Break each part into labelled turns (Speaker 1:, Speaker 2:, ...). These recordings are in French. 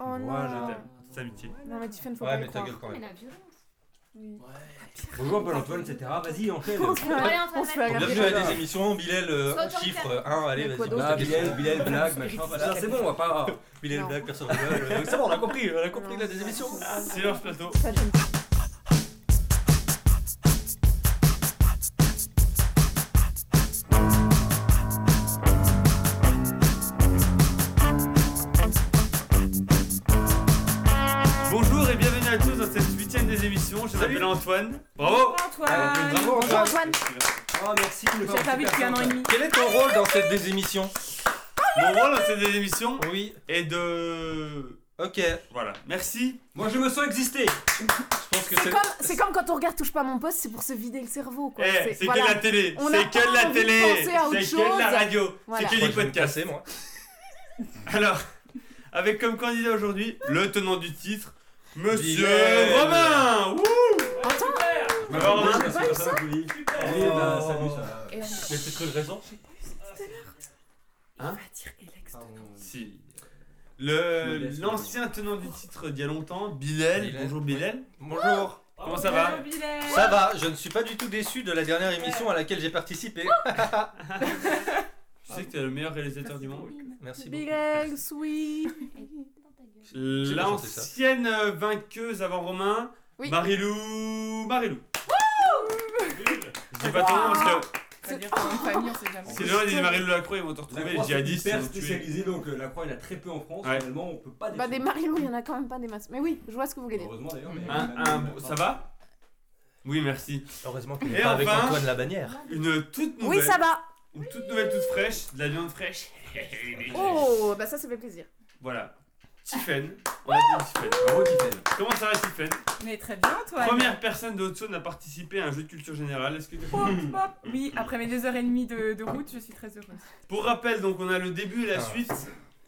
Speaker 1: Oh
Speaker 2: Moi,
Speaker 1: non.
Speaker 2: je t'aime. C'est amitié.
Speaker 1: Non, mais Tiffany, faut
Speaker 3: Ouais,
Speaker 1: pas
Speaker 3: mais
Speaker 1: y
Speaker 3: ta
Speaker 1: croire.
Speaker 3: gueule quand
Speaker 4: Mais
Speaker 3: même.
Speaker 4: la violence.
Speaker 1: Oui.
Speaker 3: Bonjour, Paul-Antoine, etc. Vas-y, enchaîne.
Speaker 1: On se fait-
Speaker 4: Allez, on
Speaker 1: on se
Speaker 4: fait
Speaker 1: fait
Speaker 4: la
Speaker 1: la
Speaker 3: Bienvenue
Speaker 1: gueule.
Speaker 3: à des émissions, Bilal, euh,
Speaker 4: Soit autant
Speaker 3: chiffre 1, allez,
Speaker 1: Mais quoi
Speaker 3: vas-y.
Speaker 1: d'autre
Speaker 3: Ah, Bilal, Bilal, blague, machin, voilà. C'est bon, on va pas. Ah, Bilal,
Speaker 1: Non.
Speaker 3: blague, personne rigole. Euh, C'est bon, on a compris, on a compris
Speaker 1: Non.
Speaker 3: la Ah, des émissions.
Speaker 2: Silence plateau.
Speaker 1: Ça donne-
Speaker 2: Bonjour et bienvenue à tous dans cette huitième des émissions. Je m'appelle Antoine. Bravo
Speaker 1: Antoine.
Speaker 3: Bravo,
Speaker 1: Bonjour,
Speaker 3: Antoine.
Speaker 1: Antoine.
Speaker 3: Oh, merci. le
Speaker 1: Je t'ai pas vu depuis un an et demi.
Speaker 3: Quel est ton rôle dans cette des émissions
Speaker 2: Mon rôle dans cette des émissions
Speaker 3: Oui,
Speaker 2: est de...
Speaker 3: ok.
Speaker 2: Voilà. Merci.
Speaker 3: Moi, je me sens exister. Je pense que
Speaker 1: C'est comme, c'est comme quand on regarde Touche pas à mon poste, c'est pour se vider le cerveau.
Speaker 2: Eh,
Speaker 1: Quoi. C'est-
Speaker 2: c'est
Speaker 1: voilà.
Speaker 2: que la télé.
Speaker 1: On
Speaker 2: C'est
Speaker 1: n'a pas
Speaker 2: que la
Speaker 1: envie de
Speaker 2: télé.
Speaker 1: penser à autre
Speaker 2: C'est que la
Speaker 1: chose.
Speaker 2: radio.
Speaker 1: Voilà.
Speaker 2: C'est que
Speaker 3: Moi,
Speaker 2: les
Speaker 3: je vais me
Speaker 2: podcasts.
Speaker 3: casser, moi.
Speaker 2: Alors, avec comme candidat aujourd'hui le tenant du titre, Monsieur
Speaker 3: Bilal.
Speaker 2: Romain. Wouh
Speaker 1: Attends,
Speaker 3: Bah,
Speaker 2: Alors, on
Speaker 3: bah,
Speaker 2: Oh. a
Speaker 3: c'est
Speaker 1: pas
Speaker 3: pas
Speaker 1: eu
Speaker 3: ça, Julie. Oui, bah, salut, ça va. Mais c'est truc récent
Speaker 1: on va dire Alex.
Speaker 2: Hein Si.
Speaker 3: Je me
Speaker 2: Le
Speaker 3: laisse,
Speaker 2: l'ancien tenant du titre d'il y a longtemps, Bilal.
Speaker 3: Bilal.
Speaker 2: Bonjour Bilal.
Speaker 3: Ah, Bonjour.
Speaker 2: Comment ça va
Speaker 3: Ça va, je ne suis pas du tout déçu de la dernière émission à laquelle j'ai participé.
Speaker 2: Tu sais que tu es le meilleur réalisateur du monde.
Speaker 3: Merci
Speaker 1: Big
Speaker 3: beaucoup.
Speaker 1: Alex, oui.
Speaker 3: J'ai pas chanté ça.
Speaker 2: L'ancienne euh, vainqueuse avant Romain,
Speaker 1: Oui.
Speaker 2: Marilou. Marilou. Je dis pas ton nom parce que si les gens disent Marilou Lacroix, ils vont te retrouver les djihadistes. ils
Speaker 3: hyper
Speaker 2: vont te tuer.
Speaker 3: spécialisée, donc euh, la croix il y en a très peu en France.
Speaker 2: Ouais.
Speaker 3: Finalement, on peut pas
Speaker 1: Bah, des
Speaker 3: défendre.
Speaker 1: Marilou, il y en a quand même pas des masses. Mais oui, je vois ce que vous voulez dire.
Speaker 3: Heureusement d'ailleurs, mais.
Speaker 2: Un-
Speaker 4: Hein
Speaker 2: un- ça va Oui, merci.
Speaker 3: Heureusement
Speaker 2: qu'il n'est Et pas avec enfin- Antoine
Speaker 3: la bannière.
Speaker 2: Une toute nouvelle.
Speaker 1: Oui, ça va.
Speaker 2: Une toute nouvelle, toute fraîche, de la viande fraîche.
Speaker 1: Oh, bah ça, ça fait plaisir.
Speaker 2: Voilà. Tiffen, on appelle Tiffen.
Speaker 3: Bravo, Tiffany.
Speaker 2: Comment ça va, Tiffen
Speaker 5: Mais très bien, toi.
Speaker 2: Première personne de Haute-Saône à participer à un jeu de culture générale. Est-ce que tu-
Speaker 5: Pop, pop. Oui, après mes deux heures et demie de, de route, je suis très heureuse.
Speaker 2: Pour rappel, donc on a le début et la
Speaker 3: Ah.
Speaker 2: suite.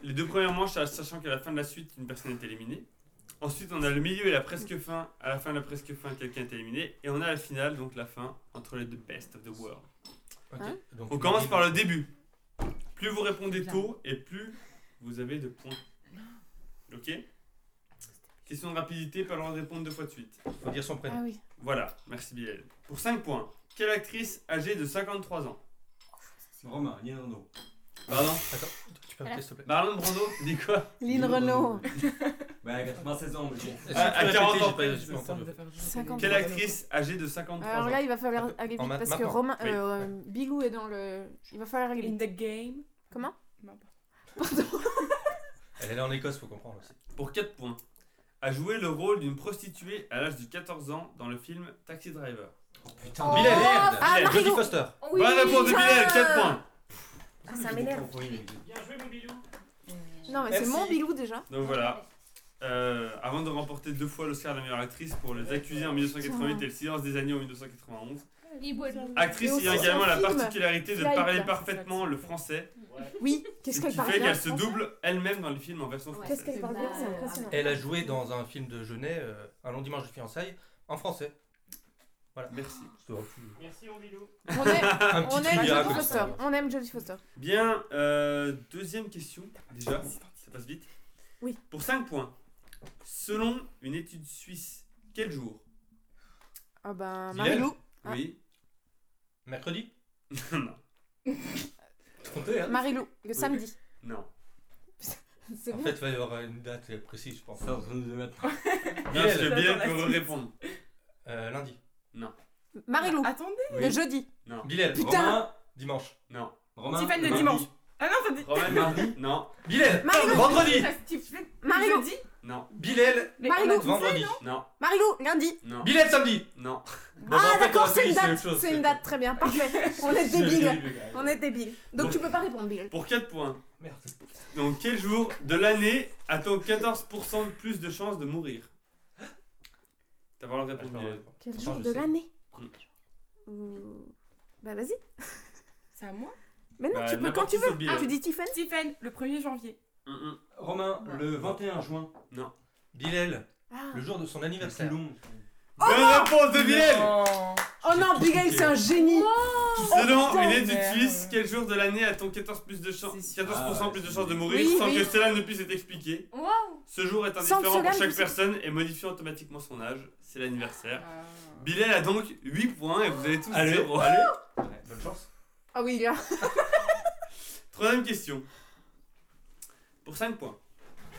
Speaker 2: Les deux premières manches, sachant qu'à la fin de la suite, une personne est éliminée. Ensuite, on a le milieu et la presque fin. À la fin de la presque fin, quelqu'un est éliminé. Et on a la finale, donc la fin, entre les deux best of the world.
Speaker 1: Hein
Speaker 3: Donc,
Speaker 2: On commence par le début. Plus vous répondez tôt et plus vous avez de points. Ok Question de rapidité, pas le droit de répondre deux fois de suite.
Speaker 3: Faut dire son prénom.
Speaker 1: Ah oui.
Speaker 2: Voilà, merci Bilal. Pour 5 points, quelle actrice âgée de 53 ans
Speaker 3: Romain, Nienando.
Speaker 2: Pardon
Speaker 3: Attends, tu peux s'il te plaît.
Speaker 2: Marlon Brando Dis quoi
Speaker 1: Lynn Renault.
Speaker 3: Bah, 96 ans, mais bon.
Speaker 2: À- Ah, à 40 ans près,
Speaker 3: j'ai pas entendu.
Speaker 2: Quelle actrice âgée de
Speaker 1: Alors
Speaker 2: 53
Speaker 1: là,
Speaker 2: ans
Speaker 1: il va falloir aller
Speaker 3: En
Speaker 1: vite
Speaker 3: ma-
Speaker 1: parce que
Speaker 3: maintenant.
Speaker 1: Romain,
Speaker 2: Oui.
Speaker 1: euh, euh, Bilou est dans le. Il va falloir aller
Speaker 5: In
Speaker 1: vite. Oh,
Speaker 5: the game.
Speaker 1: Comment
Speaker 5: Non, pas.
Speaker 3: Elle est allée en Écosse, faut comprendre aussi.
Speaker 2: Pour 4 points, a joué le rôle d'une prostituée à l'âge de 14 ans dans le film Taxi Driver.
Speaker 3: Putain,
Speaker 1: Oh,
Speaker 3: Bilal,
Speaker 1: ah,
Speaker 3: Bilal,
Speaker 1: Marilou.
Speaker 3: Jodie Foster.
Speaker 2: Bonne réponse de
Speaker 1: putain.
Speaker 2: Bilal, 4 points
Speaker 1: Ah, ça m'énerve.
Speaker 2: Bien joué mon Bilou
Speaker 1: Non, mais c'est
Speaker 3: Merci.
Speaker 1: mon Bilou déjà.
Speaker 2: Donc voilà. Euh, avant de remporter deux fois l'Oscar de la meilleure actrice pour Les Accusés en 1988 et Le Silence des Agneaux en 1991, actrice
Speaker 1: Et
Speaker 2: ayant
Speaker 1: aussi son
Speaker 2: également la
Speaker 1: film,
Speaker 2: particularité de
Speaker 1: Flight.
Speaker 2: parler parfaitement le français,
Speaker 1: Oui, qu'est-ce
Speaker 2: ce
Speaker 1: qu'elle
Speaker 2: qui
Speaker 1: parle
Speaker 2: fait
Speaker 1: bien,
Speaker 2: qu'elle se
Speaker 1: franchement.
Speaker 2: double elle-même dans les films en version
Speaker 4: Ouais.
Speaker 1: Qu'est-ce
Speaker 2: française.
Speaker 1: qu'elle parle bien, c'est impressionnant.
Speaker 3: Elle a joué dans un film de Genet, euh, Un long dimanche de fiançailles, en français. Voilà.
Speaker 2: Merci.
Speaker 3: Ça aurait pu-
Speaker 1: On aime,
Speaker 3: Un petit
Speaker 1: on aime
Speaker 3: trivia
Speaker 1: Jodie
Speaker 3: comme
Speaker 1: Foster.
Speaker 3: ça.
Speaker 1: On aime Jodie Foster.
Speaker 2: Bien, euh, deuxième question, déjà, ça passe vite.
Speaker 1: Oui.
Speaker 2: Pour 5 points, selon une étude suisse, quel jour
Speaker 1: Ah ben,
Speaker 2: Dylan
Speaker 1: Marilou. Ah.
Speaker 2: Oui.
Speaker 3: Mercredi
Speaker 2: non.
Speaker 3: Trompé, hein
Speaker 1: Marilou, le samedi.
Speaker 2: Non.
Speaker 1: C'est
Speaker 3: En
Speaker 1: bon.
Speaker 3: fait, il va y avoir une date précise, je pense.
Speaker 2: Non,
Speaker 3: Bilal.
Speaker 2: parce que Bilal
Speaker 5: J'attends la
Speaker 2: peut
Speaker 5: suite.
Speaker 2: répondre.
Speaker 3: Euh, lundi.
Speaker 1: Marilou,
Speaker 3: ah,
Speaker 5: Attendez.
Speaker 1: le jeudi.
Speaker 2: Non.
Speaker 3: Bilal,
Speaker 1: Putain.
Speaker 3: Romain, dimanche.
Speaker 2: Non.
Speaker 5: Tiffany le dimanche. Ah non, ça dit.
Speaker 2: Romain, mardi Non.
Speaker 3: Bilal,
Speaker 1: Marilou.
Speaker 3: vendredi.
Speaker 1: Marilou,
Speaker 5: Jeudi.
Speaker 2: Non.
Speaker 3: Bilal,
Speaker 5: Mais
Speaker 1: Marilou.
Speaker 5: on a dit-
Speaker 3: vendredi.
Speaker 2: Non.
Speaker 1: Marilou, lundi.
Speaker 2: Non.
Speaker 3: Bilal, samedi.
Speaker 2: Non.
Speaker 3: Bon, bah, en
Speaker 1: Ah
Speaker 3: fait,
Speaker 1: d'accord,
Speaker 3: on a
Speaker 1: c'est
Speaker 3: dit,
Speaker 1: une
Speaker 3: la même
Speaker 1: date.
Speaker 3: chose,
Speaker 1: C'est une date, très bien, parfait. On est débiles. On est débiles. Donc
Speaker 2: Bon.
Speaker 1: tu peux pas répondre, Bill.
Speaker 2: Pour 4 points.
Speaker 3: Merde.
Speaker 2: Donc quel jour de l'année a-t-on 14% de plus de chances de mourir T'as pas le droit de répondre, Bilal.
Speaker 1: Quel
Speaker 3: Attends,
Speaker 1: jour
Speaker 3: Ah, je
Speaker 1: de
Speaker 3: sais.
Speaker 1: l'année
Speaker 2: Mm.
Speaker 3: Mmh.
Speaker 1: Ouh. Bah vas-y.
Speaker 5: C'est à moi.
Speaker 1: Mais non,
Speaker 2: Bah,
Speaker 1: tu peux quand
Speaker 2: n'importe
Speaker 1: tu
Speaker 2: qui sur
Speaker 1: veux.
Speaker 2: Bilal.
Speaker 1: Tu dis Tiffany
Speaker 5: Stephen, le 1er janvier.
Speaker 2: Hum, hum.
Speaker 3: Romain, le 21 juin,
Speaker 2: Non.
Speaker 3: Bilal,
Speaker 1: Ah.
Speaker 3: le jour de son
Speaker 6: C'est
Speaker 3: anniversaire.
Speaker 6: long.
Speaker 2: Bonne réponse de Bilal
Speaker 5: Non.
Speaker 1: Oh non, Big Eye, c'est un génie.
Speaker 3: Oh.
Speaker 2: Selon
Speaker 5: putain,
Speaker 2: une étude
Speaker 5: merde.
Speaker 2: suisse, quel jour de l'année a-t-on 14, plus de chance-
Speaker 5: C'est sûr.
Speaker 2: 14
Speaker 4: Ah,
Speaker 2: plus de
Speaker 4: ouais,
Speaker 2: chances de
Speaker 4: c'est-
Speaker 2: mourir
Speaker 1: Oui,
Speaker 2: sans
Speaker 1: oui.
Speaker 2: que cela ne puisse être expliqué
Speaker 5: Waouh.
Speaker 2: Ce jour est
Speaker 1: Sans
Speaker 2: indifférent
Speaker 1: cela,
Speaker 2: pour chaque
Speaker 1: je sais-
Speaker 2: personne et modifie automatiquement son âge. C'est l'anniversaire.
Speaker 5: Ah.
Speaker 2: Bilal a donc 8 points et vous avez tous
Speaker 3: Allez.
Speaker 2: 0.
Speaker 3: Bonne chance.
Speaker 1: Ah oui, là.
Speaker 2: Troisième question. Pour 5 points.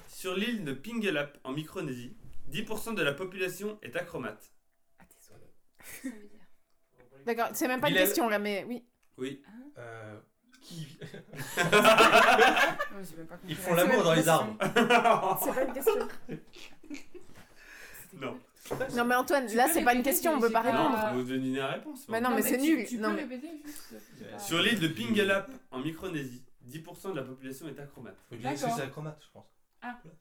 Speaker 2: Sur l'île de Pingelap en Micronésie, 10% de la population est acromate.
Speaker 5: Ah, t'es sourd.
Speaker 1: D'accord, c'est même pas une
Speaker 3: Bilal.
Speaker 1: question là, mais oui.
Speaker 2: Oui.
Speaker 3: Euh, qui...
Speaker 5: Non, Ah, j'ai même pas compris.
Speaker 3: Ils font l'amour dans les arbres.
Speaker 1: C'est pas une question.
Speaker 2: non.
Speaker 1: Non, mais Antoine,
Speaker 5: Tu
Speaker 1: là,
Speaker 5: peux
Speaker 1: c'est pas une
Speaker 5: répéter,
Speaker 1: question, on
Speaker 5: j'ai-
Speaker 1: peut pas
Speaker 5: j'ai pas-
Speaker 1: répondre.
Speaker 2: vous donnez la réponse.
Speaker 1: Ah. Mais
Speaker 2: bon.
Speaker 1: non, mais c'est
Speaker 5: tu-
Speaker 1: nul.
Speaker 5: Tu
Speaker 1: Non,
Speaker 5: peux
Speaker 1: mais-
Speaker 5: répéter juste.
Speaker 4: Yeah.
Speaker 2: Sur l'île de Pingelap en Micronésie, 10% de la population est acromate.
Speaker 3: Faut dire que
Speaker 5: D'accord.
Speaker 3: c'est acromate, je pense.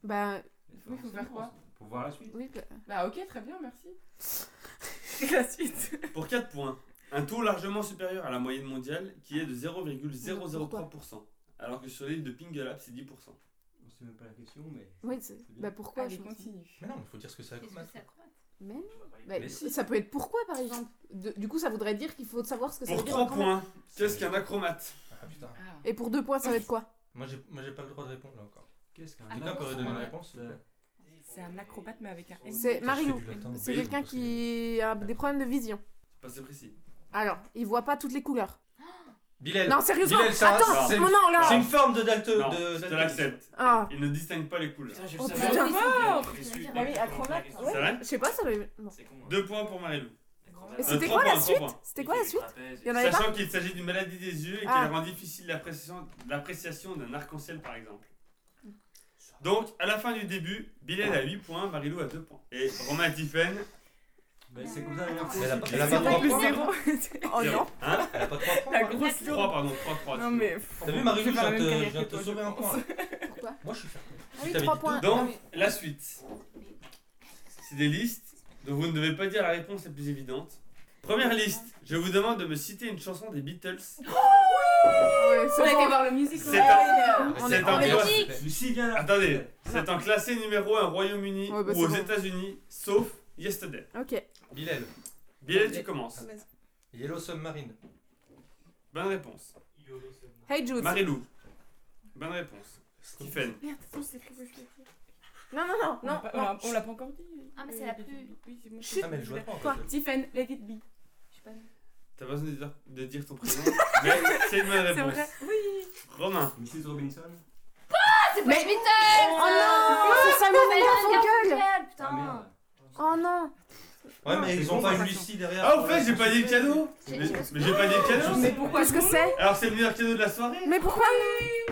Speaker 1: Bah,
Speaker 5: Oui, faut faire quoi
Speaker 4: Pour voir la suite.
Speaker 1: oui. bah.
Speaker 5: Bah ok, très bien, merci. la suite.
Speaker 2: Pour 4 points, un taux largement supérieur à la moyenne mondiale qui est de 0,003%, alors que sur l'île de Pingelap, c'est 10%.
Speaker 4: On sait même pas la question, mais.
Speaker 1: Oui, c'est- bah pourquoi
Speaker 5: Allez,
Speaker 1: je pense.
Speaker 5: continue.
Speaker 3: Mais non, mais faut dire ce que c'est
Speaker 6: Qu'est-ce que
Speaker 3: acromate.
Speaker 6: c'est acrobate
Speaker 1: Mais non. Bah,
Speaker 3: Mais si.
Speaker 1: Ça peut être pourquoi, par exemple. De- du coup, ça voudrait dire qu'il faut savoir ce que ça
Speaker 2: Pour
Speaker 1: veut dire.
Speaker 2: 3
Speaker 1: en
Speaker 2: points, qu'est-ce qu'un acromate
Speaker 3: Ah putain.
Speaker 5: Ah.
Speaker 1: Et pour deux points, ça va être quoi
Speaker 3: Moi j'ai moi, j'ai pas le droit de répondre là encore.
Speaker 4: Qu'est-ce qu'un
Speaker 3: Quelqu'un peut redonner la
Speaker 4: acrobate
Speaker 3: réponse s'il vous plaît
Speaker 5: C'est un acrobate mais avec un N.
Speaker 1: C'est Marilou.
Speaker 3: du latin.
Speaker 1: C'est
Speaker 2: Oui,
Speaker 1: quelqu'un
Speaker 3: parce que-
Speaker 1: qui a des problèmes de vision.
Speaker 2: C'est pas si précis.
Speaker 1: Alors, il voit pas toutes les couleurs.
Speaker 3: Bilal.
Speaker 1: Non, sérieusement,
Speaker 3: Bilal, ça-
Speaker 1: attends,
Speaker 3: c'est-
Speaker 1: oh non, là.
Speaker 3: C'est une forme de dalte.
Speaker 4: Euh,
Speaker 2: Non,
Speaker 3: de,
Speaker 2: je te
Speaker 3: daltonisme.
Speaker 2: l'accepte.
Speaker 1: Ah,
Speaker 2: Il ne distingue pas les couleurs.
Speaker 1: Oh,
Speaker 5: Ah,
Speaker 1: putain.
Speaker 5: oui,
Speaker 1: Bah oui, acrobate,
Speaker 2: C'est
Speaker 1: ouais.
Speaker 2: vrai
Speaker 1: Je sais pas, ça doit. non.
Speaker 2: 2 points pour
Speaker 1: Et
Speaker 2: Marilou. Euh,
Speaker 1: c'était
Speaker 2: trois
Speaker 1: quoi la
Speaker 2: points, trois
Speaker 1: suite
Speaker 2: points.
Speaker 1: C'était quoi la suite Il y en avait pas
Speaker 2: Sachant qu'il s'agit d'une maladie des yeux et
Speaker 1: Ah.
Speaker 2: qu'elle rend difficile l'appréciation- l'appréciation d'un arc-en-ciel par exemple. Donc, à la fin du début, Bilal a 8 points, Marilou a 2 points. Et Romain Tiffen,
Speaker 4: Bah, c'est comme ça la
Speaker 3: Mais elle a pas-
Speaker 4: réponse.
Speaker 3: elle a
Speaker 5: C'est
Speaker 3: pas
Speaker 5: vrai
Speaker 3: trois
Speaker 5: que le
Speaker 3: points.
Speaker 5: zéro.
Speaker 1: Oh
Speaker 2: zéro.
Speaker 1: non
Speaker 2: Hein
Speaker 3: Elle a pas trois points.
Speaker 5: La
Speaker 3: là.
Speaker 5: grosse lourde.
Speaker 2: 3 pardon, 3 3.
Speaker 5: Non mais. pff,
Speaker 3: T'as vu
Speaker 5: on
Speaker 3: Marie, je
Speaker 5: fait pas la
Speaker 3: viens
Speaker 5: même
Speaker 3: de te- je
Speaker 5: carrière
Speaker 3: viens de
Speaker 5: que
Speaker 3: te
Speaker 5: toi,
Speaker 3: sauver
Speaker 5: je
Speaker 3: un point.
Speaker 5: pense.
Speaker 3: là.
Speaker 1: Pourquoi
Speaker 3: Moi je suis fermé.
Speaker 1: Ah oui,
Speaker 3: t'avais
Speaker 1: 3
Speaker 3: dit
Speaker 1: points. Ah
Speaker 2: Donc,
Speaker 1: oui.
Speaker 2: la suite. C'est des listes dont vous ne devez pas dire la réponse la plus évidente. Première liste, je vous demande de me citer une chanson des Beatles.
Speaker 1: Ouais, c'est
Speaker 5: On a
Speaker 1: bon.
Speaker 5: été voir le musique.
Speaker 2: C'est
Speaker 5: euh, Ah,
Speaker 2: un-
Speaker 1: On
Speaker 2: c'est
Speaker 1: est-
Speaker 2: un
Speaker 1: on est-
Speaker 2: doigt.
Speaker 4: Lucie, viens là.
Speaker 2: Attendez, c'est en classé numéro 1 au Royaume-Uni
Speaker 1: Ouais, bah,
Speaker 2: ou aux
Speaker 1: c'est bon.
Speaker 2: États-Unis, sauf Yesterday.
Speaker 1: Ok.
Speaker 3: Bilal.
Speaker 2: Bilal, tu commences.
Speaker 3: Yellow Submarine.
Speaker 2: Bonne réponse.
Speaker 1: Hey Jude.
Speaker 2: Marilou. Bonne réponse. Stephen.
Speaker 5: Merde, attends, je l'ai plus, je l'ai plus.
Speaker 1: Non, non, non,
Speaker 5: On l'a
Speaker 1: non.
Speaker 5: pas- on
Speaker 1: non.
Speaker 5: l'a- on l'a pas encore dit.
Speaker 6: Ah, mais c'est
Speaker 5: Euh,
Speaker 6: la
Speaker 5: Let It
Speaker 6: pub.
Speaker 5: Be. Oui, c'est bon.
Speaker 1: Chut.
Speaker 3: Ah mais elle jouait pas en
Speaker 1: Quoi
Speaker 3: fait.
Speaker 5: Tiffen, let it be.
Speaker 6: Je sais pas.
Speaker 2: T'as pas besoin de dire, de dire ton prénom, mais c'est une bonne
Speaker 5: C'est
Speaker 2: réponse.
Speaker 5: vrai. Oui.
Speaker 2: Romain.
Speaker 4: Mrs. Robinson.
Speaker 6: ah, c'est pas les Beatles
Speaker 1: Oh non C'est Simon Garfunkel
Speaker 4: Ah merde.
Speaker 6: Putain
Speaker 1: Oh non
Speaker 6: Oh.
Speaker 3: Ouais mais ils ont
Speaker 1: c'est
Speaker 3: pas
Speaker 1: bon,
Speaker 3: une Lucie derrière.
Speaker 2: Ah, au fait, j'ai pas dit le cadeau
Speaker 6: C'est-
Speaker 2: Mais,
Speaker 6: c'est parce que-
Speaker 2: mais j'ai pas dit le cadeau
Speaker 5: Mais pourquoi
Speaker 1: Qu'est-ce que c'est
Speaker 2: Alors, c'est le meilleur cadeau de la soirée
Speaker 1: Mais pourquoi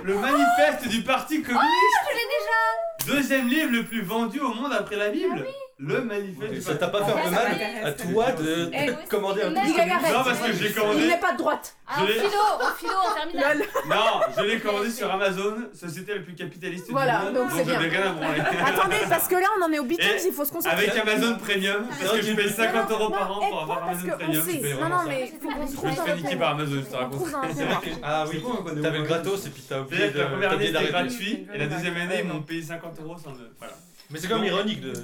Speaker 2: Le manifeste du Parti communiste
Speaker 6: Je l'ai déjà
Speaker 2: Deuxième livre le plus vendu au monde après la
Speaker 1: Ah
Speaker 2: Bible Le manifeste
Speaker 3: Mais
Speaker 2: du
Speaker 3: Ça
Speaker 2: Parti
Speaker 3: t'a pas fait
Speaker 6: Ah, ça
Speaker 3: de mal
Speaker 5: m'intéresse.
Speaker 3: à toi de
Speaker 6: Eh,
Speaker 3: de commander un
Speaker 6: Dis
Speaker 3: truc.
Speaker 1: Dis Gaga,
Speaker 2: Non,
Speaker 1: arrête
Speaker 2: parce que je l'ai
Speaker 1: Il
Speaker 2: commandé.
Speaker 1: n'est pas de droite
Speaker 6: Ah, en
Speaker 2: Je l'ai-
Speaker 6: philo En philo, en terminale
Speaker 1: Lol
Speaker 2: Non, je l'ai commandé sur Amazon, société la plus capitaliste
Speaker 1: Voilà,
Speaker 2: du monde,
Speaker 1: donc c'est
Speaker 2: j'en ai
Speaker 1: bien.
Speaker 2: rien à branler.
Speaker 1: Attendez, parce que là, on en est au Beatles, il faut se concentrer.
Speaker 2: Avec Amazon Premium, parce que je paye 50 euros par an pour avoir Amazon Premium.
Speaker 1: Parce que on
Speaker 3: mais
Speaker 1: sait. Non,
Speaker 3: vraiment
Speaker 1: non,
Speaker 3: ça.
Speaker 1: mais
Speaker 6: Je
Speaker 1: faut qu'on
Speaker 6: me
Speaker 2: Je
Speaker 1: trouve
Speaker 2: me
Speaker 1: dans
Speaker 2: suis
Speaker 1: la
Speaker 2: fait niquer
Speaker 1: télé.
Speaker 2: par Amazon, je te
Speaker 1: On trouve
Speaker 2: raconte.
Speaker 1: dans la
Speaker 6: C'est
Speaker 1: télé.
Speaker 6: vrai que-
Speaker 3: Ah oui,
Speaker 4: C'est bon, on est au
Speaker 3: t'avais le
Speaker 4: Royaume-Uni.
Speaker 3: gratos et puis t'as oublié
Speaker 2: C'est-à-dire que
Speaker 3: de
Speaker 2: la première
Speaker 3: t'as oublié
Speaker 2: année c'était
Speaker 3: d'arrêter.
Speaker 2: gratuit et la deuxième année ils m'ont payé 50 euros sans le. Voilà.
Speaker 3: Mais c'est quand même
Speaker 2: Donc,
Speaker 3: ironique de, de,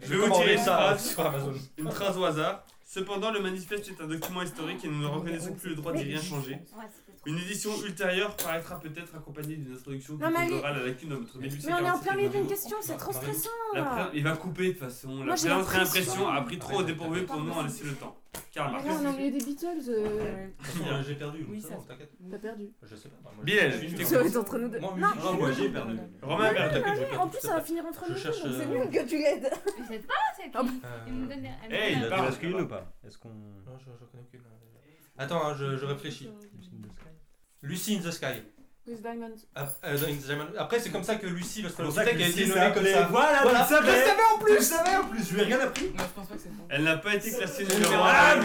Speaker 5: je
Speaker 2: vais vous
Speaker 3: commander
Speaker 2: tirer une
Speaker 3: ça
Speaker 2: phrase.
Speaker 3: sur Amazon.
Speaker 2: Une phrase au hasard. Cependant, le manifeste est un document historique et nous ne reconnaissons plus le droit d'y rien changer.
Speaker 6: Ouais, c'était trop.
Speaker 2: Une édition ultérieure paraîtra peut-être accompagnée d'une introduction qui
Speaker 1: Non, mais allez.
Speaker 2: comblera la lacune de notre 1846.
Speaker 1: Mais on est en plein milieu d'une question,
Speaker 3: Marie-
Speaker 1: c'est trop stressant.
Speaker 2: La pré- Il va couper de toute façon. La
Speaker 1: Moi, j'ai
Speaker 2: présente
Speaker 1: l'impression-
Speaker 2: réimpression a pris trop au
Speaker 3: Arrête,
Speaker 2: dépourvu
Speaker 3: arrête.
Speaker 2: pour nous en laisser le temps. Karl
Speaker 1: Là,
Speaker 2: Marx.
Speaker 1: on est au milieu des Beatles. euh,
Speaker 3: J'ai perdu,
Speaker 5: Oui,
Speaker 3: ça
Speaker 5: ça
Speaker 3: va,
Speaker 5: se-
Speaker 3: t'inquiète.
Speaker 1: T'as perdu.
Speaker 3: Je sais pas. moi, moi,
Speaker 2: Bilal,
Speaker 3: je suis
Speaker 2: je
Speaker 3: nul.
Speaker 2: t'écoute.
Speaker 1: C'est entre nous deux.
Speaker 3: Moi,
Speaker 1: Non,
Speaker 3: musique,
Speaker 4: Non, moi j'ai perdu.
Speaker 2: Romain
Speaker 3: Ouais,
Speaker 2: Berthe.
Speaker 3: t'inquiète, je
Speaker 1: Ah
Speaker 3: vais
Speaker 1: oui,
Speaker 3: pas
Speaker 1: en
Speaker 3: tout
Speaker 1: plus,
Speaker 3: ça.
Speaker 1: ça va finir entre
Speaker 3: Je
Speaker 1: nous deux,
Speaker 3: cherche,
Speaker 1: donc c'est
Speaker 3: euh,
Speaker 1: nul que tu l'aides.
Speaker 6: Mais c'est pas celle
Speaker 1: Ah
Speaker 6: qui.
Speaker 3: Euh,
Speaker 6: Il me donne. elle me
Speaker 2: Hey,
Speaker 6: donne
Speaker 4: Il
Speaker 6: la-
Speaker 4: a
Speaker 2: Parle.
Speaker 4: déjà basculé ou pas Est-ce qu'on.
Speaker 3: Non, je, je connais aucune. euh, Attends, hein, je, je réfléchis. Lucy in the Sky.
Speaker 1: With Diamond.
Speaker 3: Ah, euh, dans In the Diamond- Après, c'est comme ça que Lucy, le
Speaker 4: C'est pour ça
Speaker 3: Spalotech,
Speaker 4: que
Speaker 3: a été
Speaker 4: Lucie
Speaker 3: nommée comme
Speaker 4: s'appelait-
Speaker 3: ça.
Speaker 4: Voilà,
Speaker 3: Voilà,
Speaker 4: tu le savais.
Speaker 3: je savais
Speaker 4: en plus. Tu le savais en plus. Je lui ai rien appris.
Speaker 5: Non, je pense pas que c'est bon.
Speaker 2: Elle n'a pas été classée numéro 1.
Speaker 3: Ah,
Speaker 5: Allez.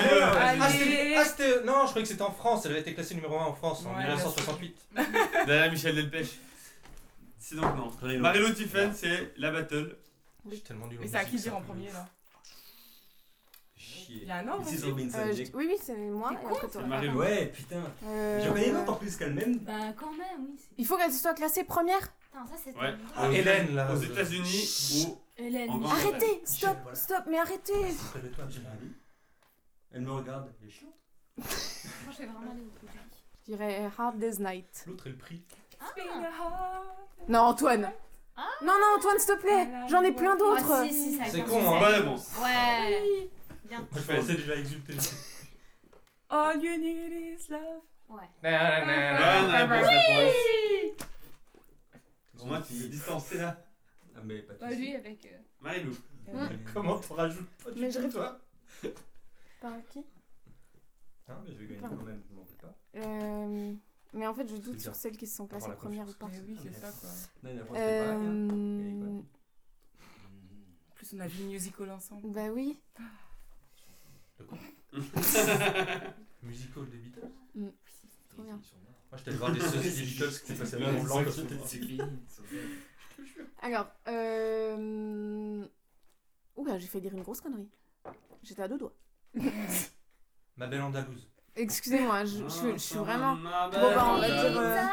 Speaker 3: Ah, c'était- ah, c'était. Non, je croyais que c'était en France. Elle avait été classée numéro 1 en France en
Speaker 5: Ouais,
Speaker 3: 1968.
Speaker 2: Derrière Michel Delpech. C'est donc non. Marilou Tiffen, c'est la battle.
Speaker 3: Je suis tellement nul. en
Speaker 5: Mais c'est à qui
Speaker 3: musique,
Speaker 5: dire
Speaker 3: ça.
Speaker 5: en premier là Il
Speaker 4: Chier.
Speaker 5: y a un ordre
Speaker 4: Mrs.
Speaker 5: aussi
Speaker 4: Robinson.
Speaker 1: Euh,
Speaker 4: j'ai-
Speaker 1: je- Oui, oui, c'est moi. et après toi.
Speaker 2: C'est Marilou.
Speaker 4: Ouais, putain.
Speaker 1: Euh,
Speaker 4: J'en connais une autre en plus qu'elle-même.
Speaker 6: Bah, quand même, oui. c'est-
Speaker 1: Il faut qu'elle soit classée première
Speaker 6: Putain, ça c'était.
Speaker 2: Ouais.
Speaker 6: Ah,
Speaker 2: Aux
Speaker 3: Hélène,
Speaker 2: États-
Speaker 3: là,
Speaker 2: Aux
Speaker 3: euh,
Speaker 2: États-Unis, où.
Speaker 6: Hélène.
Speaker 2: En vrai.
Speaker 1: Arrêtez Stop
Speaker 3: Voilà.
Speaker 1: Stop Mais arrêtez
Speaker 3: Rappelle-toi,
Speaker 4: J'ai rien dit. Elle me regarde, elle est chiante.
Speaker 6: Moi, je vais vraiment aller au bout du lit.
Speaker 1: Je dirais Hard Day's Night.
Speaker 3: L'autre, elle prie.
Speaker 6: Ah,
Speaker 1: Non, Antoine
Speaker 6: Ah.
Speaker 1: Non, non, Antoine, s'il te plaît J'en ai plein
Speaker 6: Ah,
Speaker 1: d'autres
Speaker 6: si, si, ça
Speaker 3: C'est
Speaker 6: vient,
Speaker 3: con,
Speaker 6: ça
Speaker 3: hein.
Speaker 2: Bonne
Speaker 6: vient.
Speaker 2: réponse.
Speaker 6: Ouais. Bien.
Speaker 3: Je pensais déjà exulter.
Speaker 5: All you need is love.
Speaker 6: Ouais.
Speaker 2: Bonne
Speaker 5: Ah, bah
Speaker 2: réponse, réponse.
Speaker 4: Ils
Speaker 2: Au
Speaker 4: sont
Speaker 2: moins, tu
Speaker 4: petits.
Speaker 2: t'es distancé là.
Speaker 4: Ah, mais pas de
Speaker 6: Bah,
Speaker 4: soucis.
Speaker 6: lui, hein. avec. euh,
Speaker 2: Marilou.
Speaker 4: Mais-
Speaker 3: Comment t'en rajoutes pas du
Speaker 1: Mais je
Speaker 3: tout, toi
Speaker 1: Par qui
Speaker 4: Hein, mais je vais gagner
Speaker 1: Pardon.
Speaker 4: quand même, je m'en fais pas.
Speaker 1: Euh, Mais en fait, je doute
Speaker 4: C'est
Speaker 1: sur
Speaker 4: bien.
Speaker 1: celles qui se sont
Speaker 4: Avoir
Speaker 1: classées
Speaker 4: la
Speaker 1: première ou pas.
Speaker 5: Mais oui, c'est ça quoi.
Speaker 4: Non, il a pas hein. de
Speaker 1: Euh...
Speaker 5: En plus, on a vu musical ensemble.
Speaker 1: Bah oui.
Speaker 3: Musical des Beatles Moi,
Speaker 1: Trop bien.
Speaker 3: j'étais allé voir des saucisses des Beatles qui passaient à mon blanc.
Speaker 1: Alors, euh... Oula, j'ai fait dire une grosse connerie. J'étais à deux doigts.
Speaker 3: Ma belle Andalouse.
Speaker 1: Excusez-moi,
Speaker 2: Ah,
Speaker 1: je, je- je suis vraiment...
Speaker 2: Bon,
Speaker 1: Bon bah on va dire... euh,
Speaker 6: Zalo.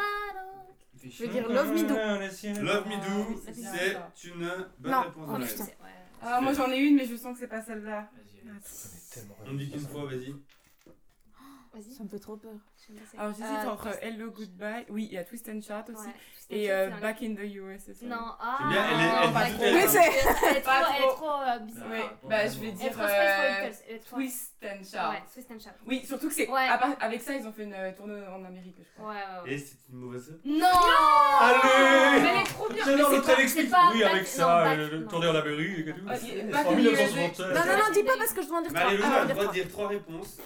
Speaker 1: Je vais dire Love Me Do.
Speaker 2: Love Me Do,
Speaker 5: Ah, oui, c'est bien,
Speaker 2: c'est une bonne
Speaker 1: Non.
Speaker 2: réponse.
Speaker 1: Oh, putain.
Speaker 2: de Marilou.
Speaker 6: C'est- ouais.
Speaker 5: Ah, moi j'en ai une, mais je sens que c'est pas celle-là. Ah,
Speaker 2: On dit qu'une fois, vas-y.
Speaker 6: Vas-y.
Speaker 1: Ça me fait trop peur.
Speaker 5: Alors j'hésite
Speaker 6: Euh,
Speaker 5: entre Hello Goodbye, oui, il y a Twist and Shout aussi,
Speaker 6: Ouais.
Speaker 5: et
Speaker 6: C'est
Speaker 5: euh,
Speaker 6: un-
Speaker 5: Back in the US, c'est ça
Speaker 6: Non, ah.
Speaker 2: bien, elle est- elle
Speaker 6: pas
Speaker 2: dit
Speaker 6: trop.
Speaker 2: elle.
Speaker 1: Mais c'est-
Speaker 6: Elle est trop,
Speaker 5: Pas
Speaker 6: elle est
Speaker 5: trop.
Speaker 6: trop euh, bizarre.
Speaker 5: Oui, bah je vais
Speaker 6: Elle est
Speaker 5: dire
Speaker 6: trop space
Speaker 5: euh,
Speaker 6: for Beatles, Elle est trop.
Speaker 5: Twist and
Speaker 6: Ouais,
Speaker 5: Shout.
Speaker 6: Twist and Shout.
Speaker 5: Oui, surtout que c'est
Speaker 6: Ouais.
Speaker 5: à part- avec ça ils ont fait une euh, tournée en Amérique, je
Speaker 6: Ouais,
Speaker 5: crois.
Speaker 6: ouais, ouais.
Speaker 2: Et c'est une mauvaise réponse.
Speaker 6: Non
Speaker 3: Allez
Speaker 6: Mais elle est trop bien
Speaker 3: J'adore
Speaker 6: Mais
Speaker 3: l'autre,
Speaker 6: c'est
Speaker 3: elle
Speaker 6: pas-
Speaker 3: explique.
Speaker 6: c'est pas
Speaker 3: Oui,
Speaker 6: Bat-
Speaker 3: avec
Speaker 6: non,
Speaker 3: ça,
Speaker 6: Bat-
Speaker 3: euh, le
Speaker 6: non.
Speaker 3: tourner en Amérique et tout.
Speaker 5: Ok,
Speaker 3: C'est
Speaker 5: Back
Speaker 3: en
Speaker 5: in the US.
Speaker 3: 1976.
Speaker 1: Non, non, non, dis pas parce que je dois en dire trois.
Speaker 2: Marilou
Speaker 1: Alors,
Speaker 2: a
Speaker 1: on
Speaker 2: le
Speaker 1: va
Speaker 2: droit de
Speaker 1: dire
Speaker 2: dire trois réponses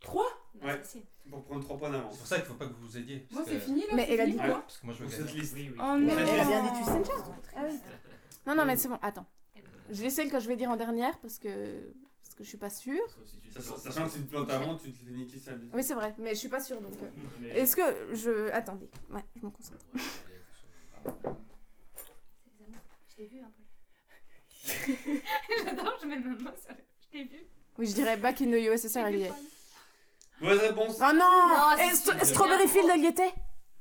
Speaker 5: Trois
Speaker 6: Bah,
Speaker 2: Ouais.
Speaker 6: si.
Speaker 2: pour prendre trois points
Speaker 3: C'est
Speaker 2: d'avance.
Speaker 3: pour ça qu'il faut pas que vous vous aidiez.
Speaker 5: Moi
Speaker 3: parce
Speaker 5: c'est
Speaker 3: que-
Speaker 5: fini là
Speaker 1: Mais
Speaker 5: c'est
Speaker 1: elle a
Speaker 5: fini,
Speaker 1: dit
Speaker 3: Ouais,
Speaker 1: quoi
Speaker 3: parce que moi je
Speaker 2: Pour
Speaker 3: veux
Speaker 2: cette
Speaker 3: gagner.
Speaker 2: liste.
Speaker 5: Oh
Speaker 2: Elle
Speaker 5: non
Speaker 2: a bien
Speaker 1: dit Twist and Shout. Ah oui. Non, non, mais c'est bon, attends. Je vais celle que je vais dire en dernière parce que, parce que je suis pas sûre.
Speaker 2: Sachant sachant que si tu te plantes avant, tu te fais niquer ça.
Speaker 1: Oui, c'est vrai, mais je suis pas sûre donc. euh, Est-ce que je. Attendez, ouais, je me concentre.
Speaker 6: C'est les amours. Je t'ai vu un peu. J'adore, je mets ma main sur le. Je t'ai vu.
Speaker 1: Oui, je dirais Back in the USSR, elle y est.
Speaker 2: Mauvaise réponse.
Speaker 1: Oh non,
Speaker 6: Non, c'est
Speaker 1: Eh, St-
Speaker 6: sûr.
Speaker 1: Strawberry Field, elle y était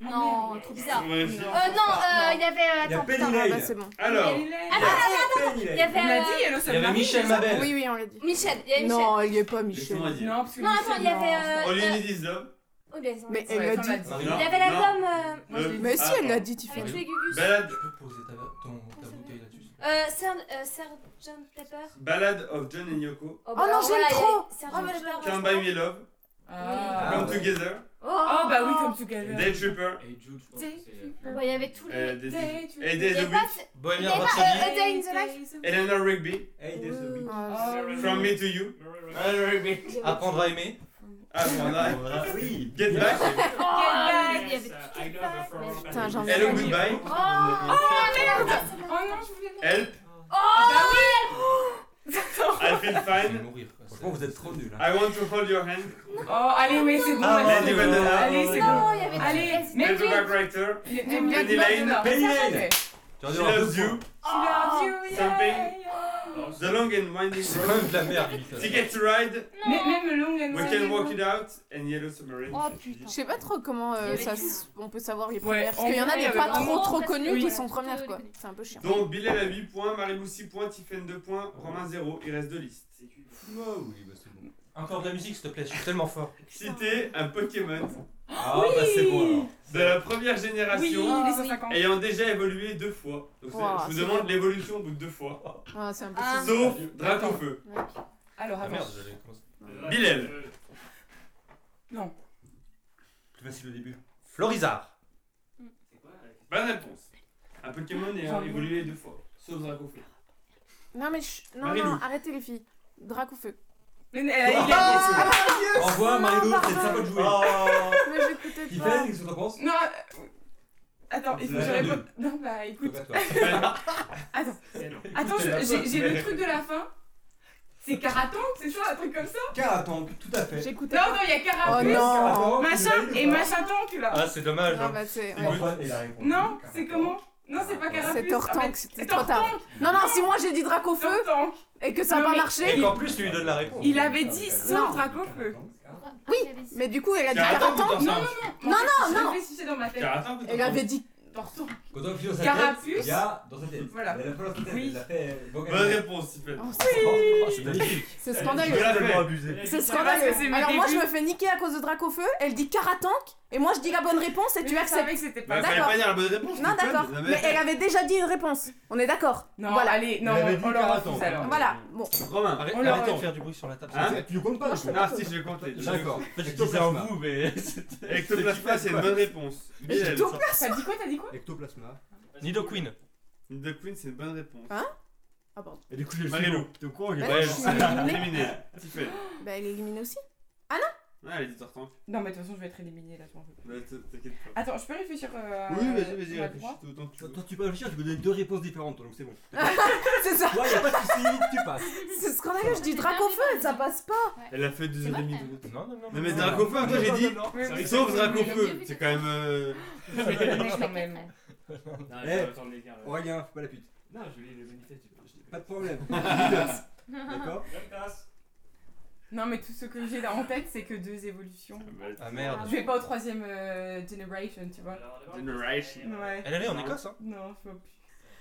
Speaker 5: Ah,
Speaker 6: Non,
Speaker 5: merde.
Speaker 6: trop bizarre.
Speaker 2: On va vérifier.
Speaker 6: Euh, non, euh, il y avait. euh,
Speaker 4: Il y a
Speaker 6: Attends,
Speaker 4: Penny
Speaker 6: putain.
Speaker 1: Ah
Speaker 4: Lane.
Speaker 1: bah c'est bon.
Speaker 2: Alors,
Speaker 5: Il est-
Speaker 6: Ah,
Speaker 4: Penny
Speaker 6: Il
Speaker 4: Lane.
Speaker 6: y avait.
Speaker 5: On a dit
Speaker 6: euh,
Speaker 5: Hello
Speaker 3: Il y avait
Speaker 5: Summer.
Speaker 3: Michel
Speaker 5: ben.
Speaker 3: Mabel.
Speaker 1: Oui, oui, on l'a dit.
Speaker 6: Michel, il y avait Michel.
Speaker 1: Non, elle y est pas, Michel.
Speaker 2: laissez-moi dire.
Speaker 5: Non, parce que
Speaker 6: Non, attends, il y
Speaker 5: Michel, non.
Speaker 6: avait.
Speaker 2: On
Speaker 6: euh, euh,
Speaker 2: lui dit Love.
Speaker 6: oh, bien, ils ont
Speaker 1: Mais
Speaker 6: dit. Ah
Speaker 1: elle
Speaker 5: Ouais,
Speaker 1: l'a
Speaker 5: ça, on
Speaker 1: dit.
Speaker 5: l'a dit.
Speaker 3: Non,
Speaker 6: Il y avait l'album euh,
Speaker 5: Moi, je
Speaker 2: Le- Ah,
Speaker 5: l'ai dit.
Speaker 1: Mais si, elle l'a dit, tu fais.
Speaker 6: avec
Speaker 3: Ouais.
Speaker 6: les Gugus.
Speaker 2: Balade,
Speaker 3: Tu peux poser ta, ton, ta bouteille là-dessus.
Speaker 6: Euh, Sir- euh, Sgt. Pepper.
Speaker 2: Ballad of John and Yoko.
Speaker 6: Oh,
Speaker 1: non, j'aime
Speaker 6: il y
Speaker 1: trop.
Speaker 6: avait Sgt.
Speaker 1: Oh, mais je
Speaker 6: Pepper.
Speaker 2: Can't Buy Me Love.
Speaker 5: Ah.
Speaker 2: Come
Speaker 4: ouais.
Speaker 2: Together.
Speaker 5: Oh bah oui, comme tu galères.
Speaker 2: Day Trooper.
Speaker 6: Ouais, il y avait tous
Speaker 2: euh, Day-
Speaker 6: les.
Speaker 5: Day to-
Speaker 2: Et
Speaker 6: Il y
Speaker 2: Day
Speaker 6: avait
Speaker 2: the
Speaker 6: pas
Speaker 2: Week.
Speaker 6: ce-
Speaker 3: Bohemian
Speaker 6: Il y a pas-
Speaker 3: Rhapsody.
Speaker 6: euh, A Day in the
Speaker 2: Eleanor Rigby.
Speaker 4: Hey, there's a big-
Speaker 1: Ah,
Speaker 5: Ah, oui.
Speaker 2: From Me to You.
Speaker 6: il y avait-
Speaker 3: Apprendre à aimer.
Speaker 2: Ah, bon, là.
Speaker 4: Ah, oui.
Speaker 2: Get Back.
Speaker 6: Oh,
Speaker 5: Get
Speaker 6: il y avait toutes les pages.
Speaker 1: Putain, j'en ai
Speaker 2: Hello
Speaker 1: pas mis.
Speaker 2: Goodbye.
Speaker 6: Oh, merde
Speaker 5: Oh non, je voulais pas. Bah
Speaker 2: Help.
Speaker 6: Oh,
Speaker 2: I Feel
Speaker 3: Je vais
Speaker 2: Fine.
Speaker 3: mourir. quoi.
Speaker 4: Franchement, vous êtes trop nuls. hein.
Speaker 2: I Want to Hold Your Hand.
Speaker 5: Oh, allez, oui, c'est bon.
Speaker 3: Ah,
Speaker 5: vas-y.
Speaker 2: Lady Madonna.
Speaker 5: Allez, c'est bon.
Speaker 6: Non, il y
Speaker 4: Ah,
Speaker 6: avait
Speaker 5: Allez,
Speaker 6: toutes les-
Speaker 5: mais-
Speaker 2: Get Back Writer.
Speaker 5: Les- les-
Speaker 1: Penny
Speaker 5: les-
Speaker 2: Lane.
Speaker 5: les-
Speaker 4: Penny Lane.
Speaker 5: Ouais.
Speaker 3: Tu vas
Speaker 2: She
Speaker 3: dire un
Speaker 2: Loves
Speaker 3: peu
Speaker 2: You.
Speaker 6: Oh.
Speaker 5: She loves you, yeah,
Speaker 2: Something.
Speaker 5: yeah.
Speaker 2: The Long and Winding
Speaker 3: C'est quand
Speaker 2: Road.
Speaker 3: même de la merde, Beatles.
Speaker 2: Ticket to Ride.
Speaker 5: Mais même Long and
Speaker 2: We Can Walk It Out. And Yellow Submarine.
Speaker 6: Oh, putain.
Speaker 1: Je sais pas trop comment euh,
Speaker 6: Il y avait
Speaker 1: ça,
Speaker 6: qui
Speaker 1: s- on peut savoir les
Speaker 5: Ouais,
Speaker 1: premières.
Speaker 5: en
Speaker 1: parce qu'il y en a
Speaker 5: vrai, il y
Speaker 1: des
Speaker 5: avait
Speaker 1: pas
Speaker 5: vraiment
Speaker 1: trop trop
Speaker 6: presque-
Speaker 1: connues
Speaker 5: oui.
Speaker 1: qui sont premières quoi.
Speaker 6: Oui.
Speaker 1: C'est un peu chiant.
Speaker 2: Donc, Bilal a 8 points, Marilou 6 points, Tiffen 2 points, Romain 0. Il reste 2 listes.
Speaker 4: Wow, oui, bah, c'est bon.
Speaker 3: Encore de la musique, s'il te plaît, je suis tellement fort.
Speaker 2: Citer un Pokémon
Speaker 4: Ah, bah, c'est bon alors.
Speaker 2: de la première
Speaker 5: Oui,
Speaker 2: génération.
Speaker 6: Ah,
Speaker 5: les 150.
Speaker 2: ayant déjà évolué deux fois. Donc c'est-
Speaker 1: Wow,
Speaker 2: je vous
Speaker 1: c'est
Speaker 2: demande
Speaker 1: bien.
Speaker 2: l'évolution au bout de deux fois.
Speaker 1: Ah, c'est un peu
Speaker 6: Ah.
Speaker 2: Sauf Draconfeu.
Speaker 5: Alors,
Speaker 3: Ah
Speaker 5: attends.
Speaker 3: merde, j'allais commencer.
Speaker 2: Bilal.
Speaker 5: Non.
Speaker 4: Plus facile au début.
Speaker 3: Florizard.
Speaker 2: Bonne réponse. Un Pokémon ayant
Speaker 5: J'en ai.
Speaker 2: évolué deux fois. Sauf Draconfeu.
Speaker 1: Non mais chut, non
Speaker 2: Marilou.
Speaker 1: non, arrêtez les filles. Drac ou feu.
Speaker 5: Mais
Speaker 4: ah,
Speaker 5: elle a il a-
Speaker 3: Au revoir, Marilou, c'est de ça de jouer.
Speaker 1: Mais j'écoutais
Speaker 4: Tiffany,
Speaker 1: pas.
Speaker 4: Ah. qu'est-ce que t'en penses
Speaker 5: Non. euh, Attends, il faut que je
Speaker 4: Ouais.
Speaker 5: réponde. Non, bah écoute.
Speaker 4: Pas toi.
Speaker 5: Attends. Attends, je- j'ai j'ai le truc de la fin. C'est Karaton, c'est ça, un truc comme ça
Speaker 4: Caratank, tout à fait.
Speaker 1: J'écoutais.
Speaker 5: Non, non, il y a
Speaker 1: Oh
Speaker 5: Karaton.
Speaker 1: non.
Speaker 4: Caratank,
Speaker 5: Machin
Speaker 4: vous avez
Speaker 5: et
Speaker 4: ou pas
Speaker 5: machin tank là.
Speaker 3: Ah, c'est dommage.
Speaker 1: Non
Speaker 3: hein.
Speaker 1: bah c'est.
Speaker 4: Et
Speaker 1: ouais.
Speaker 4: Antoine, il a répondu.
Speaker 5: Non, c'est
Speaker 4: Caratank.
Speaker 5: comment Non, c'est pas Ah, Karaton.
Speaker 1: C'est Tortank, c'était trop
Speaker 5: Tortank.
Speaker 1: tard. Non non, si moi j'ai dit Drac au feu
Speaker 5: Tortank.
Speaker 1: et que ça n'a
Speaker 5: Non,
Speaker 1: pas
Speaker 5: mais-
Speaker 1: marché.
Speaker 3: Et qu'en plus, tu lui donnes la réponse.
Speaker 5: Il avait dit sans
Speaker 1: Non.
Speaker 5: Draco feu.
Speaker 6: Oui,
Speaker 1: Mais du coup, elle a dit
Speaker 2: Caratank ou
Speaker 1: Caratank.
Speaker 2: Tortank
Speaker 1: Non,
Speaker 5: Non, non, non.
Speaker 1: non,
Speaker 5: Je
Speaker 1: non. Ah,
Speaker 5: réfléchissais dans ma tête.
Speaker 2: Caratank ou
Speaker 1: Elle
Speaker 2: Tortank
Speaker 1: avait dit
Speaker 5: portant.
Speaker 4: Quand on finit dans sa
Speaker 5: Carapuce.
Speaker 4: tête, il y a dans sa tête.
Speaker 5: Voilà.
Speaker 4: Mais La première dans sa tête,
Speaker 5: Oui.
Speaker 4: elle l'a fait. euh, Bon,
Speaker 2: Bonne réponse, Tiffany.
Speaker 1: Oh,
Speaker 4: Oui.
Speaker 1: C'est
Speaker 2: Allez,
Speaker 1: scandaleux.
Speaker 2: je l'ai fait.
Speaker 4: abusé.
Speaker 1: C'est
Speaker 5: Ça va,
Speaker 1: scandaleux.
Speaker 5: c'est mes
Speaker 1: Alors moi je
Speaker 5: débuts.
Speaker 1: me fais niquer à cause de Drac au feu, elle dit Karatank, et moi je dis la bonne réponse et tu
Speaker 5: Mais je savais
Speaker 1: acceptes.
Speaker 5: que c'était pas.
Speaker 2: Bah, fallait
Speaker 1: D'accord.
Speaker 2: pas dire la bonne réponse.
Speaker 1: Non
Speaker 2: t'es conne,
Speaker 1: d'accord,
Speaker 2: la
Speaker 1: mais
Speaker 2: merde.
Speaker 1: elle avait déjà dit une réponse. On est d'accord.
Speaker 5: Non,
Speaker 1: Voilà.
Speaker 5: allez, non,
Speaker 4: Elle avait
Speaker 5: on-
Speaker 4: dit
Speaker 5: on leur refuse
Speaker 4: Caraton.
Speaker 5: alors.
Speaker 1: Voilà, bon.
Speaker 2: Romain.
Speaker 3: Arrête-
Speaker 5: On leur-
Speaker 3: Arrêtez de faire du bruit sur la table.
Speaker 2: Hein
Speaker 3: c'est-
Speaker 4: Tu le comptes pas
Speaker 1: Moi,
Speaker 4: je
Speaker 1: je
Speaker 4: crois.
Speaker 2: Ah si, je vais compter.
Speaker 4: D'accord.
Speaker 3: En fait, je
Speaker 4: Ectoplasma.
Speaker 3: disais en vous, mais.
Speaker 2: Ectoplasma, c'est une bonne réponse. Bilal,
Speaker 1: Ectoplasma.
Speaker 5: T'as dit quoi T'as dit quoi
Speaker 4: Ectoplasma.
Speaker 3: Nido Queen.
Speaker 2: The Queen, c'est une bonne réponse.
Speaker 1: Hein Ah pardon.
Speaker 4: Et du coup, j'ai le
Speaker 2: Marilou.
Speaker 4: T'es au courant, j'ai
Speaker 1: Bah,
Speaker 4: pas-
Speaker 1: non, je
Speaker 3: non.
Speaker 1: suis éliminée.
Speaker 2: Éliminé. Tiffany.
Speaker 1: Bah elle est éliminée aussi.
Speaker 2: Ouais, elle est 10h30.
Speaker 5: Non, mais de toute façon, je vais être éliminée là, je m'en veux plus.
Speaker 2: Bah, t- T'inquiète pas.
Speaker 5: Attends, je peux réfléchir. euh,
Speaker 2: Oui, vas-y,
Speaker 5: on
Speaker 2: vas-y,
Speaker 5: a le
Speaker 2: réfléchis
Speaker 5: droit
Speaker 2: tout autant que tu
Speaker 4: Toi,
Speaker 2: veux.
Speaker 4: toi, tu peux réfléchir, tu peux donner deux réponses différentes, donc c'est bon.
Speaker 1: C'est ça,
Speaker 4: Toi, y a pas de soucis, tu passes.
Speaker 1: c'est scandaleux, je dis Drac au feu, ça passe pas.
Speaker 2: Elle a fait 2h30
Speaker 6: C'est
Speaker 2: de route.
Speaker 3: Non, non, non.
Speaker 2: Non, mais
Speaker 3: non,
Speaker 2: d'un
Speaker 3: non.
Speaker 2: copain, toi j'ai dit.
Speaker 4: Non,
Speaker 5: Oui, oui,
Speaker 2: Sauf
Speaker 5: oui, oui, oui,
Speaker 2: Dracofeu,
Speaker 6: oui.
Speaker 2: c'est quand même. euh,
Speaker 5: oui, quand même.
Speaker 7: Non,
Speaker 4: Eh.
Speaker 7: je vais attendre les gars. ouais.
Speaker 4: Aurélien, fais pas la pute.
Speaker 7: Non, je lis le manifeste du je dis
Speaker 4: Pas de problème. Leaders. D'accord
Speaker 7: Bonne classe.
Speaker 5: Non, mais tout ce que j'ai là en tête, c'est que deux évolutions.
Speaker 3: Ah
Speaker 5: Je
Speaker 3: merde.
Speaker 5: vais pas au troisième euh, generation, tu vois.
Speaker 7: Alors, d'abord,
Speaker 2: Generation.
Speaker 5: Ouais.
Speaker 3: Elle allait en Écosse, hein
Speaker 5: Non, je vois plus.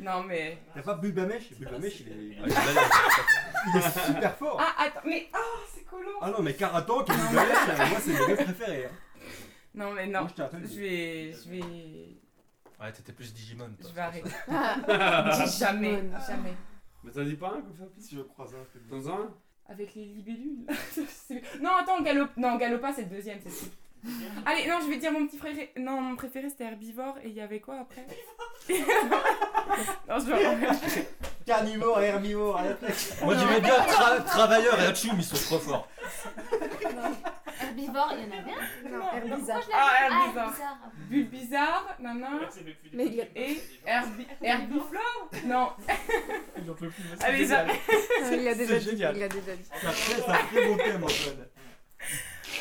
Speaker 5: Non, mais.
Speaker 4: T'as pas Bulbamèche Bulbamèche, il est
Speaker 3: Ah, j'ai pas dit.
Speaker 4: il est super fort.
Speaker 5: Ah, attends, mais. Oh, c'est collant
Speaker 4: Ah non, mais Karatank et Bulbamèche, euh, moi, c'est mes deux préférés. hein.
Speaker 5: Non, mais
Speaker 4: Moi,
Speaker 5: non.
Speaker 4: je t'ai rappelé.
Speaker 5: Je vais. Je vais.
Speaker 3: Ouais, t'étais plus Digimon. toi.
Speaker 5: Je vais arrêter.
Speaker 1: Ah,
Speaker 5: Dis jamais, jamais.
Speaker 2: Mais t'en dis pas un comme ça,
Speaker 4: Si je croise un, c'est bon.
Speaker 2: Dans un
Speaker 5: Avec les libellules. C'est- non, attends, Galop... non, Galopa, c'est le deuxième, c'est sûr. Allez, non, je vais dire mon petit frère. Non, mon préféré c'était Herbivore et il y avait quoi après Non, je vais remettre.
Speaker 4: Carnivore et herbivore, à la tête.
Speaker 3: Moi, j'aimais bien Tra- Travailleur et Hachoum, ils sont trop forts.
Speaker 6: Herbivore, il y en avait un.
Speaker 1: non, Herbizarre.
Speaker 5: Ah, Herbivore.
Speaker 6: bizarre.
Speaker 5: Bulbizarre, nanan.
Speaker 7: Merci, mais plus de
Speaker 1: Mais il y a-
Speaker 5: Et Herbi... Herbiflore Non, Ah,
Speaker 7: Il en peut plus. parce que
Speaker 5: allez,
Speaker 7: c'est
Speaker 5: j'arrête.
Speaker 1: Il l'a déjà dit,
Speaker 4: génial.
Speaker 1: il l'a déjà dit.
Speaker 4: Ça fait ça fait mon thème, Antoine.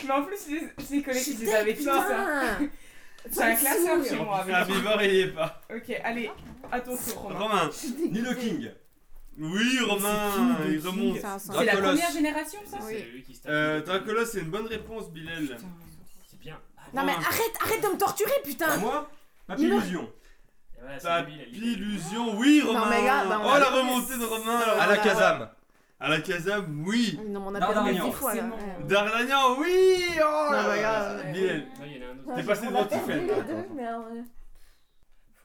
Speaker 5: Mais en plus, je les- je les connais, je les avais tous. hein.
Speaker 1: Putain
Speaker 5: C'est un classeur chez moi.
Speaker 2: Ah,
Speaker 5: Avec...
Speaker 2: Bivor, il y est pas.
Speaker 5: Ok, allez, à ton tour, Romain.
Speaker 2: Romain.
Speaker 4: Nilo King.
Speaker 2: Oui, Romain,
Speaker 4: C'est qui,
Speaker 2: il
Speaker 4: de
Speaker 2: remonte.
Speaker 1: C'est un sang.
Speaker 5: C'est la
Speaker 3: Dracolos.
Speaker 5: première génération, ça
Speaker 7: C'est
Speaker 1: Oui.
Speaker 7: lui qui se tape.
Speaker 2: Euh, Dracolos, c'est une bonne réponse, Bilal.
Speaker 5: Putain.
Speaker 7: C'est bien. Ah,
Speaker 1: Non mais
Speaker 2: Romain.
Speaker 1: arrête, arrête de me torturer
Speaker 4: À
Speaker 1: putain
Speaker 4: moi Papy
Speaker 1: Il me-
Speaker 4: Illusion.
Speaker 7: et voilà, c'est lui, il a l'idée.
Speaker 2: Papillusion, oui,
Speaker 1: Non,
Speaker 2: Romain.
Speaker 1: mais là, bah, on
Speaker 2: oh,
Speaker 1: a-
Speaker 2: la remontée de Romain. alors.
Speaker 3: À la Kazam.
Speaker 2: À la Kazam, oui.
Speaker 1: Non mais on a
Speaker 4: Non,
Speaker 1: perdu
Speaker 4: non,
Speaker 1: dix
Speaker 4: non.
Speaker 1: fois là.
Speaker 5: Forcément.
Speaker 1: Ouais.
Speaker 2: Dardagnan, oui. Oh,
Speaker 1: Non, mais
Speaker 2: là
Speaker 1: là,
Speaker 2: là.
Speaker 5: ouais.
Speaker 2: Bilal.
Speaker 7: Non, il y en a un autre.
Speaker 2: T'es passé devant
Speaker 1: Les
Speaker 2: Tiffany.
Speaker 1: deux, mais, euh,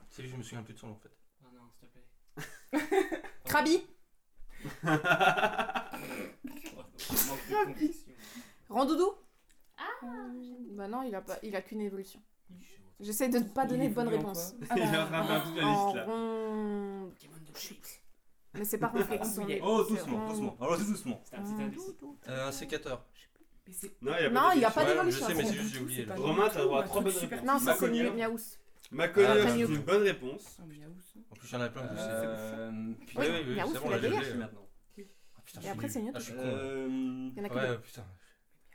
Speaker 3: C'est lui, je me souviens plus de son nom en fait.
Speaker 7: Non, Ah non, s'il te plaît.
Speaker 1: Krabi,
Speaker 7: Oh, manque de conviction.
Speaker 1: Randoudou Bah non, il a pas, il a qu'une évolution. J'essaie de ne pas donner de bonnes réponses.
Speaker 5: Ah
Speaker 2: Il est en
Speaker 5: bah,
Speaker 2: train de faire toute la
Speaker 1: En
Speaker 2: liste là.
Speaker 1: rond...
Speaker 7: Pokémon de Chute.
Speaker 1: Mais c'est pas réflexe. on est-
Speaker 4: Oh,
Speaker 1: c'est
Speaker 4: doucement,
Speaker 1: rond.
Speaker 4: doucement. Alors, c'est doucement.
Speaker 7: C'est un petit indice.
Speaker 3: Euh, un sécateur.
Speaker 5: mais c'est
Speaker 2: Non, il y a
Speaker 1: Non,
Speaker 2: Ah, pas
Speaker 1: il y a
Speaker 2: de
Speaker 1: pas
Speaker 3: Ouais,
Speaker 1: d'évolution.
Speaker 3: je sais, mais
Speaker 1: c'est
Speaker 3: c'est
Speaker 1: bon.
Speaker 3: juste j'ai oublié.
Speaker 5: pas
Speaker 3: là.
Speaker 2: Romain, t'as le droit à
Speaker 5: Un
Speaker 2: trois
Speaker 5: truc
Speaker 2: bonnes
Speaker 5: super-
Speaker 2: réponses.
Speaker 1: Non, ça c'est
Speaker 2: Macognon.
Speaker 1: Mia- Miaous.
Speaker 2: Macognon,
Speaker 1: Ah,
Speaker 2: c'est une
Speaker 1: Miaou.
Speaker 2: bonne réponse.
Speaker 5: Un miaouss.
Speaker 3: En plus, il y en a plein. plus.
Speaker 4: Euh,
Speaker 1: Oui,
Speaker 3: Oui,
Speaker 4: putain,
Speaker 3: oui, oui,
Speaker 1: Yaourt,
Speaker 3: c'est bon,
Speaker 1: il a
Speaker 3: là, je
Speaker 1: délire.
Speaker 3: l'ai.
Speaker 4: maintenant.
Speaker 3: Ah, putain,
Speaker 1: Et
Speaker 3: je suis
Speaker 1: après,
Speaker 3: nul.
Speaker 1: c'est une
Speaker 3: Ah,
Speaker 1: autre
Speaker 3: je suis con. là.
Speaker 4: Euh,
Speaker 1: Il y en a que deux.
Speaker 3: Ouais, putain.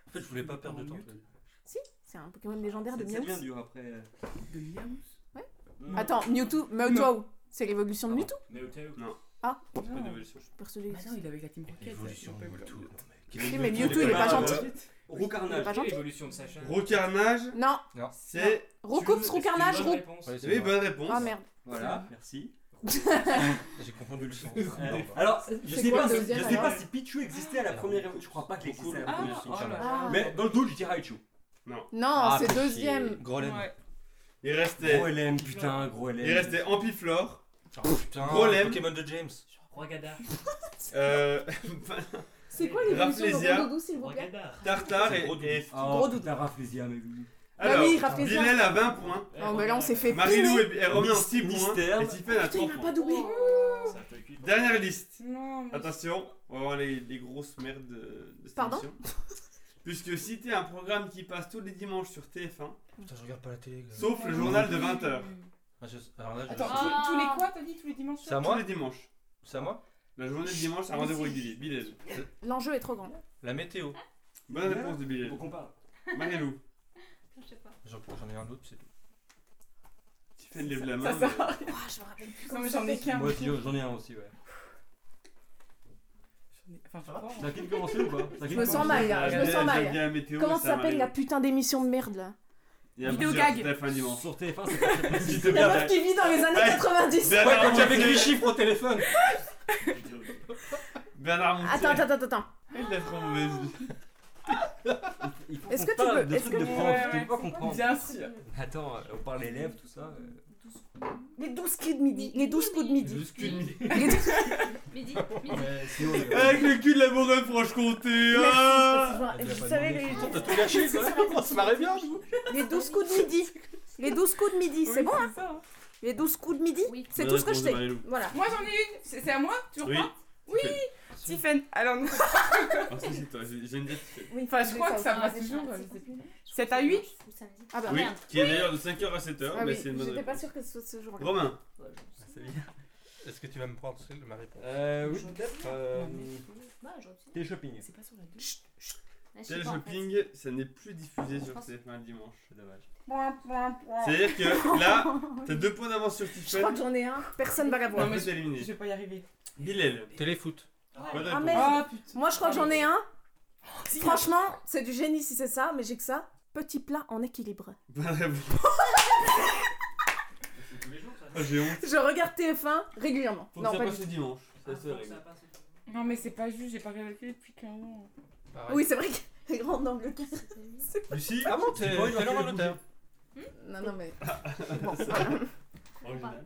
Speaker 3: En fait, je voulais pas perdre de temps.
Speaker 1: Si, c'est un Pokémon légendaire de
Speaker 4: ça devient
Speaker 1: Miaous.
Speaker 4: dur après.
Speaker 5: De miaouss
Speaker 1: Attends, Mewtwo, Mewtwo, c'est l'évolution de Mewtwo.
Speaker 7: Naruto.
Speaker 1: Ah.
Speaker 2: C'est pas d'évolution.
Speaker 1: Persuadé.
Speaker 5: Bah non, il est avec la Team Rocket.
Speaker 3: Évolution
Speaker 5: il peut-
Speaker 3: de tout.
Speaker 1: Oui, mais Mewtwo, il est pas gentil. Il est
Speaker 4: Rocarnage.
Speaker 1: pas gentil.
Speaker 7: L'évolution de Sacha.
Speaker 2: Rocarnage,
Speaker 1: Non,
Speaker 2: c'est.
Speaker 1: Roucoups, Roucarnage, Roux.
Speaker 3: Ouais, c'est
Speaker 2: Oui,
Speaker 3: vrai.
Speaker 2: bonne réponse.
Speaker 1: Ah merde.
Speaker 4: Voilà, merci.
Speaker 3: J'ai confondu le Ah, sens.
Speaker 4: Euh, Alors, je
Speaker 1: C'est
Speaker 4: sais
Speaker 1: quoi
Speaker 4: pas
Speaker 1: le
Speaker 4: si-
Speaker 1: deuxième,
Speaker 4: je sais pas
Speaker 1: alors
Speaker 4: si Pichu existait à la première évolution. Je crois pas qu'il existait à la
Speaker 5: Ah,
Speaker 4: première
Speaker 5: oh là
Speaker 4: évolution.
Speaker 5: là.
Speaker 4: Mais dans le doute, je dirais Raichu.
Speaker 1: Non, Ah,
Speaker 3: Ah,
Speaker 1: c'est deuxième.
Speaker 3: Grolem.
Speaker 5: Ouais.
Speaker 2: Il restait.
Speaker 4: Gros LM, putain, gros LM.
Speaker 2: Il restait Ampiflore.
Speaker 3: oh, Putain,
Speaker 2: Grolem.
Speaker 3: Pokémon de James.
Speaker 7: Rogada.
Speaker 2: Euh.
Speaker 1: C'est quoi l'évolution de
Speaker 2: Rafflesia.
Speaker 1: Randoudou, s'il vous plaît
Speaker 7: Rogada.
Speaker 2: Tartare
Speaker 3: C'est
Speaker 2: et.
Speaker 3: gros doute.
Speaker 2: et-
Speaker 4: Oh,
Speaker 1: Gros doute.
Speaker 4: putain, Rafflesia, mais oui.
Speaker 1: Bah oui,
Speaker 2: Alors,
Speaker 1: Rafflesia.
Speaker 2: Bilal a 20 points.
Speaker 1: Non,
Speaker 7: Eh,
Speaker 1: mais là on s'est fait
Speaker 2: Marilou
Speaker 1: primer.
Speaker 2: et et Romain ont 6
Speaker 4: Mystère.
Speaker 2: points. Et Tiffany a
Speaker 1: Putain, il
Speaker 2: 3
Speaker 1: m'a pas
Speaker 2: points.
Speaker 1: doublé.
Speaker 7: C'est un peu cuit.
Speaker 2: Dernière liste.
Speaker 5: Non, mais-
Speaker 2: Attention, on va voir les, les grosses merdes de, de cette
Speaker 1: Pardon
Speaker 2: émission. Puisque citer un programme qui passe tous les dimanches sur TF1,
Speaker 1: Euh,
Speaker 3: Putain, je regarde pas la télé. gars.
Speaker 2: sauf le journal de 20h.
Speaker 3: Ah, je- Alors là, je-
Speaker 5: Attends,
Speaker 6: Ah.
Speaker 5: tous, tous les quoi t'as dit Tous les dimanches
Speaker 3: C'est à
Speaker 2: Tous
Speaker 3: moi
Speaker 2: les dimanches.
Speaker 3: C'est à moi
Speaker 2: La journée de dimanche, c'est un rendez-vous avec Bilal. Bilal.
Speaker 1: L'enjeu est trop grand.
Speaker 3: La météo.
Speaker 2: Bonne réponse de Bilal.
Speaker 4: Faut qu'on parle.
Speaker 2: Marilou,
Speaker 6: Je sais pas.
Speaker 3: J'en j'en ai un autre, c'est tout.
Speaker 2: Tiffany lève la
Speaker 5: Ça
Speaker 2: main.
Speaker 5: sert à
Speaker 1: Oh, je me rappelle plus.
Speaker 5: Non,
Speaker 1: comment
Speaker 5: mais
Speaker 1: ça
Speaker 5: j'en ai
Speaker 1: s'appelle.
Speaker 5: qu'un.
Speaker 4: Moi aussi, j'en ai un aussi, ouais.
Speaker 5: J'en ai- Enfin, je crois. hein.
Speaker 4: T'as qu'une commencer ou pas
Speaker 1: Je me sens mal là, je me sens mal.
Speaker 2: J'aime bien la météo,
Speaker 1: Comment
Speaker 2: mais
Speaker 1: ça s'appelle la
Speaker 2: Marilou.
Speaker 1: putain d'émission de merde là
Speaker 2: Il y a un
Speaker 5: Vidéo
Speaker 2: petit sur
Speaker 5: gag.
Speaker 2: téléphone dimanche.
Speaker 4: Sur TF1, c'est pas très précis.
Speaker 2: C'était
Speaker 1: La
Speaker 2: bien.
Speaker 1: meuf qui vit dans les années 90.
Speaker 2: Bernard
Speaker 4: Ouais, quand
Speaker 2: Montier-
Speaker 4: j'avais que les chiffres au téléphone.
Speaker 2: Bernard Montier.
Speaker 1: Attends, attends, attends, attends.
Speaker 2: Il l'a trop mauvaise.
Speaker 4: Il faut
Speaker 1: Est-ce
Speaker 4: qu'on
Speaker 1: que tu
Speaker 4: parle
Speaker 1: peux-
Speaker 4: de
Speaker 1: est-ce
Speaker 4: trucs
Speaker 1: que-
Speaker 4: de
Speaker 1: Ouais,
Speaker 4: France, tu
Speaker 5: ouais,
Speaker 4: peux pas
Speaker 5: c'est
Speaker 4: comprendre.
Speaker 5: Bien sûr.
Speaker 4: Attends, on parle élèves, tout ça. euh,
Speaker 1: Les 12 coups de midi. Les 12 coups de midi.
Speaker 2: Douze culs de midi.
Speaker 1: Les douze-
Speaker 6: Midi,
Speaker 4: Ouais, sinon, euh,
Speaker 2: Avec le cul de la bourrée de Franche-Comté.
Speaker 1: Merci,
Speaker 2: ah
Speaker 1: parce que je-
Speaker 3: Elle te l'a
Speaker 1: Je
Speaker 3: pas
Speaker 1: savais
Speaker 3: demandé.
Speaker 1: que
Speaker 3: T'as tout gâché, quoi. On se marrait bien.
Speaker 1: les 12 coups de midi. Les 12 coups de midi, c'est
Speaker 5: Oui,
Speaker 1: bon hein
Speaker 5: ça, hein.
Speaker 1: Les 12 coups de midi,
Speaker 6: Oui.
Speaker 1: c'est tout ce que je sais.
Speaker 2: Marie-Lou.
Speaker 1: Voilà.
Speaker 5: Moi j'en ai une. C'est c'est à moi Tu
Speaker 2: Oui.
Speaker 5: reprends Oui. Tiffen. Alors non.
Speaker 2: Ah, si, c'est toi, j'ai j'ai une idée.
Speaker 5: Enfin, je crois que ça passe
Speaker 1: Ah,
Speaker 5: toujours.
Speaker 1: c'est-
Speaker 5: je sais plus. 7 à 8
Speaker 1: Ah bah
Speaker 2: Oui,
Speaker 1: merde.
Speaker 2: qui est d'ailleurs de 5h à 7h,
Speaker 1: Ah
Speaker 2: mais
Speaker 1: oui,
Speaker 2: c'est une bonne
Speaker 1: j'étais pas
Speaker 2: réponse.
Speaker 1: sûre que ce soit ce jour-là.
Speaker 2: Romain,
Speaker 4: c'est bien.
Speaker 3: Est-ce que tu vas me prendre celle de ma réponse
Speaker 4: Euh, oui, peut-être.
Speaker 6: Bah,
Speaker 4: euh, T'es shopping.
Speaker 5: C'est pas sur la 2.
Speaker 2: le shopping, ça n'est plus diffusé sur TF1 le dimanche, c'est dommage.
Speaker 1: Je
Speaker 2: C'est-à-dire que là, t'as deux points d'avance sur
Speaker 1: crois
Speaker 2: Tiffen,
Speaker 1: que j'en ai un. Personne va
Speaker 2: t'as
Speaker 1: l'avoir.
Speaker 5: Non, mais
Speaker 2: peut
Speaker 5: Je
Speaker 2: éliminé.
Speaker 5: vais pas y arriver. Oh,
Speaker 2: Bilal,
Speaker 3: Téléfoot.
Speaker 2: bonne
Speaker 1: Ah
Speaker 2: réponse.
Speaker 1: merde.
Speaker 5: putain.
Speaker 1: Moi, je crois que j'en ai un.
Speaker 5: Si,
Speaker 1: Franchement, c'est du génie si c'est ça, mais j'ai que ça. Petit plat en équilibre.
Speaker 2: Bonne réponse. Oh, j'ai honte.
Speaker 1: Je regarde TF1 régulièrement.
Speaker 2: Faut que
Speaker 1: Non,
Speaker 2: ça
Speaker 1: pas
Speaker 2: passe
Speaker 1: du
Speaker 2: le
Speaker 1: tout.
Speaker 2: dimanche. C'est la seule
Speaker 7: Ah,
Speaker 2: règle.
Speaker 7: ça passe.
Speaker 5: Non, mais c'est pas juste, j'ai pas calculé depuis 15 ans.
Speaker 1: Oui, c'est vrai que les grandes Angleterre.
Speaker 2: Lucie
Speaker 3: Ah bon, t'es
Speaker 4: C'est bon, il
Speaker 3: t'es
Speaker 4: va
Speaker 3: leur
Speaker 4: falloir
Speaker 3: notaire.
Speaker 1: Non, non, mais.
Speaker 2: Original.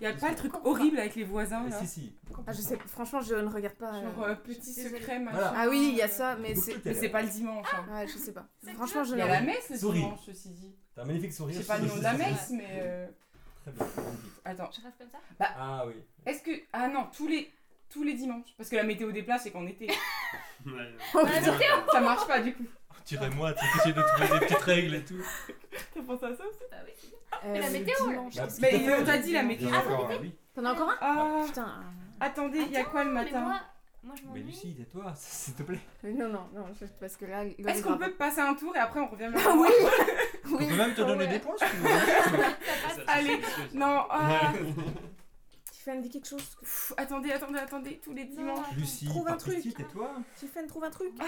Speaker 5: Y'a pas le truc horrible avec les voisins
Speaker 4: Eh,
Speaker 5: là
Speaker 4: Si, si.
Speaker 1: Ah, je sais, franchement, je ne regarde pas. euh,
Speaker 5: Genre euh, petit secret, machin.
Speaker 4: Voilà.
Speaker 1: Ah oui, il y a ça, mais
Speaker 4: Beaucoup
Speaker 1: c'est.
Speaker 4: de
Speaker 5: Mais c'est
Speaker 4: télé.
Speaker 5: pas le dimanche. Hein.
Speaker 1: Ouais, je sais pas. Franchement, je
Speaker 5: Il
Speaker 1: ne
Speaker 5: y a la messe le
Speaker 4: Souris.
Speaker 5: dimanche, ceci dit.
Speaker 4: T'as un magnifique sourire.
Speaker 5: J'ai pas le nom de la messe, mais. euh,
Speaker 4: Très bien.
Speaker 5: Attends.
Speaker 6: Je rêve comme ça
Speaker 4: Ah oui.
Speaker 5: Est-ce que. Ah non, tous les. Tous les dimanches, parce que la météo des plages c'est qu'en été.
Speaker 2: Ouais.
Speaker 5: ça marche pas du coup.
Speaker 3: Tu dirais moi, tu essayes de trouver des petites règles et tout.
Speaker 5: T'as pensé à ça aussi
Speaker 6: Bah oui.
Speaker 1: Euh,
Speaker 6: la
Speaker 1: le
Speaker 6: météo, là.
Speaker 1: dimanche.
Speaker 4: Bah,
Speaker 5: Mais
Speaker 4: tout à fait.
Speaker 5: on t'a dit la
Speaker 4: Il y
Speaker 5: météo.
Speaker 4: en a encore un, oui.
Speaker 1: T'en as encore un
Speaker 5: Ah,
Speaker 1: Putain.
Speaker 5: attendez, il y a quoi le matin
Speaker 6: Moi, je
Speaker 4: Mais
Speaker 6: m'ennuie.
Speaker 4: Lucie, tais-toi, s'il te plaît.
Speaker 1: euh, Non, non, non, je- parce que là. il va
Speaker 5: Est-ce
Speaker 1: nous
Speaker 5: qu'on
Speaker 1: avoir-
Speaker 5: peut passer un tour et après on revient vers
Speaker 1: Ah oui
Speaker 3: On
Speaker 1: Oui.
Speaker 3: peut même te donner
Speaker 1: Ouais.
Speaker 3: des points si tu veux.
Speaker 5: Allez, Ah, non, ah,
Speaker 1: Tiffany, dis quelque chose.
Speaker 5: pff, attendez, attendez, attendez, tous les dimanches.
Speaker 6: Non.
Speaker 4: Lucie,
Speaker 1: Trouve un
Speaker 4: par
Speaker 1: truc.
Speaker 4: pitié, tais-toi.
Speaker 1: Tiffany, trouve un truc.
Speaker 5: Ah,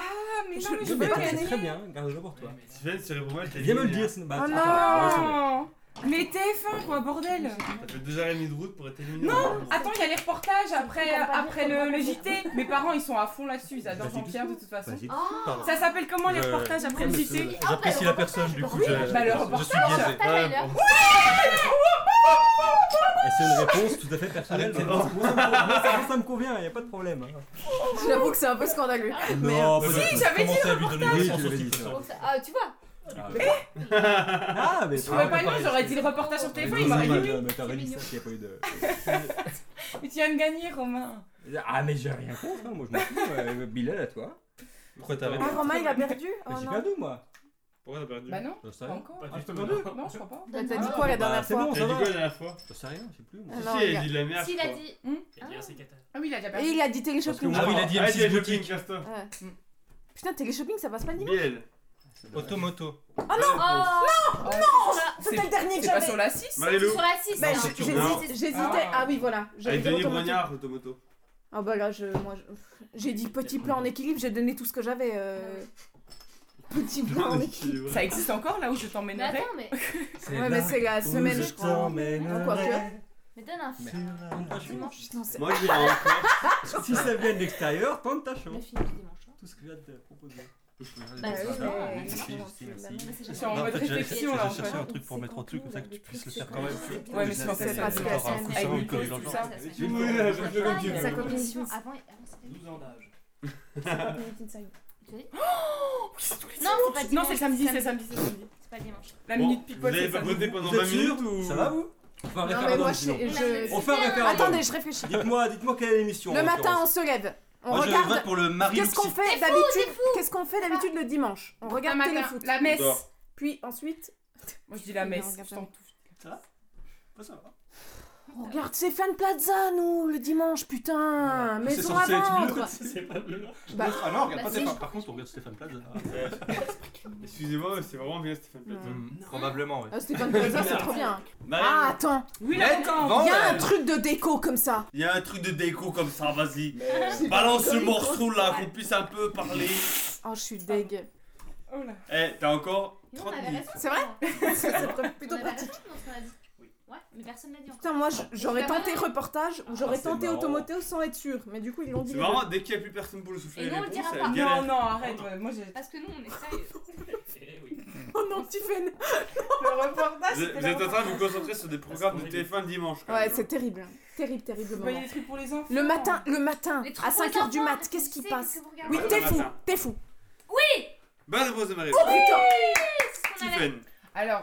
Speaker 5: mais non, mais
Speaker 1: Je-
Speaker 5: je
Speaker 1: veux
Speaker 5: veux
Speaker 1: pas
Speaker 5: gagner.
Speaker 1: gagner.
Speaker 4: C'est très bien, garde-le pour toi.
Speaker 2: Tiffen, cérébral, t'as
Speaker 4: Viens me le dire, sinon. bah,
Speaker 1: Oh
Speaker 4: attends,
Speaker 1: non.
Speaker 4: on va s'en aller.
Speaker 5: Non Mais TF1 quoi, bordel
Speaker 2: Ça hein. fait deux heures et demie de route pour être éliminé. Non
Speaker 5: Attends, il y a les reportages après,
Speaker 1: C'est pas bien,
Speaker 5: après
Speaker 1: c'est pas
Speaker 5: le, le
Speaker 1: bien.
Speaker 5: JT. Mes parents, ils sont à fond là-dessus. Ils adorent
Speaker 3: Vas-y,
Speaker 5: Jean-Pierre de toute façon.
Speaker 4: Vas-y.
Speaker 6: Oh
Speaker 3: Pardon.
Speaker 5: Ça s'appelle comment les
Speaker 3: Je-
Speaker 2: Euh,
Speaker 5: reportages après le
Speaker 3: je-
Speaker 5: JT
Speaker 3: J'apprécie la personne, du coup, je,
Speaker 5: Bah, le
Speaker 3: je suis biaisé.
Speaker 2: Ah,
Speaker 4: Et c'est une réponse tout à fait personnelle. mais Moi, ça me convient, moi, ça- moi, ça me convient, il n'y a pas de problème. hein.
Speaker 1: J'avoue que c'est un peu scandaleux.
Speaker 3: euh,
Speaker 4: Non, peut-être
Speaker 5: Si,
Speaker 4: que-
Speaker 5: j'avais dit
Speaker 3: Commencez à lui donner
Speaker 4: reportage.
Speaker 3: des sens
Speaker 4: Oui,
Speaker 3: aussi,
Speaker 4: je
Speaker 3: de toute
Speaker 4: l'avais
Speaker 3: façon.
Speaker 6: Ah, tu vois
Speaker 4: Ah, mais- Ah, mais
Speaker 5: Je trouvais pas non, j'aurais dit le reportage sur téléphone, il m'aurait dit oui.
Speaker 4: Mais t'aurais dit ça s'il n'y a pas eu de.
Speaker 5: Mais tu viens de gagner, Romain.
Speaker 4: Ah, mais j'ai rien contre, hein, moi je m'en fous. euh, Bilal à toi.
Speaker 3: Pourquoi t'as
Speaker 1: Ah,
Speaker 3: répondu
Speaker 1: Romain, il a perdu
Speaker 4: Mais
Speaker 1: Oh
Speaker 4: j'ai
Speaker 1: non.
Speaker 4: perdu moi.
Speaker 2: Pourquoi t'as perdu
Speaker 5: Bah non,
Speaker 4: J'en sais
Speaker 5: pas
Speaker 4: rien.
Speaker 5: encore.
Speaker 7: Pas
Speaker 3: Ah,
Speaker 7: du
Speaker 3: je te
Speaker 7: tout,
Speaker 3: demande.
Speaker 7: non.
Speaker 5: Non, je crois pas.
Speaker 1: Bah, T'as
Speaker 6: Ah,
Speaker 1: dit quoi la dernière
Speaker 4: Bah, C'est bon,
Speaker 1: fois
Speaker 4: ça
Speaker 2: T'as dit
Speaker 4: va.
Speaker 2: quoi la dernière fois
Speaker 4: J'en sais rien, je sais plus. moi.
Speaker 1: Ah,
Speaker 2: Si,
Speaker 1: non,
Speaker 2: si, elle
Speaker 1: regarde.
Speaker 2: dit de la merde.
Speaker 6: S'il
Speaker 2: je
Speaker 6: a
Speaker 2: crois.
Speaker 6: dit.
Speaker 7: Il a dit, ah, c'est cata.
Speaker 5: Ah oui, il a déjà
Speaker 1: Et
Speaker 5: perdu.
Speaker 1: il a dit
Speaker 4: Parce
Speaker 1: télé-shopping.
Speaker 4: que
Speaker 3: Ah oui, il a dit M6
Speaker 2: le
Speaker 3: boutique.
Speaker 2: ping, casse-toi.
Speaker 1: Ouais. Putain, télé-shopping, ça passe pas le dimanche.
Speaker 2: Biel.
Speaker 3: Automoto.
Speaker 1: Oh non
Speaker 5: C'est-
Speaker 1: C'était le dernier que
Speaker 5: C'est pas
Speaker 1: j'avais
Speaker 5: sur la 6
Speaker 2: Marilou.
Speaker 6: Sur la 6
Speaker 1: Ben,
Speaker 2: Non,
Speaker 1: j'ai-
Speaker 2: c'est sur- non.
Speaker 1: j'hésite- J'hésitais.
Speaker 5: Ah.
Speaker 1: Ah oui, voilà. J'avais
Speaker 2: Avec
Speaker 1: dit
Speaker 2: Denis
Speaker 1: automatique.
Speaker 2: Brognard, Automoto.
Speaker 1: Ah bah là, je, moi, je- j'ai dit petit plat en équilibre, j'ai donné tout ce que j'avais. euh, Petit plat en équilibre.
Speaker 2: euh,
Speaker 5: Ça existe encore là où je
Speaker 6: Mais
Speaker 5: t'emmènerai
Speaker 6: attends, mais
Speaker 1: Ouais, mais c'est la semaine, je crois. Ah, quoi que.
Speaker 6: mais donne un
Speaker 4: Mais-
Speaker 6: film. hein.
Speaker 4: Ah,
Speaker 6: Dimanche.
Speaker 1: Non, c'est-
Speaker 2: Moi, j'irai encore.
Speaker 4: Si ça vient de l'extérieur, tente ta
Speaker 6: Le
Speaker 4: chance.
Speaker 6: film du dimanche. hein.
Speaker 4: Tout ce que je viens de te proposer.
Speaker 1: oui,
Speaker 6: Bah, c'est
Speaker 1: mais-
Speaker 6: ça.
Speaker 1: mais-
Speaker 4: Merci, Justine,
Speaker 1: mais-
Speaker 4: merci.
Speaker 6: Mais c'est
Speaker 5: Je suis
Speaker 6: génial.
Speaker 5: en mode
Speaker 3: fait, j'allais-
Speaker 5: réflexion là
Speaker 3: j'allais
Speaker 5: en fait.
Speaker 3: chercher un truc pour mettre un truc, comme ça que tu puisses le faire quand même.
Speaker 5: Ouais, mais je pensais
Speaker 1: que ça serait
Speaker 3: Genre un coussin
Speaker 5: avec
Speaker 3: ou
Speaker 5: une
Speaker 3: quelque
Speaker 5: cause,
Speaker 3: chose
Speaker 5: tout
Speaker 3: dans
Speaker 5: ça.
Speaker 3: le genre.
Speaker 2: Oui,
Speaker 6: Ouais,
Speaker 2: oui, je fais comme tu
Speaker 1: Sa copine
Speaker 2: veux.
Speaker 6: Avant,
Speaker 1: Smith.
Speaker 6: avant, c'était.
Speaker 7: 12 ans d'âge.
Speaker 1: sa copine Inside.
Speaker 6: Tu as dit Non, c'est pas dimanche.
Speaker 5: Non, c'est samedi, c'est samedi, c'est samedi.
Speaker 6: C'est pas dimanche.
Speaker 5: La
Speaker 2: Bon,
Speaker 5: minute people,
Speaker 2: Vous avez
Speaker 5: c'est
Speaker 2: pas
Speaker 5: samedi.
Speaker 2: voté pendant
Speaker 4: Vous êtes
Speaker 2: 20 minutes
Speaker 4: sûr
Speaker 2: ou
Speaker 4: Ça va vous Enfin,
Speaker 1: Non, mais moi,
Speaker 4: référendum
Speaker 1: je.
Speaker 4: sinon.
Speaker 1: je-
Speaker 4: On fait un
Speaker 6: Bien. hein.
Speaker 4: référendum.
Speaker 1: Attendez, je réfléchis.
Speaker 4: Dites-moi, dites-moi quelle est l'émission.
Speaker 1: Le
Speaker 4: en
Speaker 1: matin, on
Speaker 4: l'occurrence.
Speaker 1: se lève. On
Speaker 3: Moi, je vote
Speaker 1: regarde.
Speaker 3: pour le mari
Speaker 1: Qu'est-ce qu'on
Speaker 3: Luxi.
Speaker 1: fait d'habitude Qu'est-ce qu'on fait d'habitude le dimanche On
Speaker 5: Un
Speaker 1: regarde
Speaker 5: matin,
Speaker 1: téléfoot.
Speaker 5: la messe.
Speaker 2: Dors.
Speaker 1: Puis ensuite,
Speaker 5: Moi je dis la
Speaker 1: Non,
Speaker 5: messe,
Speaker 1: regarde
Speaker 5: je
Speaker 1: la
Speaker 5: t'en touche.
Speaker 4: Pas ça, hein.
Speaker 1: on regarde Stéphane Plaza, nous, le dimanche, putain.
Speaker 3: C'est
Speaker 1: Maison à
Speaker 3: censé être une
Speaker 1: vendre.
Speaker 3: autre, c'est pas le nôtre.
Speaker 1: Bah-
Speaker 3: Ah non, regarde
Speaker 6: Bah
Speaker 3: pas
Speaker 6: si,
Speaker 3: Stéphane.
Speaker 6: je-
Speaker 3: Par contre, on regarde Stéphane Plaza.
Speaker 2: Excusez-moi, c'est vraiment bien Stéphane Plaza.
Speaker 1: Hmm.
Speaker 3: Probablement, ouais.
Speaker 1: Ah, Stéphane Plaza, c'est trop bien. Ah,
Speaker 2: Marie,
Speaker 1: attends.
Speaker 5: Oui,
Speaker 3: Mais
Speaker 5: la contente.
Speaker 2: Oh,
Speaker 1: Il y a un truc de déco comme ça.
Speaker 2: il y a un truc de déco comme ça, vas-y. Balance ce morceau là, qu'on puisse un peu parler.
Speaker 1: Oh, je suis dégueu.
Speaker 5: Oh là.
Speaker 2: Eh, t'as encore
Speaker 6: Nous, on
Speaker 3: 30
Speaker 6: avait
Speaker 3: minutes.
Speaker 6: raison.
Speaker 1: C'est vrai
Speaker 6: On
Speaker 1: C'est plutôt
Speaker 6: avait
Speaker 1: pratique.
Speaker 6: raison dans ce qu'on a dit.
Speaker 7: Oui.
Speaker 6: Ouais, mais personne n'a dit encore.
Speaker 1: Putain, moi je- j'aurais
Speaker 6: C'est pas
Speaker 1: tenté
Speaker 6: vrai.
Speaker 1: reportage ou j'aurais
Speaker 2: Ah, c'est
Speaker 1: tenté
Speaker 2: marrant.
Speaker 1: automoto sans être sûr. Mais du coup, ils l'ont dit.
Speaker 2: C'est
Speaker 1: les deux.
Speaker 2: marrant, dès qu'il n'y a plus personne pour le souffler,
Speaker 6: Et
Speaker 2: les
Speaker 6: nous, on le
Speaker 2: réponses,
Speaker 6: dira
Speaker 2: c'est
Speaker 6: pas.
Speaker 2: la
Speaker 5: Non,
Speaker 2: galère.
Speaker 5: non, arrête. ouais, Moi, j'ai.
Speaker 6: Parce que nous, on est sérieux.
Speaker 7: Eh oui.
Speaker 1: Oh non, tu fais une-
Speaker 5: Le reportage,
Speaker 2: Vous,
Speaker 5: c'était
Speaker 2: vous êtes en
Speaker 5: vraiment-
Speaker 2: train de vous concentrer sur des programmes de
Speaker 7: horrible.
Speaker 2: téléphone dimanche. quand
Speaker 1: Ouais,
Speaker 2: même.
Speaker 1: c'est terrible. Terrible, terrible
Speaker 5: Bah, il y a
Speaker 1: moment.
Speaker 5: des trucs pour les enfants.
Speaker 1: Le matin, le matin,
Speaker 6: Les trucs
Speaker 1: à
Speaker 6: pour les
Speaker 1: 5h du
Speaker 6: enfants,
Speaker 1: mat, qu'est-ce qui
Speaker 6: tu sais,
Speaker 1: passe
Speaker 6: que vous regardez
Speaker 1: Oui,
Speaker 2: Ah,
Speaker 1: t'es
Speaker 2: le
Speaker 1: fou,
Speaker 2: matin.
Speaker 1: t'es fou.
Speaker 2: Bonne réponse de Marie.
Speaker 1: Putain,
Speaker 6: Qu'est-ce qu'on a
Speaker 2: Tiffen.
Speaker 5: Alors,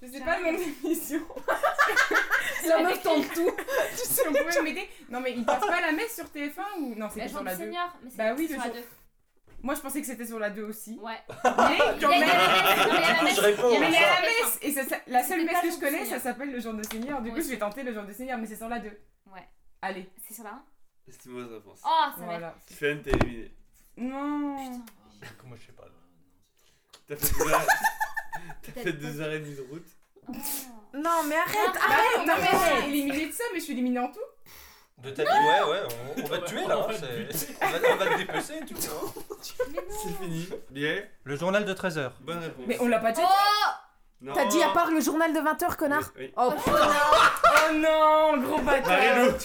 Speaker 5: je sais pas le nom de l'émission.
Speaker 1: la meuf tente tout.
Speaker 5: Tu sais, on pouvait m'aider. Non, mais il passe pas la messe sur TF1 ou. Non,
Speaker 6: La
Speaker 5: c'était sur
Speaker 6: journée
Speaker 5: la
Speaker 6: du
Speaker 5: 2.
Speaker 6: Seigneur. Mais c'est
Speaker 5: Bah oui,
Speaker 6: sur
Speaker 5: le
Speaker 6: la
Speaker 5: jour-
Speaker 6: 2.
Speaker 5: Moi, je pensais que c'était sur la 2 aussi.
Speaker 6: Ouais.
Speaker 1: Ah,
Speaker 5: Mais
Speaker 6: Il y
Speaker 5: quand
Speaker 6: a- il y
Speaker 5: même.
Speaker 6: a- il y a la messe.
Speaker 3: Je réponds.
Speaker 6: Il y avait
Speaker 5: Mais elle est
Speaker 6: la
Speaker 5: à la
Speaker 6: messe.
Speaker 5: messe Et ça, ça- la seule
Speaker 6: C'était
Speaker 5: messe
Speaker 6: pas le
Speaker 5: que je
Speaker 6: jour du
Speaker 5: connais, ça
Speaker 6: Seigneur.
Speaker 5: s'appelle le jour de Seigneur. Du
Speaker 6: Moi
Speaker 5: coup, je
Speaker 6: aussi.
Speaker 5: vais tenter le jour de Seigneur, mais c'est sur la 2.
Speaker 6: Ouais.
Speaker 5: Allez,
Speaker 6: C'est sur la 1
Speaker 2: C'était mauvaise réponse.
Speaker 6: Oh, ça va être.
Speaker 5: voilà.
Speaker 2: Tiffen, t'es éliminé.
Speaker 5: Non.
Speaker 6: Putain.
Speaker 3: Comment je sais pas là.
Speaker 2: T'as fait deux heures- t'as fait
Speaker 6: Peut-être
Speaker 2: deux heures et demie de route.
Speaker 6: Oh.
Speaker 1: Non, mais arrête,
Speaker 6: Ah,
Speaker 1: arrête,
Speaker 5: Bah Non, mais je
Speaker 1: arrête.
Speaker 5: suis éliminée de ça, mais je suis éliminée en tout.
Speaker 3: De ta vie, ouais, ouais, on, on va te tuer là.
Speaker 7: On
Speaker 3: hein,
Speaker 7: va te
Speaker 3: c'est- on, va, on va te dépecer et tout.
Speaker 6: Mais non.
Speaker 1: Oh.
Speaker 2: C'est fini. Bien.
Speaker 3: Le journal de 13h.
Speaker 2: Bonne réponse.
Speaker 5: Mais on l'a pas déjà dit.
Speaker 6: Oh
Speaker 2: Non.
Speaker 1: T'as dit à part le journal de 20h, connard
Speaker 2: Oui, oui.
Speaker 1: Oh
Speaker 6: Ah,
Speaker 1: putain,
Speaker 5: Oh non, le gros bâtard.
Speaker 2: Marie-Lou.
Speaker 1: Euh,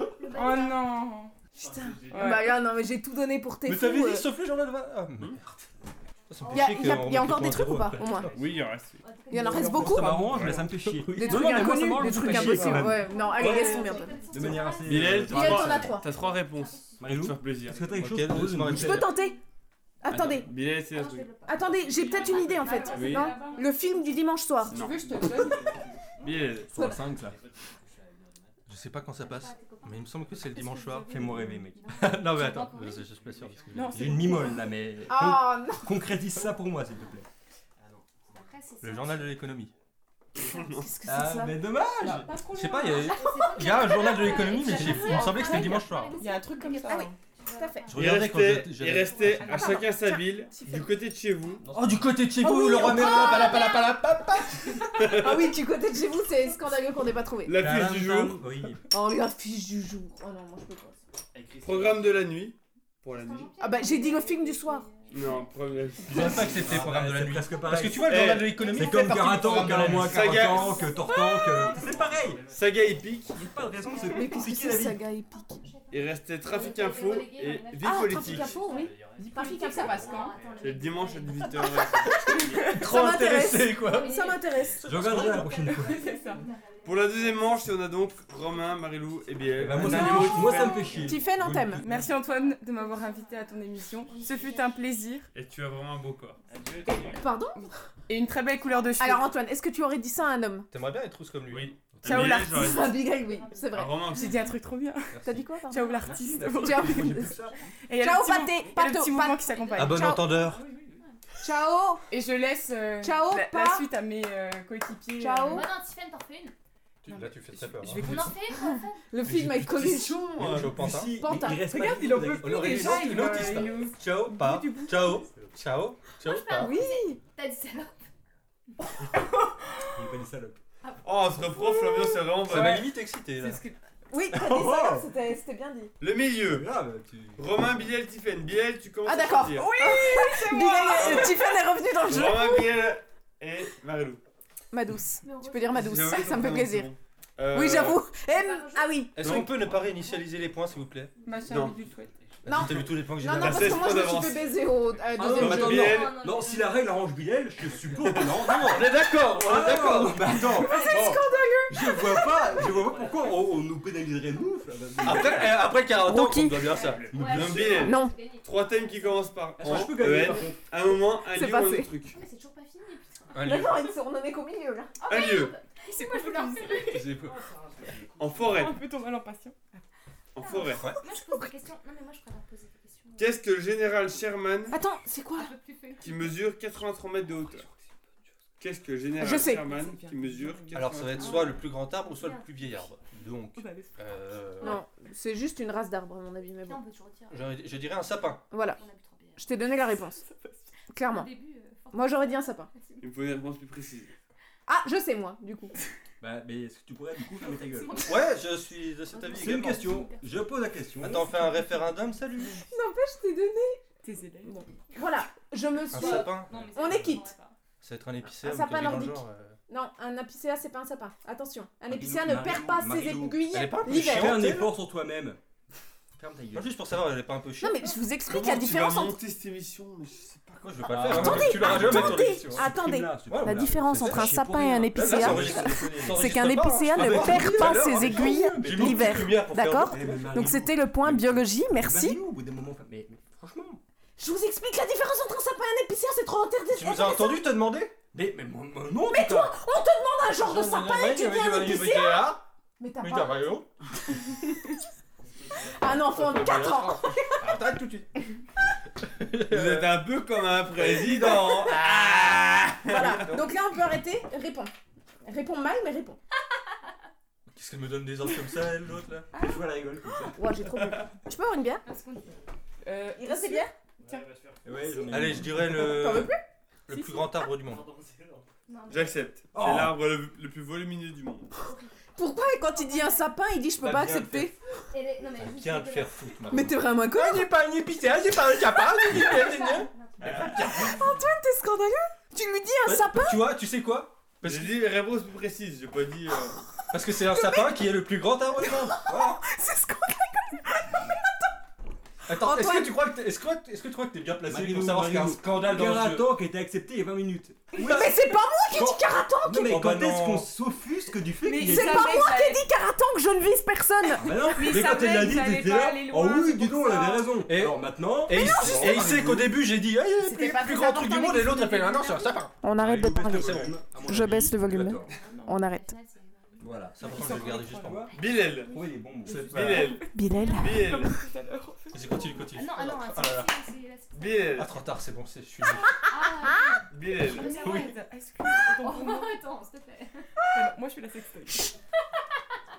Speaker 6: Le
Speaker 5: Oh
Speaker 6: bâtard.
Speaker 5: non.
Speaker 7: Putain.
Speaker 5: Ouais.
Speaker 1: Bah là, non, mais j'ai tout donné pour tes
Speaker 3: Mais
Speaker 1: fous.
Speaker 3: t'avais
Speaker 1: euh.
Speaker 3: dit euh, sauf le journal de 20 Ah merde. Ça me fait
Speaker 1: Y a-
Speaker 3: chier
Speaker 1: y a-
Speaker 3: qu'on
Speaker 1: y a
Speaker 3: mette
Speaker 1: encore
Speaker 3: le
Speaker 1: des
Speaker 3: point
Speaker 1: trucs
Speaker 3: zéro
Speaker 1: ou pas,
Speaker 3: après.
Speaker 1: au moins
Speaker 2: Oui, il en reste.
Speaker 1: Il y en a reste
Speaker 4: Encore,
Speaker 1: beaucoup.
Speaker 4: Ça m'arrange, mais ça me fait chier.
Speaker 1: Des
Speaker 4: Non,
Speaker 1: trucs
Speaker 4: non, mais moi, ça
Speaker 1: inconnus,
Speaker 4: m'arrange,
Speaker 1: des
Speaker 4: ça
Speaker 1: trucs
Speaker 4: me fait chier,
Speaker 1: impossibles.
Speaker 4: quand même.
Speaker 1: Ouais, non, allez, laisse tomber un peu.
Speaker 4: De manière assez.
Speaker 2: Bilal,
Speaker 4: euh,
Speaker 2: t'as
Speaker 1: Bilal,
Speaker 2: trois-
Speaker 1: t'en as trois.
Speaker 2: T'as trois réponses. Tu vas
Speaker 4: Marilou,
Speaker 2: faire plaisir.
Speaker 4: est-ce que t'as quelque chose
Speaker 3: Ok,
Speaker 4: à
Speaker 3: laisse-moi
Speaker 4: nous
Speaker 1: Je peux tenter Attendez,
Speaker 2: Attends, Bilal, c'est un
Speaker 6: Ah, je
Speaker 2: truc.
Speaker 6: vais le pas.
Speaker 1: attendez, j'ai peut-être une idée en fait.
Speaker 5: Attends,
Speaker 2: Oui.
Speaker 5: c'est
Speaker 1: Non
Speaker 5: là-bas.
Speaker 1: Le film du dimanche soir.
Speaker 5: Tu
Speaker 2: Non.
Speaker 5: veux, je te le donne.
Speaker 2: Bilal.
Speaker 4: Sur la 5 là.
Speaker 3: Je sais pas quand ça passe, mais il me semble que c'est le dimanche soir.
Speaker 4: Fais-moi rêver, mec.
Speaker 3: non, mais
Speaker 6: pas
Speaker 3: attends,
Speaker 6: encore.
Speaker 3: je, je suis pas sûr. parce que
Speaker 5: Non,
Speaker 3: J'ai
Speaker 5: c'est
Speaker 3: une
Speaker 5: bon.
Speaker 3: mimole là, mais.
Speaker 1: Oh non
Speaker 4: Con- Concrétise ça pour moi, s'il te plaît.
Speaker 6: Après, c'est ça.
Speaker 3: Le journal de l'économie.
Speaker 1: Qu'est-ce que c'est
Speaker 3: Ah,
Speaker 1: ça
Speaker 4: mais dommage
Speaker 5: Pas trop
Speaker 3: Je sais
Speaker 5: loin.
Speaker 3: pas, il y a,
Speaker 6: C'est pas
Speaker 3: il y a un journal de l'économie, mais j'ai- il me semblait que c'était le dimanche soir.
Speaker 5: Il y a un truc comme ça. hein.
Speaker 1: Ah oui.
Speaker 6: Tu vas
Speaker 1: Tout à fait.
Speaker 6: voir.
Speaker 3: Je
Speaker 2: Il
Speaker 3: regardais quand
Speaker 2: restait,
Speaker 3: j'étais-
Speaker 2: il
Speaker 3: j'avais-
Speaker 2: restait à
Speaker 1: pardon.
Speaker 2: chacun sa
Speaker 1: Tiens,
Speaker 2: ville,
Speaker 1: tu fais.
Speaker 2: du côté de chez vous.
Speaker 3: Oh, du côté de chez
Speaker 1: Ah
Speaker 3: vous,
Speaker 1: oui,
Speaker 3: le
Speaker 1: on
Speaker 3: remède
Speaker 1: parle.
Speaker 3: là, palapala, palapala,
Speaker 1: Ah oui, du côté de chez vous, c'est scandaleux qu'on n'ait pas trouvé.
Speaker 2: La fiche du jour,
Speaker 4: Oui.
Speaker 1: Oh la fiche du jour. Oh non, moi je peux pas.
Speaker 2: programme de la nuit. Pour la nuit.
Speaker 1: Ah bah, j'ai dit le film du soir.
Speaker 2: Non, programme.
Speaker 3: Je n'aime pas accepté le programme de la nuit.
Speaker 4: Parce que
Speaker 3: Parce que
Speaker 4: pareil.
Speaker 3: tu vois, le
Speaker 2: Eh,
Speaker 3: journal de l'économie,
Speaker 4: C'est
Speaker 3: fait
Speaker 4: comme
Speaker 3: partie du
Speaker 4: Garatan,
Speaker 3: programme de la nuit.
Speaker 4: Galamois,
Speaker 2: Saga.
Speaker 4: Caratan, que Tortan, que. C'est pareil
Speaker 2: Saga épique,
Speaker 4: J'ai pas de raison,
Speaker 1: Mais qu'est-ce que
Speaker 4: compliqué,
Speaker 1: c'est
Speaker 4: la vie.
Speaker 1: saga épique
Speaker 2: il restait trafic info et vie
Speaker 1: Ah,
Speaker 2: politique.
Speaker 1: trafic info, oui.
Speaker 5: Trafic, ça passe quand
Speaker 2: C'est le dimanche à 18h.
Speaker 1: Trop Ça m'intéresse. intéressé,
Speaker 6: quoi.
Speaker 1: Ça m'intéresse.
Speaker 4: Je regarderai la prochaine fois.
Speaker 5: C'est ça.
Speaker 2: Pour la deuxième manche, on a donc Romain, Marilou et Biel.
Speaker 4: Eh
Speaker 3: Bah,
Speaker 4: ben, moi, ça
Speaker 2: Un
Speaker 4: me-
Speaker 2: numéro qui
Speaker 4: moi,
Speaker 2: fait-
Speaker 4: ça me fait chier.
Speaker 1: Tiffen en thème.
Speaker 5: Merci Antoine de m'avoir invité à ton émission. Ce fut un plaisir
Speaker 2: Et tu as vraiment un beau corps.
Speaker 7: Adieu, tout le monde.
Speaker 1: Pardon
Speaker 5: et une très belle couleur de cheveux.
Speaker 1: Alors Antoine, est-ce que tu aurais dit ça à un homme
Speaker 3: T'aimerais bien être rousse comme lui.
Speaker 2: Oui.
Speaker 5: Ciao,
Speaker 2: Mais
Speaker 5: l'artiste.
Speaker 2: j'aurais dit-
Speaker 1: Ah, Abigail, oui, c'est
Speaker 2: Ah,
Speaker 1: vrai.
Speaker 2: Romain,
Speaker 5: J'ai dit un truc trop bien.
Speaker 1: T'as dit quoi, pardon
Speaker 5: Ciao l'artiste.
Speaker 1: Ciao.
Speaker 5: Et il y a
Speaker 1: Ciao,
Speaker 5: le petit mou-
Speaker 1: pâté,
Speaker 5: il y a le
Speaker 1: pâteau,
Speaker 5: petit mouvement
Speaker 1: pâte-
Speaker 5: qui s'accompagne.
Speaker 3: À bon
Speaker 1: Ciao.
Speaker 3: entendeur.
Speaker 1: Ciao
Speaker 5: Et je laisse euh,
Speaker 1: Ciao,
Speaker 5: la,
Speaker 1: pas.
Speaker 5: la suite à mes euh, coéquipiers. euh,
Speaker 1: Ciao.
Speaker 6: Moi, non, Tiffany, t'en refais une.
Speaker 3: Tu- Là, tu fais très peur.
Speaker 5: Je vais
Speaker 3: hein.
Speaker 6: On en refait une, on en refait
Speaker 1: Le film avec Colin
Speaker 3: Je suis au pantin.
Speaker 4: Lucie,
Speaker 1: Pantin.
Speaker 4: il reste pas
Speaker 5: Regarde,
Speaker 4: du
Speaker 5: il en
Speaker 4: tout
Speaker 5: peut
Speaker 4: d'ailleurs.
Speaker 5: plus
Speaker 3: aurait
Speaker 5: déjà.
Speaker 3: raison,
Speaker 5: il
Speaker 3: une
Speaker 5: va-
Speaker 3: autiste.
Speaker 5: il est au-
Speaker 3: Ciao, pas. Ciao, ciao, ciao, pas.
Speaker 1: Oui
Speaker 6: T'as dit ça là.
Speaker 4: Il est pas une salope.
Speaker 2: Oh, ce prof, l'ambiance c'est vraiment
Speaker 3: Ça
Speaker 2: pas
Speaker 3: m'a
Speaker 2: mal.
Speaker 3: limite excité là.
Speaker 5: C'est ce que-
Speaker 1: Oui, t'as dit ça,
Speaker 5: Oh.
Speaker 1: alors, c'était c'était bien dit.
Speaker 2: Le milieu.
Speaker 4: Grave, tu.
Speaker 2: Romain, Biel, Tiffen. Biel, tu commences
Speaker 1: Ah,
Speaker 2: à
Speaker 1: d'accord.
Speaker 2: partir.
Speaker 1: Bilal, euh, Tiffen est revenu dans le jeu.
Speaker 2: Romain, Biel et Marilou.
Speaker 1: Ma douce. Tu peux dire ma douce,
Speaker 2: J'avoue, ton
Speaker 1: Ah, ça me fait
Speaker 2: prénom,
Speaker 1: plaisir.
Speaker 2: c'est bon. Euh,
Speaker 1: Oui, j'avoue. Eh, Ah oui.
Speaker 3: Est-ce qu'on peut ne pas réinitialiser les points s'il vous plaît
Speaker 5: Machin,
Speaker 2: Non.
Speaker 5: mais tu le souhaites.
Speaker 1: Non.
Speaker 3: T'as vu tous les points que j'ai
Speaker 1: Non, non,
Speaker 3: donnés
Speaker 1: parce que moi je me suis fait baiser au euh,
Speaker 4: Ah non,
Speaker 1: deuxième
Speaker 4: mais
Speaker 1: jeu.
Speaker 4: attends,
Speaker 2: Bilal.
Speaker 4: non. Non, si la règle arrange Bilal, je suis pour. Non, non,
Speaker 3: Ah, On est d'accord, on
Speaker 1: Ah,
Speaker 3: est d'accord.
Speaker 4: Bah attends. C'est scandaleux. Je vois pas, je vois pas pourquoi on, on nous pénaliserait nous. là, bah,
Speaker 3: Après, euh, après 40 ans,
Speaker 1: Rocky.
Speaker 3: on doit bien ça.
Speaker 6: Ouais.
Speaker 2: Non, Bilal.
Speaker 1: Non.
Speaker 2: Trois thèmes qui commencent par
Speaker 4: Est-ce que je
Speaker 2: en,
Speaker 4: peux gagner
Speaker 2: EN,
Speaker 4: par contre
Speaker 2: un moment, un
Speaker 1: C'est
Speaker 2: lieu, un
Speaker 1: passé.
Speaker 2: autre truc.
Speaker 6: Mais c'est toujours pas fini, putain.
Speaker 3: Un lieu.
Speaker 1: D'accord, ils sont- on en est qu'au milieu là.
Speaker 2: Un lieu,
Speaker 6: C'est moi, je voulais en faire une.
Speaker 3: J'ai peur.
Speaker 2: en forêt,
Speaker 5: Un peu ton mal en patient.
Speaker 2: en forêt.
Speaker 6: Moi, je pose des questions. Non, mais moi, je préfère poser des questions.
Speaker 2: Qu'est-ce que le général Sherman
Speaker 1: Attends, c'est quoi
Speaker 6: Un peu plus fun.
Speaker 2: qui mesure 83 mètres de hauteur Qu'est-ce que le général
Speaker 1: Je sais.
Speaker 2: Sherman qui mesure 83
Speaker 3: Alors ça va être soit le plus grand arbre ou soit le plus vieil arbre. Donc, euh,
Speaker 1: Non, c'est juste une race d'arbres à mon avis, mais
Speaker 6: Putain,
Speaker 1: Ah bon.
Speaker 6: on peut toujours dire.
Speaker 3: je, je dirais un sapin.
Speaker 1: Voilà,
Speaker 6: On habite en BR.
Speaker 1: je t'ai donné la réponse. Clairement.
Speaker 6: euh,
Speaker 1: Moi j'aurais dit un sapin.
Speaker 2: Il me faut une réponse plus précise.
Speaker 1: Ah, je sais moi, du coup.
Speaker 4: Bah, mais est-ce que tu pourrais du coup fermer ta gueule
Speaker 3: Ouais, je suis de cet avis
Speaker 4: C'est une
Speaker 3: également.
Speaker 4: question. Je pose la question.
Speaker 3: Attends, on fait un référendum, salut.
Speaker 1: N'empêche, je t'ai donné.
Speaker 5: Tes élèves.
Speaker 1: Voilà, je me
Speaker 3: Un
Speaker 1: suis.
Speaker 3: sapin.
Speaker 6: Non, mais
Speaker 1: On
Speaker 6: ça,
Speaker 1: est quitte.
Speaker 6: on va pas.
Speaker 3: Ça va être un épicéa.
Speaker 1: Un
Speaker 3: ou
Speaker 1: sapin
Speaker 3: quelque chose dans le
Speaker 1: nordique.
Speaker 3: genre, euh.
Speaker 1: Non, un apicéa, c'est pas un sapin. Attention, un
Speaker 8: Marilou,
Speaker 1: épicéa ne perd
Speaker 8: Marilou,
Speaker 1: pas ses
Speaker 8: Marilou.
Speaker 1: aiguilles
Speaker 3: Elle est pas un peu
Speaker 1: l'hiver.
Speaker 4: Fais un
Speaker 3: chiante, elle
Speaker 4: effort sur toi-même.
Speaker 8: Ferme ta
Speaker 3: Non,
Speaker 8: gueule.
Speaker 3: juste pour savoir, elle est pas un peu
Speaker 1: Non,
Speaker 3: chiante.
Speaker 1: mais je vous explique la
Speaker 2: Comment tu vas
Speaker 1: différence entre.
Speaker 2: monter cette émission mais je sais pas.
Speaker 3: Moi, je veux pas le faire. hein,
Speaker 1: Oh, Attendez,
Speaker 3: parce que tu l'auras jamais
Speaker 1: attendez,
Speaker 3: tourné, tu vois.
Speaker 1: att- Attendez. La différence entre un
Speaker 8: J'ai pour
Speaker 1: sapin
Speaker 8: rien.
Speaker 1: et un hein.
Speaker 8: Là,
Speaker 3: Là, là, ça
Speaker 1: épicéa,
Speaker 3: enregistre. Ça
Speaker 1: c'est
Speaker 3: enregistre
Speaker 1: qu'un
Speaker 3: pas, hein.
Speaker 1: épicéa
Speaker 3: Ah,
Speaker 1: ne
Speaker 3: mais tout
Speaker 1: perd
Speaker 3: à
Speaker 1: pas
Speaker 3: l'heure,
Speaker 1: ses
Speaker 3: hein.
Speaker 1: aiguilles
Speaker 3: J'ai mis une
Speaker 1: l'hiver.
Speaker 3: petite lumière pour faire
Speaker 1: D'accord
Speaker 3: un-
Speaker 4: Eh,
Speaker 1: Donc c'était le point biologie, merci.
Speaker 8: Marilou, au bout d'un moment, enfin, mais, mais franchement.
Speaker 1: Je vous explique la différence entre un sapin et un épicéa, c'est trop
Speaker 3: Tu
Speaker 1: interdit.
Speaker 3: nous as entendu te demander
Speaker 8: Mais, mais moi, moi, non, mais toi
Speaker 1: Un genre de sapin et tu viens un épicéa. Mais t'as
Speaker 3: Ah, Mais t'as
Speaker 1: pas. Ah
Speaker 3: raison.
Speaker 1: Un
Speaker 3: Ah,
Speaker 1: enfant de 4 ans
Speaker 3: Arrête Ah, tout de suite.
Speaker 2: Vous êtes un peu comme un président. Ah
Speaker 1: Voilà, donc là on peut arrêter, réponds. Réponds mal, mais réponds.
Speaker 3: Qu'est-ce qu'elle me donne des ordres comme ça, elle, l'autre là
Speaker 8: Je vois la rigole comme ça.
Speaker 1: Ouah, j'ai trop bu. Tu peux avoir une bière
Speaker 6: Parce qu'on
Speaker 5: Euh,
Speaker 1: Il reste des bières
Speaker 8: Ouais, j'en ai
Speaker 3: Allez,
Speaker 8: une.
Speaker 3: je dirais
Speaker 1: T'en veux
Speaker 3: le.
Speaker 1: plus
Speaker 3: Le
Speaker 5: Si,
Speaker 3: plus
Speaker 5: si.
Speaker 3: grand arbre du monde.
Speaker 6: Non, mais-
Speaker 2: J'accepte.
Speaker 8: Oh.
Speaker 2: C'est l'arbre le, le plus volumineux du monde.
Speaker 1: Pourquoi quand il dit un sapin, il dit je peux
Speaker 3: Pas
Speaker 1: pas
Speaker 3: bien le
Speaker 1: accepter
Speaker 6: Et les- Non, mais. juste
Speaker 3: Viens
Speaker 6: les
Speaker 3: te faire foutre, Marie.
Speaker 1: Mais t'es vraiment con
Speaker 3: j'ai pas un épicéa, j'ai pas un chapin, j'ai
Speaker 6: couleurs. Non,
Speaker 1: T'es scandaleux Tu lui dis un sapin
Speaker 3: Tu vois, tu sais quoi
Speaker 2: Parce
Speaker 3: Parce
Speaker 2: que j'ai dit réponse plus précise, j'ai pas dit. euh,
Speaker 3: Parce que c'est un sapin qui est le plus grand arbre du monde. Voilà.
Speaker 1: C'est scandaleux
Speaker 3: Attends, est-ce
Speaker 1: Antoine.
Speaker 3: que tu crois que t'es- est-ce que est-ce que tu crois que t'es bien placé
Speaker 8: Marilou,
Speaker 3: pour savoir ce qu'il y a un
Speaker 8: Marilou.
Speaker 3: scandale dans le jeu
Speaker 4: Garaton qui a été accepté il y a 20 minutes.
Speaker 3: Oula.
Speaker 1: Mais c'est pas moi qui
Speaker 3: bah, Quand-
Speaker 1: dis Caraton
Speaker 4: Non, mais
Speaker 3: Oh, bah
Speaker 4: quand est-ce
Speaker 3: non.
Speaker 4: qu'on s'offusque du fait
Speaker 5: Mais
Speaker 4: qu'il y ait
Speaker 1: C'est
Speaker 5: ça
Speaker 1: pas
Speaker 5: va, ça va.
Speaker 1: dit Caraton que je ne vise personne
Speaker 4: Ah bah non,
Speaker 5: Mais
Speaker 4: mais,
Speaker 5: ça
Speaker 4: quand elle
Speaker 5: va,
Speaker 4: l'a
Speaker 5: il
Speaker 4: dit,
Speaker 5: fallait
Speaker 4: t'étais
Speaker 5: pas
Speaker 4: là.
Speaker 5: aller
Speaker 4: Oh
Speaker 5: loin, c'est
Speaker 4: oui, dis
Speaker 5: pour
Speaker 4: donc, on
Speaker 5: ça.
Speaker 4: avait raison.
Speaker 3: Et-
Speaker 4: Alors maintenant,
Speaker 3: Et, il-
Speaker 4: non,
Speaker 3: et il sait
Speaker 4: Marilou.
Speaker 3: qu'au début j'ai dit Ah, il y a le
Speaker 1: C'était
Speaker 3: plus,
Speaker 1: pas
Speaker 3: plus
Speaker 1: très
Speaker 3: grand truc du
Speaker 1: important,
Speaker 3: monde et
Speaker 1: mais
Speaker 3: l'autre
Speaker 1: c'était
Speaker 3: elle fait Ah non,
Speaker 1: des
Speaker 3: c'est un sapin.
Speaker 1: On arrête de
Speaker 8: Marilou,
Speaker 1: parler.
Speaker 8: baisse le volume. À mon
Speaker 1: Je
Speaker 8: avis,
Speaker 1: baisse le volume.
Speaker 8: tu as tort.
Speaker 1: On arrête.
Speaker 6: mais-
Speaker 8: Voilà.
Speaker 3: Ça, par contre, je vais le garder juste pour
Speaker 5: hein.
Speaker 3: moi.
Speaker 2: Bilel
Speaker 8: Trouvez les bons mots.
Speaker 3: C'est
Speaker 4: Bah,
Speaker 3: pas-
Speaker 2: Bilel
Speaker 1: Bilal
Speaker 2: Bilel
Speaker 3: Vas-y, continue,
Speaker 6: Ah
Speaker 3: continue.
Speaker 6: non, ah non,
Speaker 3: Ah
Speaker 6: attends,
Speaker 3: là là.
Speaker 6: c'est- c'est- c'est-
Speaker 2: Bilel
Speaker 3: Ah, trop tard, c'est bon, c'est- je suis.
Speaker 6: Ah,
Speaker 2: Bilel
Speaker 6: je me sers-
Speaker 3: Oui.
Speaker 5: Est-ce que-
Speaker 6: Oh,
Speaker 5: attends, pour moi-
Speaker 6: attends, s'il te plaît.
Speaker 5: Ah non, Ah Moi, je suis la sextoy.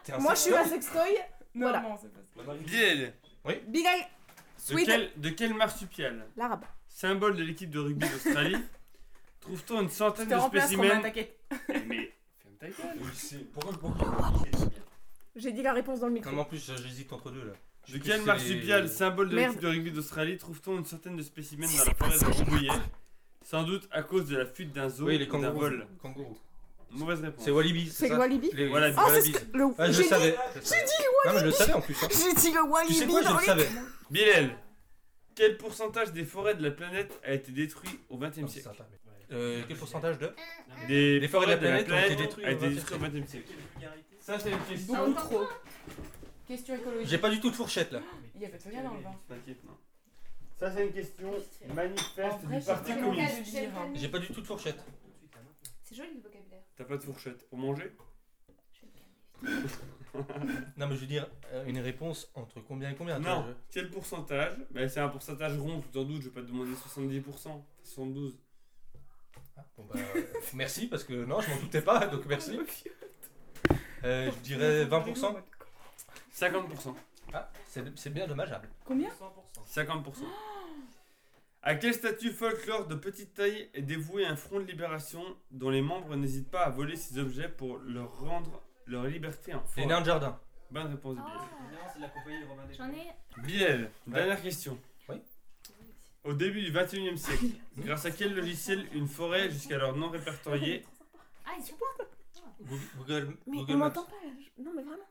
Speaker 3: T'es un
Speaker 1: Ah, Moi je suis
Speaker 3: sapin.
Speaker 1: la sextoy.
Speaker 5: Non,
Speaker 1: Voilà.
Speaker 5: non, c'est
Speaker 4: bah,
Speaker 5: pas ça.
Speaker 2: Bilel
Speaker 1: Bilal
Speaker 2: De
Speaker 1: Sweet
Speaker 2: quel, de quel marsupial,
Speaker 1: L'arabe.
Speaker 2: symbole de l'équipe de rugby d'Australie, trouve-t-on une
Speaker 5: Je
Speaker 2: centaine
Speaker 5: te
Speaker 2: de
Speaker 5: remplace, Romain,
Speaker 2: spécimens
Speaker 5: t'inquiète.
Speaker 2: Mais ferme ta gueule.
Speaker 8: Oui, c'est- Pourquoi pourquoi-
Speaker 1: J'ai dit la réponse dans le
Speaker 3: Non,
Speaker 1: micro.
Speaker 3: mais en plus, j'hésite entre deux là.
Speaker 2: De
Speaker 3: sais
Speaker 2: quel
Speaker 3: plus si c'est
Speaker 2: marsupial,
Speaker 3: les-
Speaker 2: symbole de l'équipe
Speaker 1: Merde.
Speaker 2: de rugby d'Australie, trouve-t-on une centaine de spécimens
Speaker 1: Si
Speaker 2: dans
Speaker 1: c'est
Speaker 2: la
Speaker 1: pas
Speaker 2: forêt de
Speaker 1: ça, je
Speaker 2: Rambouillet Sans doute à cause de la fuite d'un zoo
Speaker 3: Oui,
Speaker 2: et
Speaker 3: les
Speaker 2: d'un
Speaker 3: kangourous.
Speaker 2: vol.
Speaker 3: Kangourous.
Speaker 2: Mauvaise réponse.
Speaker 3: C'est Walibi.
Speaker 1: C'est le
Speaker 3: ça
Speaker 1: Walibi
Speaker 3: Les
Speaker 2: Wallabies.
Speaker 1: Ah, c'est ce
Speaker 3: Wallabies.
Speaker 1: que. le-
Speaker 3: Ah, je
Speaker 1: J'ai
Speaker 3: le
Speaker 1: dit-
Speaker 3: savais. J'ai dit Walibi. Non, mais je le savais en plus. hein.
Speaker 1: J'ai dit le
Speaker 3: Tu
Speaker 1: Walibi
Speaker 3: sais quoi, je
Speaker 1: dans
Speaker 3: le
Speaker 1: les-
Speaker 3: savais.
Speaker 2: Bilel Quel pourcentage des forêts de la planète a été détruit au XXe
Speaker 3: Non, Oh, Ah, c'est
Speaker 2: siècle
Speaker 3: sympa, mais- Euh, Quel pourcentage de
Speaker 2: des,
Speaker 3: Les forêts de la planète ont été détruites
Speaker 2: a
Speaker 3: au
Speaker 2: été
Speaker 3: XXe
Speaker 2: détruites au XXe siècle. Ça, c'est une question.
Speaker 5: Beaucoup trop. Question
Speaker 3: J'ai
Speaker 5: écologique.
Speaker 3: pas du tout de fourchette là.
Speaker 5: Il y a pas de rien dans le vin.
Speaker 2: T'inquiète, non. Ça, c'est une question
Speaker 5: En
Speaker 2: manifeste
Speaker 5: vrai,
Speaker 2: du
Speaker 5: j'ai
Speaker 2: Parti
Speaker 5: vraiment
Speaker 2: communiste.
Speaker 5: envie de dire, hein.
Speaker 3: J'ai pas du tout de fourchette.
Speaker 6: C'est joli le vocabulaire.
Speaker 2: T'as pas de fourchette pour manger
Speaker 6: Je vais le calmer.
Speaker 3: Non, mais je veux dire, euh, une réponse entre combien et combien toi,
Speaker 2: Non. Quel pourcentage Bah, C'est un pourcentage rond, tout en doute. Je vais pas te demander 70%. 72.
Speaker 3: je- Ah, Bon bah, euh, merci parce que non, je m'en doutais pas donc merci. Euh, je dirais 20%.
Speaker 2: 50%.
Speaker 3: Ah, c'est c'est bien dommageable.
Speaker 5: Combien
Speaker 2: 50%. À quel statut folklore de petite taille est dévoué un front de libération dont les membres n'hésitent pas à voler ces objets pour leur rendre leur liberté en
Speaker 3: Les
Speaker 2: forêt
Speaker 3: nains de jardin.
Speaker 2: Bonne réponse,
Speaker 6: Ah,
Speaker 8: J'en
Speaker 6: J'en ai.
Speaker 2: Biel. Biel, dernière question.
Speaker 3: Oui.
Speaker 2: Au début du 21 e siècle, grâce à quel logiciel une forêt jusqu'alors non répertoriée
Speaker 6: Ah, ils sont pas.
Speaker 3: Google, Google,
Speaker 1: Mais
Speaker 3: Google
Speaker 1: on
Speaker 3: Maps.
Speaker 1: m'entend pas. là. Je- Non, mais vraiment.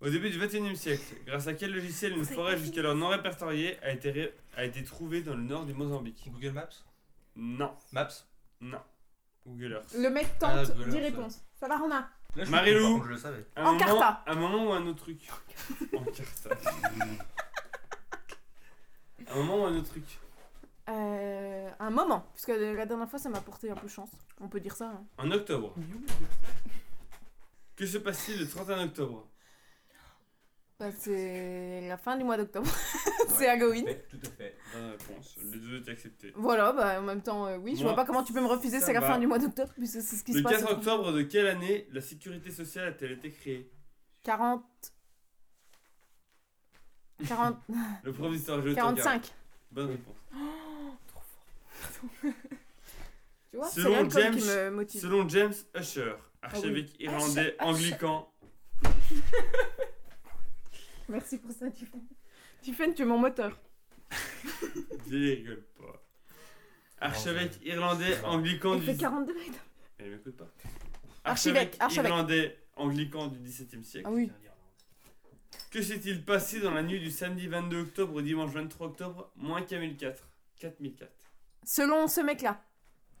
Speaker 2: Au début du 21 e siècle, grâce à quel logiciel une
Speaker 6: Vous avez
Speaker 2: forêt
Speaker 6: pas fini.
Speaker 2: jusqu'alors non répertoriée a été, ré- a été trouvée dans le nord du Mozambique
Speaker 3: Google Maps.
Speaker 2: Non,
Speaker 3: Maps.
Speaker 2: non. Google Earth.
Speaker 1: Le mec
Speaker 3: Ah,
Speaker 1: tente
Speaker 3: Google
Speaker 1: 10
Speaker 3: Earth,
Speaker 1: réponses. Ça va, Romain
Speaker 3: Là, je
Speaker 2: Marilou.
Speaker 3: comprends, par contre, Je le savais.
Speaker 2: Un
Speaker 1: En
Speaker 2: moment-
Speaker 1: carta.
Speaker 2: Un moment ou un autre truc. En carta. un moment ou un autre truc.
Speaker 1: Euh, un moment, puisque la dernière fois ça m'a porté un peu chance. On peut dire ça. hein.
Speaker 2: En octobre. Que se passe-t-il le 31 octobre
Speaker 1: Bah, c'est la fin du mois d'octobre. c'est Halloween.
Speaker 8: Fait, Tout à fait.
Speaker 2: Bonne réponse. Les deux étaient acceptés.
Speaker 1: Voilà, bah en même temps, euh, oui, je
Speaker 2: Moi,
Speaker 1: vois pas comment tu peux me refuser,
Speaker 2: ça
Speaker 1: c'est la
Speaker 2: va.
Speaker 1: fin du mois d'octobre, puisque c'est ce qui
Speaker 2: Le
Speaker 1: se passe.
Speaker 2: 4 octobre de quelle année la sécurité sociale a-t-elle été créée
Speaker 1: 40. 40...
Speaker 2: Le prof d'histoire je
Speaker 1: 45.
Speaker 2: Bonne réponse.
Speaker 1: Tu vois, c'est
Speaker 2: Selon
Speaker 1: l'alcool
Speaker 2: James-
Speaker 1: qui Ah me motive.
Speaker 2: Selon James Usher, archevêque irlandais anglican.
Speaker 1: Merci pour ça, Tiffen. Tiffen, tu es mon moteur.
Speaker 2: Dégole pas. Archevêque irlandais anglican
Speaker 9: Il
Speaker 2: du.
Speaker 9: fait 42 mètres.
Speaker 2: Elle m'écoute pas.
Speaker 1: Archevêque, archevêque.
Speaker 2: irlandais anglican du XVIIe siècle.
Speaker 1: Ah oui.
Speaker 2: Que s'est-il passé dans la nuit du samedi 22 octobre au dimanche 23 octobre Moins 4004. 4004.
Speaker 1: Selon ce mec-là.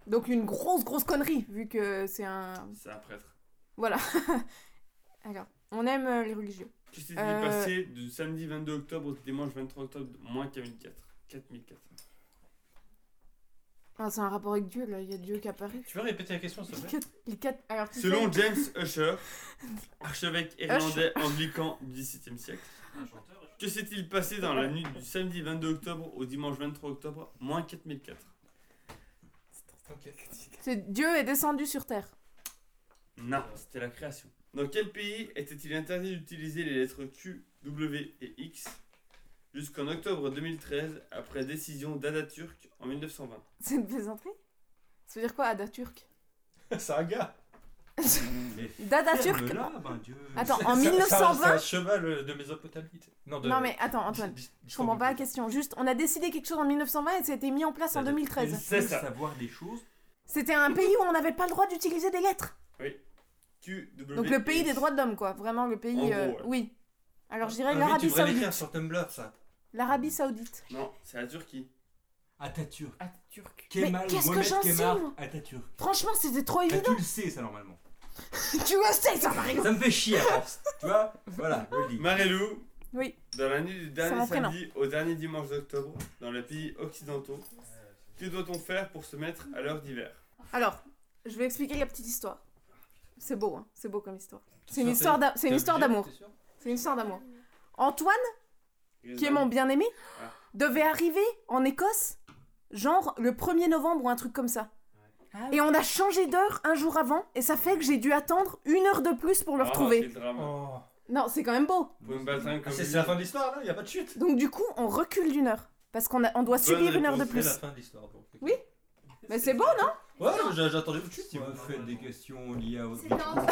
Speaker 1: Donc une grosse, grosse connerie, vu que c'est un...
Speaker 2: C'est un prêtre.
Speaker 1: Voilà. Alors, on aime euh, les religieux.
Speaker 2: Que s'est-il
Speaker 1: Euh.
Speaker 2: passé du samedi 22 octobre au dimanche 23 octobre Moins 4004. 4004.
Speaker 1: Ah, c'est un rapport avec Dieu, là. Il y a Dieu qui apparaît.
Speaker 3: Tu veux répéter la question, s'il te
Speaker 1: Les
Speaker 3: plaît
Speaker 1: quatre... les quatre- Alors, tu
Speaker 2: Selon
Speaker 1: sais-
Speaker 2: James Usher, archevêque irlandais anglican du XVIIe siècle, que s'est-il passé dans la nuit du samedi 22 octobre au dimanche 23 octobre Moins 4004.
Speaker 1: c'est Dieu est descendu sur Terre.
Speaker 3: Euh,
Speaker 2: Non, c'était la création. Dans quel pays était-il interdit d'utiliser les lettres Q, W et X jusqu'en octobre 2013 après décision d'Atatürk en 1920
Speaker 1: C'est une plaisanterie Ça veut dire quoi, Ada Turc
Speaker 3: C'est un gars.
Speaker 1: Dada Turc
Speaker 4: Là, ben Dieu.
Speaker 1: Attends, en
Speaker 3: C'est un- c'est un- C'est
Speaker 1: 1920
Speaker 3: un cheval euh, de Mésopotamie. Non, de.
Speaker 1: Non mais attends, Antoine.
Speaker 3: d'Is- d'Istanbul.
Speaker 1: Je comprends pas la question. Juste, on a décidé quelque chose en 1920 et ça a été mis en place en
Speaker 4: Dada-
Speaker 1: 2013.
Speaker 2: C'est ça.
Speaker 4: savoir des choses.
Speaker 1: C'était un pays où on n'avait pas le droit d'utiliser des lettres.
Speaker 2: Q, W
Speaker 1: Donc le
Speaker 2: et
Speaker 1: pays
Speaker 2: X.
Speaker 1: des droits de l'homme, quoi. Vraiment le
Speaker 2: En
Speaker 1: pays...
Speaker 2: gros,
Speaker 1: euh,
Speaker 2: ouais.
Speaker 1: Oui. Alors je
Speaker 3: Ah,
Speaker 1: dirais
Speaker 3: mais
Speaker 1: l'Arabie
Speaker 3: Tu devrais
Speaker 1: Saoudite.
Speaker 3: l'écrire sur Tumblr, ça.
Speaker 1: L'Arabie Saoudite.
Speaker 2: Non, c'est la Turquie.
Speaker 4: Atatürk.
Speaker 5: turc.
Speaker 1: Mais qu'est-ce que j'en sais, moi
Speaker 4: Atatürk.
Speaker 1: Franchement, c'était trop
Speaker 4: Bah, tu
Speaker 1: évident.
Speaker 4: le sais, ça, normalement.
Speaker 1: tu le sais, ça Marie.
Speaker 4: Ça me fait chier à force. tu vois Voilà, je le dis.
Speaker 2: Marilou,
Speaker 1: Oui.
Speaker 2: dans la nuit du
Speaker 1: mon
Speaker 2: dernier
Speaker 1: prénom.
Speaker 2: samedi au dernier dimanche d'octobre, dans les pays occidentaux,
Speaker 3: Euh,
Speaker 2: que doit-on faire pour se mettre à l'heure d'hiver
Speaker 1: Alors, je vais expliquer la petite histoire. C'est beau, hein. C'est beau comme histoire.
Speaker 3: T'es
Speaker 1: C'est une
Speaker 3: sûr,
Speaker 1: histoire d'a- c'est une
Speaker 3: T'es
Speaker 1: histoire
Speaker 3: obligé,
Speaker 1: d'amour.
Speaker 3: t'es sûr
Speaker 1: C'est une histoire d'amour. Antoine, qui est mon bien-aimé,
Speaker 2: Ah.
Speaker 1: devait arriver en Écosse, genre le 1er novembre ou un truc comme ça.
Speaker 5: Ah
Speaker 1: Et on a changé d'heure un jour avant, et ça fait que j'ai dû attendre une heure de plus pour le
Speaker 2: Ah,
Speaker 1: retrouver.
Speaker 3: Oh.
Speaker 1: Non, c'est quand même beau.
Speaker 2: Vous pouvez me battre un
Speaker 3: Ah,
Speaker 2: comme
Speaker 3: C'est c'est la fin de l'histoire, là Y'a pas de chute
Speaker 1: Donc du coup, on recule d'une heure. Parce qu'on a- on doit subir une heure de
Speaker 3: C'est la
Speaker 1: plus.
Speaker 3: fin de l'histoire. donc.
Speaker 1: Oui. Mais c'est beau, non
Speaker 3: Ouais, j'a- j'attendais une chute.
Speaker 4: Si vous faites des questions liées à votre
Speaker 6: C'est
Speaker 4: parcours,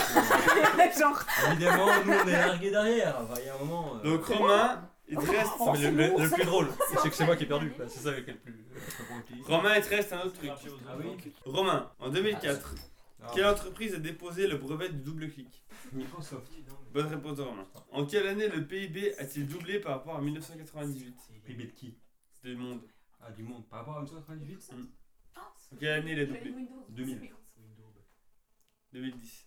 Speaker 1: Genre,
Speaker 4: évidemment, nous on est largués derrière. Enfin, il y a un moment. euh,
Speaker 2: Donc Romain, il
Speaker 1: Oh,
Speaker 2: te reste.
Speaker 3: Non, mais le, le- le plus drôle, c'est que c'est moi qui ai perdu.
Speaker 6: C'est
Speaker 3: quoi. C'est ça qui est le plus.
Speaker 4: je sais pas comment tu dis.
Speaker 2: Romain, il te reste un autre truc.
Speaker 4: Ah oui
Speaker 2: Romain, en 2004,
Speaker 4: Ah,
Speaker 2: quelle entreprise a déposé le brevet du double clic
Speaker 4: Microsoft.
Speaker 2: Bonne réponse de Romain. En quelle année le PIB a-t-il doublé par rapport à 1998
Speaker 4: PIB de qui
Speaker 2: Du monde.
Speaker 4: Ah, du monde. Par rapport à 1998
Speaker 2: En quelle année il
Speaker 6: euh,
Speaker 2: a doublé
Speaker 4: 2000.
Speaker 2: 2010.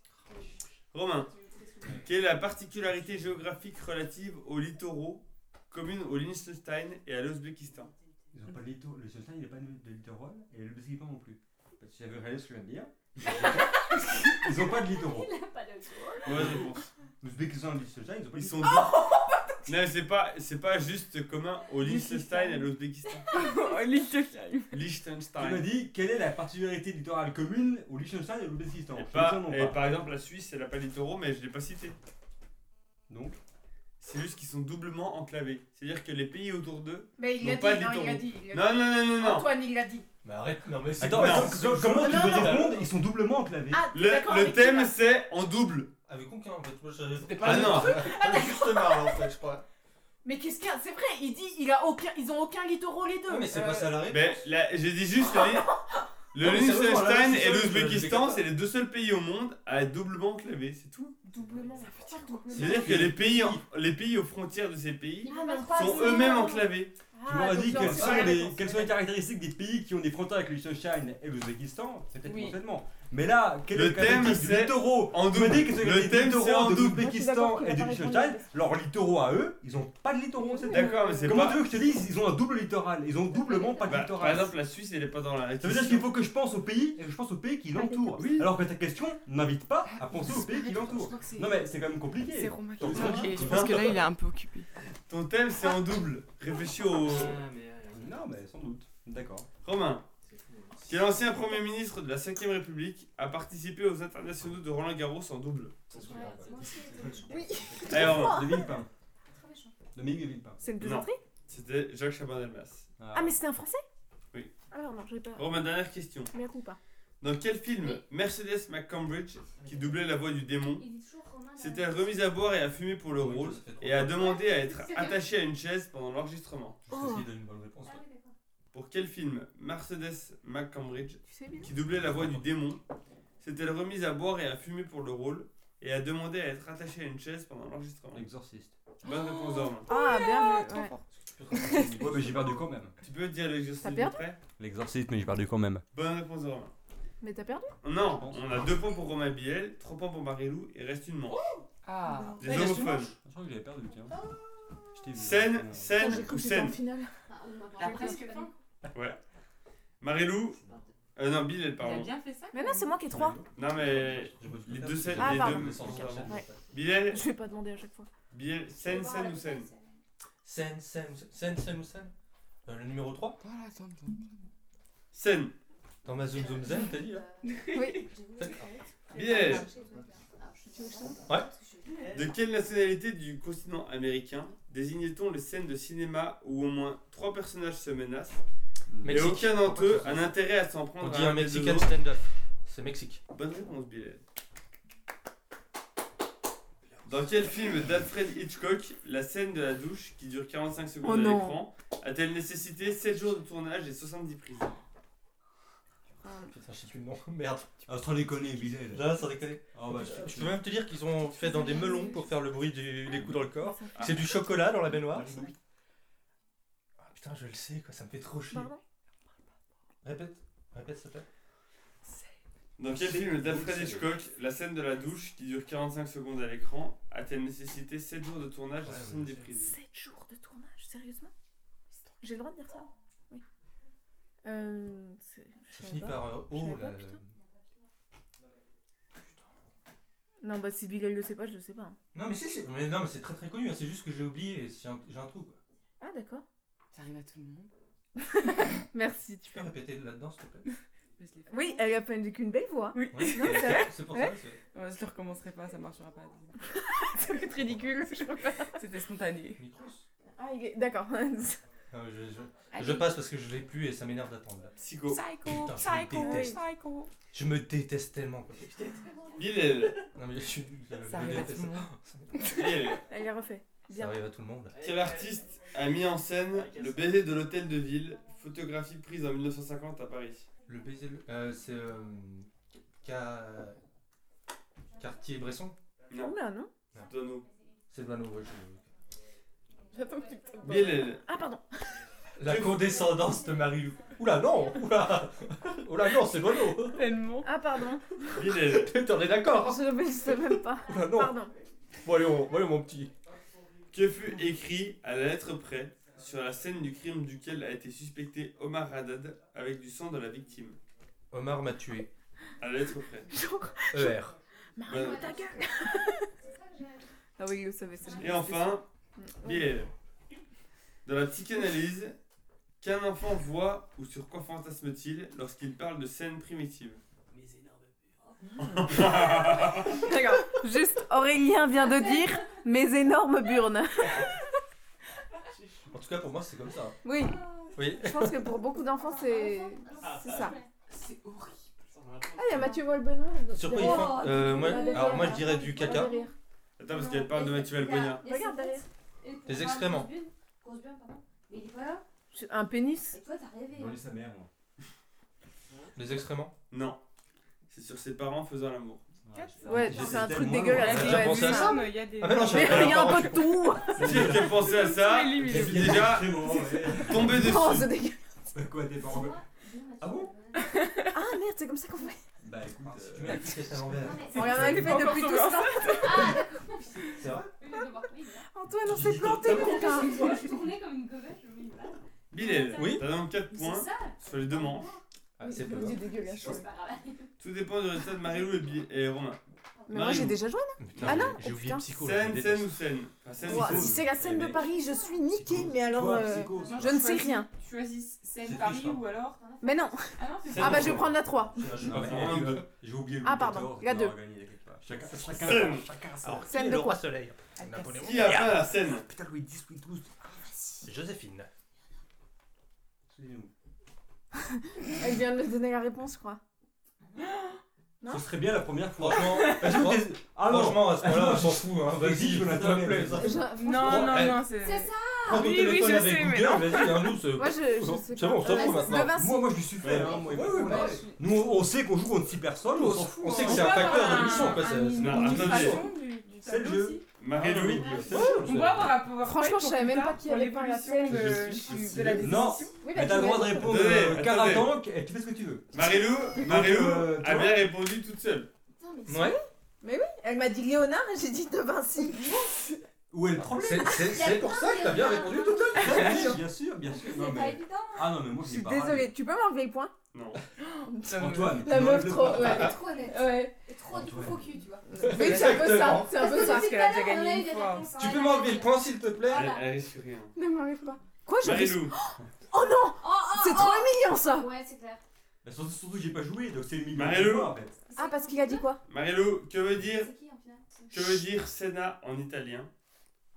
Speaker 2: Romain, quelle est la particularité géographique relative aux littoraux, communes au Liechtenstein et à l'Ouzbékistan
Speaker 4: Ils ont pas de
Speaker 9: Mm.
Speaker 4: littoral. Le Sultan, il n'est pas de de littoral et le Brésilien non plus. Parce que j'avais réalisé ce que je viens de dire. Ils ont pas de littoral.
Speaker 2: Mauvaise réponse.
Speaker 4: L'Ouzbékistan et le Sultan, ils ont pas de
Speaker 2: Ils
Speaker 4: littoral.
Speaker 2: sont deux. Non, mais c'est pas, c'est pas juste commun au Liechtenstein et à l'Ouzbékistan.
Speaker 5: Oh,
Speaker 4: Tu m'as
Speaker 2: Liechtenstein.
Speaker 4: dit quelle est la particularité littorale commune au Liechtenstein et au Ouzbékistan
Speaker 2: Et,
Speaker 4: Je
Speaker 2: pas-
Speaker 4: ne sais non
Speaker 2: et
Speaker 4: pas.
Speaker 2: par exemple, la Suisse, elle a pas de littoraux, mais je l'ai pas cité.
Speaker 4: Donc,
Speaker 2: C'est juste qu'ils sont doublement enclavés. C'est-à-dire que les pays autour d'eux.
Speaker 5: Mais
Speaker 2: il l'a Non, dit, pas du non, il tout. l'a
Speaker 5: dit.
Speaker 2: Non, non, non, non, non
Speaker 5: il l'a dit.
Speaker 3: Mais arrête, non, mais c'est
Speaker 4: attends,
Speaker 3: quoi,
Speaker 4: attends,
Speaker 3: non, c'est-
Speaker 4: comment- comment tu
Speaker 5: Non,
Speaker 4: veux
Speaker 5: non,
Speaker 4: répondre Ils sont doublement enclavés.
Speaker 9: Ah,
Speaker 5: Ah,
Speaker 2: Le, le thème, c'est en double.
Speaker 3: Avec aucun, en fait. Moi, je- C'était
Speaker 2: Ah non
Speaker 3: J'en ai juste marre, en fait, je crois.
Speaker 9: Mais qu'est-ce qu'il y a C'est vrai, il dit il a aucun, ils ont aucun littoral les deux.
Speaker 3: Non, mais c'est
Speaker 9: Euh,
Speaker 3: pas ça la réponse.
Speaker 2: Mais là, j'ai dit juste. les- Le
Speaker 3: Non, mais sérieusement, là,
Speaker 2: Liechtenstein
Speaker 3: je suis
Speaker 2: et
Speaker 3: sûr que je-
Speaker 2: l'Ouzbékistan,
Speaker 3: je-
Speaker 2: c'est les deux seuls pays au monde à être doublement enclavés, c'est tout.
Speaker 9: Doublement.
Speaker 2: C'est-à-dire que les pays, en- les pays aux frontières de ces pays
Speaker 9: Ah, non, pas
Speaker 2: sont
Speaker 9: assez.
Speaker 2: eux-mêmes enclavés.
Speaker 4: Tu m'aurais
Speaker 9: Ah,
Speaker 4: dit
Speaker 9: donc,
Speaker 4: quelles
Speaker 9: c'est
Speaker 4: sont,
Speaker 9: pas la
Speaker 4: les,
Speaker 9: réponse.
Speaker 4: quelles sont les caractéristiques des pays qui ont des frontières avec le Liechtenstein et l'Ouzbékistan, c'est peut-être
Speaker 5: Oui.
Speaker 4: complètement. Mais là, quel est
Speaker 2: Le
Speaker 4: le thème
Speaker 2: thème, c'est-
Speaker 4: du littoraux
Speaker 2: En
Speaker 4: Tu m'as
Speaker 2: double.
Speaker 4: dit que
Speaker 2: Le thème, c'est en
Speaker 4: littoraux de
Speaker 2: double.
Speaker 9: Moi, je suis d'accord
Speaker 4: l'Ouzbékistan
Speaker 9: qu'il a
Speaker 4: et du
Speaker 9: pas répondu.
Speaker 4: Liechtenstein, leurs littoraux à eux, ils ont pas de littoraux. c'est-
Speaker 2: D'accord, mais c'est
Speaker 4: Comment
Speaker 2: pas.
Speaker 4: tu veux que je te dise Ils ont un double littoral, ils ont doublement pas de
Speaker 2: Bah, par
Speaker 4: littoral.
Speaker 2: exemple, la Suisse, elle est pas dans la.
Speaker 4: Ça veut dire qu'il faut que je pense au pays et que je pense au pays qui l'entoure.
Speaker 2: Oui.
Speaker 4: Alors que ta question n'invite pas à penser au pays qui l'entoure. Non mais c'est quand même
Speaker 5: C'est
Speaker 4: compliqué.
Speaker 5: Romain qui
Speaker 4: Donc,
Speaker 5: l'a dit.
Speaker 4: logique.
Speaker 2: Je pense que là,
Speaker 5: il est un peu occupé.
Speaker 2: Ton thème, c'est en double. Réfléchis au.
Speaker 7: Ah, euh,
Speaker 4: Non mais sans doute. D'accord.
Speaker 2: Romain,
Speaker 7: hein.
Speaker 2: quel ancien Premier ministre de la 5ème République a participé aux internationaux de Roland Garros en double Alors,
Speaker 4: De Villepin. Dominique de Villepin.
Speaker 1: c'est une
Speaker 2: non,
Speaker 1: plaisanterie.
Speaker 2: c'était Jacques Chaban-Delmas.
Speaker 1: Ah, Oh. mais c'était un français
Speaker 2: Oui.
Speaker 1: Alors non, j'ai pas.
Speaker 2: Romain, dernière question.
Speaker 1: Mais ou pas.
Speaker 2: Dans quel film Mercedes McCambridge, qui doublait la voix du démon, s'était
Speaker 6: C'était
Speaker 2: remise à boire et à fumer pour le rôle et a demandé à être attachée à une chaise pendant l'enregistrement
Speaker 1: Oh.
Speaker 6: Ah Oh.
Speaker 3: Juste parce qu'il donne une bonne réponse. ouais.
Speaker 2: Pour quel film Mercedes McCambridge,
Speaker 1: Tu sais bien
Speaker 2: qui doublait la voix du démon, s'est-elle remise à boire et à fumer pour le rôle et a demandé à être attachée à une chaise pendant l'enregistrement
Speaker 4: L'exorciste.
Speaker 2: Bonne réponse d'Orman.
Speaker 1: Ah, bien vu. ouais.
Speaker 4: Ouais, mais j'ai perdu quand même.
Speaker 2: Tu peux dire l'exercice
Speaker 1: T'as
Speaker 2: de
Speaker 1: perdu
Speaker 2: près
Speaker 4: L'exorciste, mais j'ai perdu quand même.
Speaker 2: Bonne réponse d'Orman.
Speaker 1: Mais t'as perdu
Speaker 2: Non,
Speaker 4: pense.
Speaker 2: on a deux points pour Romain Biel, trois points pour Marie-Lou et reste une manche.
Speaker 5: Ah.
Speaker 2: Des homophobes.
Speaker 4: Je crois que j'avais perdu, tiens. Je t'ai vu. Ah,
Speaker 2: Scène,
Speaker 4: Ouais.
Speaker 1: Putain,
Speaker 2: scène
Speaker 1: J'ai cru
Speaker 2: ou
Speaker 1: que c'était en
Speaker 2: scène
Speaker 1: finale.
Speaker 9: La presque fin.
Speaker 2: Marie-Lou euh, Non, Bill, elle
Speaker 5: Il a
Speaker 2: parle.
Speaker 5: bien fait ça
Speaker 1: Mais non, c'est moi qui ai trois.
Speaker 2: Non, mais les deux scènes.
Speaker 1: Ah,
Speaker 2: les
Speaker 1: pardon.
Speaker 2: deux
Speaker 8: Sans
Speaker 2: sont avant.
Speaker 8: savoir.
Speaker 1: Ouais.
Speaker 2: Biel,
Speaker 1: Je vais pas demander à chaque fois.
Speaker 2: Biel, scène, scène ou scène
Speaker 6: euh,
Speaker 3: Sen, Sen, Sen, Sen ou Sen Euh, Le numéro 3
Speaker 2: Scène.
Speaker 3: Dans ma zone zone zen, t'as dit là
Speaker 1: Oui.
Speaker 2: Biel.
Speaker 6: Tu veux que Ah, je chante
Speaker 3: Ouais.
Speaker 2: De quelle nationalité du continent américain désignait-on les scènes de cinéma où au moins trois personnages se menacent Mais
Speaker 3: Mexique.
Speaker 2: aucun d'entre eux n'a intérêt à s'en
Speaker 3: On
Speaker 2: prendre
Speaker 3: dit
Speaker 2: à
Speaker 3: un
Speaker 2: un des deux
Speaker 3: Mexican
Speaker 2: autres
Speaker 3: stand-up. C'est Mexique.
Speaker 2: Bonne réponse, Bill. Dans quel film d'Alfred Hitchcock, la scène de la douche, qui dure 45 secondes
Speaker 1: Oh
Speaker 2: à
Speaker 1: non.
Speaker 2: l'écran, a-t-elle nécessité 7 jours de tournage et 70 prises
Speaker 3: Putain, je sais plus le nom. Merde.
Speaker 4: Ah, sans déconner, Bilal.
Speaker 3: Là, sans déconner.
Speaker 4: Ah, bah, je-
Speaker 3: Je peux même te dire qu'ils ont fait dans des melons pour faire le bruit du- des coups dans le corps.
Speaker 4: Ah.
Speaker 3: C'est du chocolat dans la baignoire. Ah, putain, je le sais, quoi, ça me fait trop chier.
Speaker 1: Pardon
Speaker 3: Répète, répète, s'il te plaît.
Speaker 2: Dans quel film d'Alfred Hitchcock, la scène de la douche, qui dure 45 secondes à l'écran, a-t-elle nécessité 7 jours de tournage et
Speaker 3: Ouais,
Speaker 2: 70
Speaker 3: ouais.
Speaker 2: prises
Speaker 1: 7 jours de tournage, sérieusement J'ai le droit de dire ça Oui. Euh. c'est- je
Speaker 3: Ça
Speaker 1: savais
Speaker 3: finit
Speaker 1: pas.
Speaker 3: par euh, oh
Speaker 1: savais
Speaker 3: là.
Speaker 1: pas, putain. Non, bah si Bilal le sait pas, je le sais pas. hein.
Speaker 3: Non, mais si, c'est- mais non, mais c'est très très connu, hein, c'est juste que j'ai oublié, c'est un- j'ai un trou. Quoi.
Speaker 1: Ah, d'accord.
Speaker 5: Ça arrive à tout le monde.
Speaker 1: Merci, tu
Speaker 3: Tu peux
Speaker 1: peux.
Speaker 3: répéter là-dedans, s'il te plaît
Speaker 5: Je laisse les faire.
Speaker 1: Oui, elle a pas qu'une belle voix.
Speaker 3: Ouais,
Speaker 1: Non, c'est vrai.
Speaker 3: C'est pour ça. c'est-
Speaker 5: Ouais, je le recommencerai pas, ça marchera pas.
Speaker 1: C'est ridicule, je crois pas.
Speaker 5: C'était spontané.
Speaker 3: Micros
Speaker 1: Ah, il est- d'accord.
Speaker 3: Non, mais je, je- je passe parce que je l'ai plus et ça m'énerve d'attendre. là.
Speaker 2: Psycho.
Speaker 5: Psycho,
Speaker 3: Putain, je
Speaker 5: psycho,
Speaker 1: déteste.
Speaker 5: psycho.
Speaker 3: Je me déteste tellement. quoi.
Speaker 2: Bilal,
Speaker 3: Non, mais je suis nul, je- je
Speaker 5: Ça arrive à tout
Speaker 3: déteste
Speaker 5: le monde.
Speaker 2: Bilal,
Speaker 1: Elle l'a refait.
Speaker 3: ça.
Speaker 1: Bien.
Speaker 3: Ça arrive à tout le monde.
Speaker 2: Quel artiste a mis en scène le baiser de l'hôtel de ville, photographie prise en 1950 à Paris
Speaker 3: Le baiser, le- euh, c'est euh, Ca- Cartier-Bresson.
Speaker 2: Non,
Speaker 1: Oula, non
Speaker 2: Dono.
Speaker 3: C'est Blano, ouais. je-
Speaker 5: J'attends que tu me tapes.
Speaker 2: Bilal,
Speaker 1: Ah, pardon.
Speaker 3: La condescendance de Marie-Lou. Oula non, oula, oula non, c'est Blano.
Speaker 5: Tellement.
Speaker 1: Ah, pardon.
Speaker 2: Bilal,
Speaker 3: T'en es d'accord
Speaker 1: Je ne sais même pas.
Speaker 3: Oula non.
Speaker 1: Pardon.
Speaker 3: Voyons, voyons mon petit.
Speaker 2: que fut écrit à la lettre près sur la scène du crime duquel a été suspecté Omar Haddad avec du sang de la victime
Speaker 3: Omar m'a tué.
Speaker 2: À la lettre près.
Speaker 1: Genre,
Speaker 3: ER.
Speaker 1: Mario, ta gueule Ah oui, il le savait, ça.
Speaker 2: Et enfin,
Speaker 1: Ouais.
Speaker 2: Bilal, dans la psychanalyse, qu'un enfant voit ou sur quoi fantasme-t-il lorsqu'il parle de scènes primitives
Speaker 1: D'accord. Juste, Aurélien vient de dire mes énormes burnes.
Speaker 3: En tout cas pour moi c'est comme ça. hein.
Speaker 1: Oui,
Speaker 3: Oui.
Speaker 1: je pense que pour beaucoup d'enfants, c'est.
Speaker 6: Ah,
Speaker 1: C'est ça.
Speaker 5: C'est horrible.
Speaker 1: Ah, il y a Mathieu Volbonne.
Speaker 3: Sur quoi il fait
Speaker 6: Oh,
Speaker 3: Euh, moi- Alors moi je dirais du caca.
Speaker 2: Attends, parce qu'elle parle de Mathieu Albonia.
Speaker 1: Regarde derrière.
Speaker 3: Des excréments.
Speaker 6: Mais il est pas là.
Speaker 1: Un pénis
Speaker 6: Et toi, t'as rêvé. hein.
Speaker 4: Dans les sa mère, moi.
Speaker 3: Les excréments.
Speaker 2: Non. C'est sur ses parents faisant l'amour.
Speaker 1: Ouais,
Speaker 4: J'ai-
Speaker 1: c'est un
Speaker 4: j'étais
Speaker 1: truc
Speaker 4: moins
Speaker 1: dégueulasse.
Speaker 3: loin.
Speaker 1: ouais,
Speaker 3: J'ai
Speaker 1: vu
Speaker 3: pensé à
Speaker 1: ça.
Speaker 3: ça.
Speaker 5: mais il y a des.
Speaker 3: Ah, mais non,
Speaker 1: Mais
Speaker 3: j'ai-
Speaker 1: il y a un peu de tout
Speaker 2: Si j'ai pensé à ça,
Speaker 5: Tu
Speaker 2: je
Speaker 5: m'élimines.
Speaker 2: suis déjà
Speaker 4: C'est bon, ouais.
Speaker 2: tombé dessus.
Speaker 1: Oh, c'est dégueulasse.
Speaker 4: Bah, Quoi, t'es pas en Ah bon
Speaker 1: Ah merde, c'est comme ça qu'on fait.
Speaker 4: Bah, écoute.
Speaker 3: Ah, Si tu
Speaker 4: euh,
Speaker 3: mets la petite tête à l'envers.
Speaker 1: On l'a mal fait
Speaker 5: pas encore
Speaker 1: depuis tout
Speaker 5: tombé
Speaker 1: ce temps.
Speaker 3: C'est vrai
Speaker 1: Antoine, on s'est planté, putain.
Speaker 6: hein. Je tournais comme une gobelle, je me dis, voilà.
Speaker 2: Bilal,
Speaker 3: Oui.
Speaker 2: t'as donc 4
Speaker 6: C'est
Speaker 2: points
Speaker 6: ça,
Speaker 2: sur les deux manches.
Speaker 3: Ah, c'est peu.
Speaker 1: C'est dégueulasse. ouais.
Speaker 6: c'est pas grave.
Speaker 2: Tout dépend du résultat de Marilou et, Bi- et Romain.
Speaker 1: Mais moi, j'ai déjà joué.
Speaker 3: Putain,
Speaker 1: Ah
Speaker 3: j'ai-
Speaker 1: non,
Speaker 3: J'ai
Speaker 1: oh,
Speaker 3: oublié
Speaker 1: putain.
Speaker 3: Psycho. là, je
Speaker 2: Scène,
Speaker 3: le
Speaker 2: scène
Speaker 3: déteste.
Speaker 2: ou scène Enfin, scène,
Speaker 1: Ouah,
Speaker 2: scène.
Speaker 1: si c'est la scène de Paris, je suis niquée, mais alors.
Speaker 4: Toi,
Speaker 1: euh,
Speaker 4: psycho,
Speaker 5: Non,
Speaker 1: Je ne sais
Speaker 5: choisis-
Speaker 1: rien.
Speaker 5: Tu choisis scène
Speaker 3: C'est
Speaker 5: Paris
Speaker 3: triste, hein.
Speaker 5: ou alors.
Speaker 1: Mais non.
Speaker 5: Ah non, c'est
Speaker 2: Scène
Speaker 1: Ah bah,
Speaker 2: ou
Speaker 1: je vais
Speaker 2: scène
Speaker 1: prendre la 3.
Speaker 3: Je suis
Speaker 4: Non,
Speaker 3: pas
Speaker 4: mais,
Speaker 3: fan.
Speaker 4: euh,
Speaker 2: deux.
Speaker 4: J'ai oublié le
Speaker 1: Ah, pardon, il y a deux.
Speaker 4: Chacun,
Speaker 2: Scène.
Speaker 4: chacun, chacun. ça.
Speaker 3: Alors, qui
Speaker 1: Scène
Speaker 3: est
Speaker 1: de
Speaker 3: le
Speaker 1: quoi Ah,
Speaker 3: roi soleil Napoléon
Speaker 2: Qui a pas la scène
Speaker 4: Putain, Louis X, Louis XII.
Speaker 3: Ah, Joséphine.
Speaker 4: Excusez-nous.
Speaker 1: Elle vient de me donner la réponse, je crois. Non
Speaker 4: Ce serait bien la première fois.
Speaker 3: Franchement,
Speaker 4: Vas-y, t'es- Ah non
Speaker 3: franchement, à ce moment-là, on s'en fout, hein.
Speaker 4: Je
Speaker 3: Vas-y,
Speaker 4: dis,
Speaker 3: je
Speaker 4: je
Speaker 3: te
Speaker 4: l'attendais,
Speaker 3: plaît.
Speaker 4: mais-
Speaker 1: Je-
Speaker 5: Ah, Non,
Speaker 3: Bon,
Speaker 5: non,
Speaker 3: eh.
Speaker 5: non, c'est.
Speaker 6: C'est ça
Speaker 3: Prends ton
Speaker 5: oui, oui,
Speaker 3: téléphone
Speaker 5: je
Speaker 3: avec
Speaker 5: sais, mais
Speaker 3: Google, vas-y, hein, nous, c'est-
Speaker 1: Moi, je, je
Speaker 3: Bon,
Speaker 1: sais
Speaker 3: c'est
Speaker 1: pas. Euh,
Speaker 3: bon, on s'en
Speaker 1: Ouais,
Speaker 3: fout
Speaker 1: c'est-
Speaker 3: maintenant.
Speaker 1: le Vincent-
Speaker 4: Moi, moi, je suis super.
Speaker 3: Ouais,
Speaker 4: hein, moi,
Speaker 3: ouais,
Speaker 4: moi,
Speaker 3: ouais,
Speaker 4: moi,
Speaker 3: ouais.
Speaker 4: moi. Nous, on on sait qu'on joue contre 6 personnes, on s'en fout.
Speaker 3: on sait
Speaker 5: On
Speaker 3: que c'est un
Speaker 5: peut
Speaker 3: facteur
Speaker 5: avoir
Speaker 3: de l'émission, quoi,
Speaker 5: un-
Speaker 3: c'est-
Speaker 5: un-
Speaker 3: c'est
Speaker 5: une
Speaker 2: normal.
Speaker 5: illustration du- du
Speaker 4: C'est le
Speaker 5: tableau
Speaker 4: jeu.
Speaker 5: aussi.
Speaker 2: Marie-Louis,
Speaker 3: Ah,
Speaker 2: c'est-
Speaker 3: ouais,
Speaker 5: On peut avoir un PowerPoint
Speaker 1: Franchement, je
Speaker 5: pour
Speaker 1: savais
Speaker 5: plus
Speaker 1: même
Speaker 5: tard
Speaker 1: pas qu'il y
Speaker 5: pour
Speaker 1: avait pas la
Speaker 5: l'évolution
Speaker 1: scène. euh,
Speaker 5: de,
Speaker 3: Je-
Speaker 5: de la décision.
Speaker 4: Non,
Speaker 1: Oui, bah,
Speaker 4: mais t'as
Speaker 1: tu
Speaker 4: le droit de
Speaker 1: m'as dit.
Speaker 4: répondre
Speaker 2: Attendez,
Speaker 4: euh,
Speaker 2: attendez.
Speaker 4: Caratank et tu fais ce que tu veux.
Speaker 2: Marie-Lou, Marie-Lou
Speaker 4: euh,
Speaker 2: a
Speaker 4: toi
Speaker 2: bien répondu toute seule.
Speaker 1: Putain, mais
Speaker 3: Ouais.
Speaker 9: Elle m'a dit Léonard et j'ai dit De Vinci.
Speaker 4: Où est le problème
Speaker 3: C'est- C'est c'est pour ça que t'as bien répondu tout à l'heure.
Speaker 4: Bien sûr, Bien sûr, bien sûr. Non,
Speaker 6: hein. C'est pas
Speaker 4: mais...
Speaker 6: évident. hein.
Speaker 4: Ah non, mais moi,
Speaker 9: Je
Speaker 4: c'est
Speaker 9: suis
Speaker 4: pas
Speaker 9: désolée, tu peux m'enlever le point
Speaker 2: Non.
Speaker 4: Antoine,
Speaker 1: La
Speaker 4: tu
Speaker 1: meuf
Speaker 4: le
Speaker 1: trop.
Speaker 4: pas.
Speaker 1: Ouais.
Speaker 6: Elle est trop honnête.
Speaker 4: Ah.
Speaker 1: Ouais.
Speaker 6: Elle est trop du faux cul, tu vois.
Speaker 1: Mais c'est un peu ça. C'est un peu ça.
Speaker 5: Parce qu'elle a déjà gagné une fois.
Speaker 3: Tu peux m'enlever le point, s'il te plaît
Speaker 2: Elle, elle risque rien.
Speaker 1: Ne m'arrive pas. Quoi, je risque-
Speaker 2: Marie-Lou,
Speaker 1: Oh non C'est trop
Speaker 6: trop
Speaker 1: humiliant ça
Speaker 6: oh. Ouais, c'est clair.
Speaker 4: Bah, surtout, surtout que j'ai pas joué, donc c'est mignon.
Speaker 2: Marie-Lou.
Speaker 4: en fait.
Speaker 1: Ah, parce qu'il a dit quoi
Speaker 2: Marie-Lou, que veut dire
Speaker 6: C'est qui en finale
Speaker 2: Que veut dire Senna en italien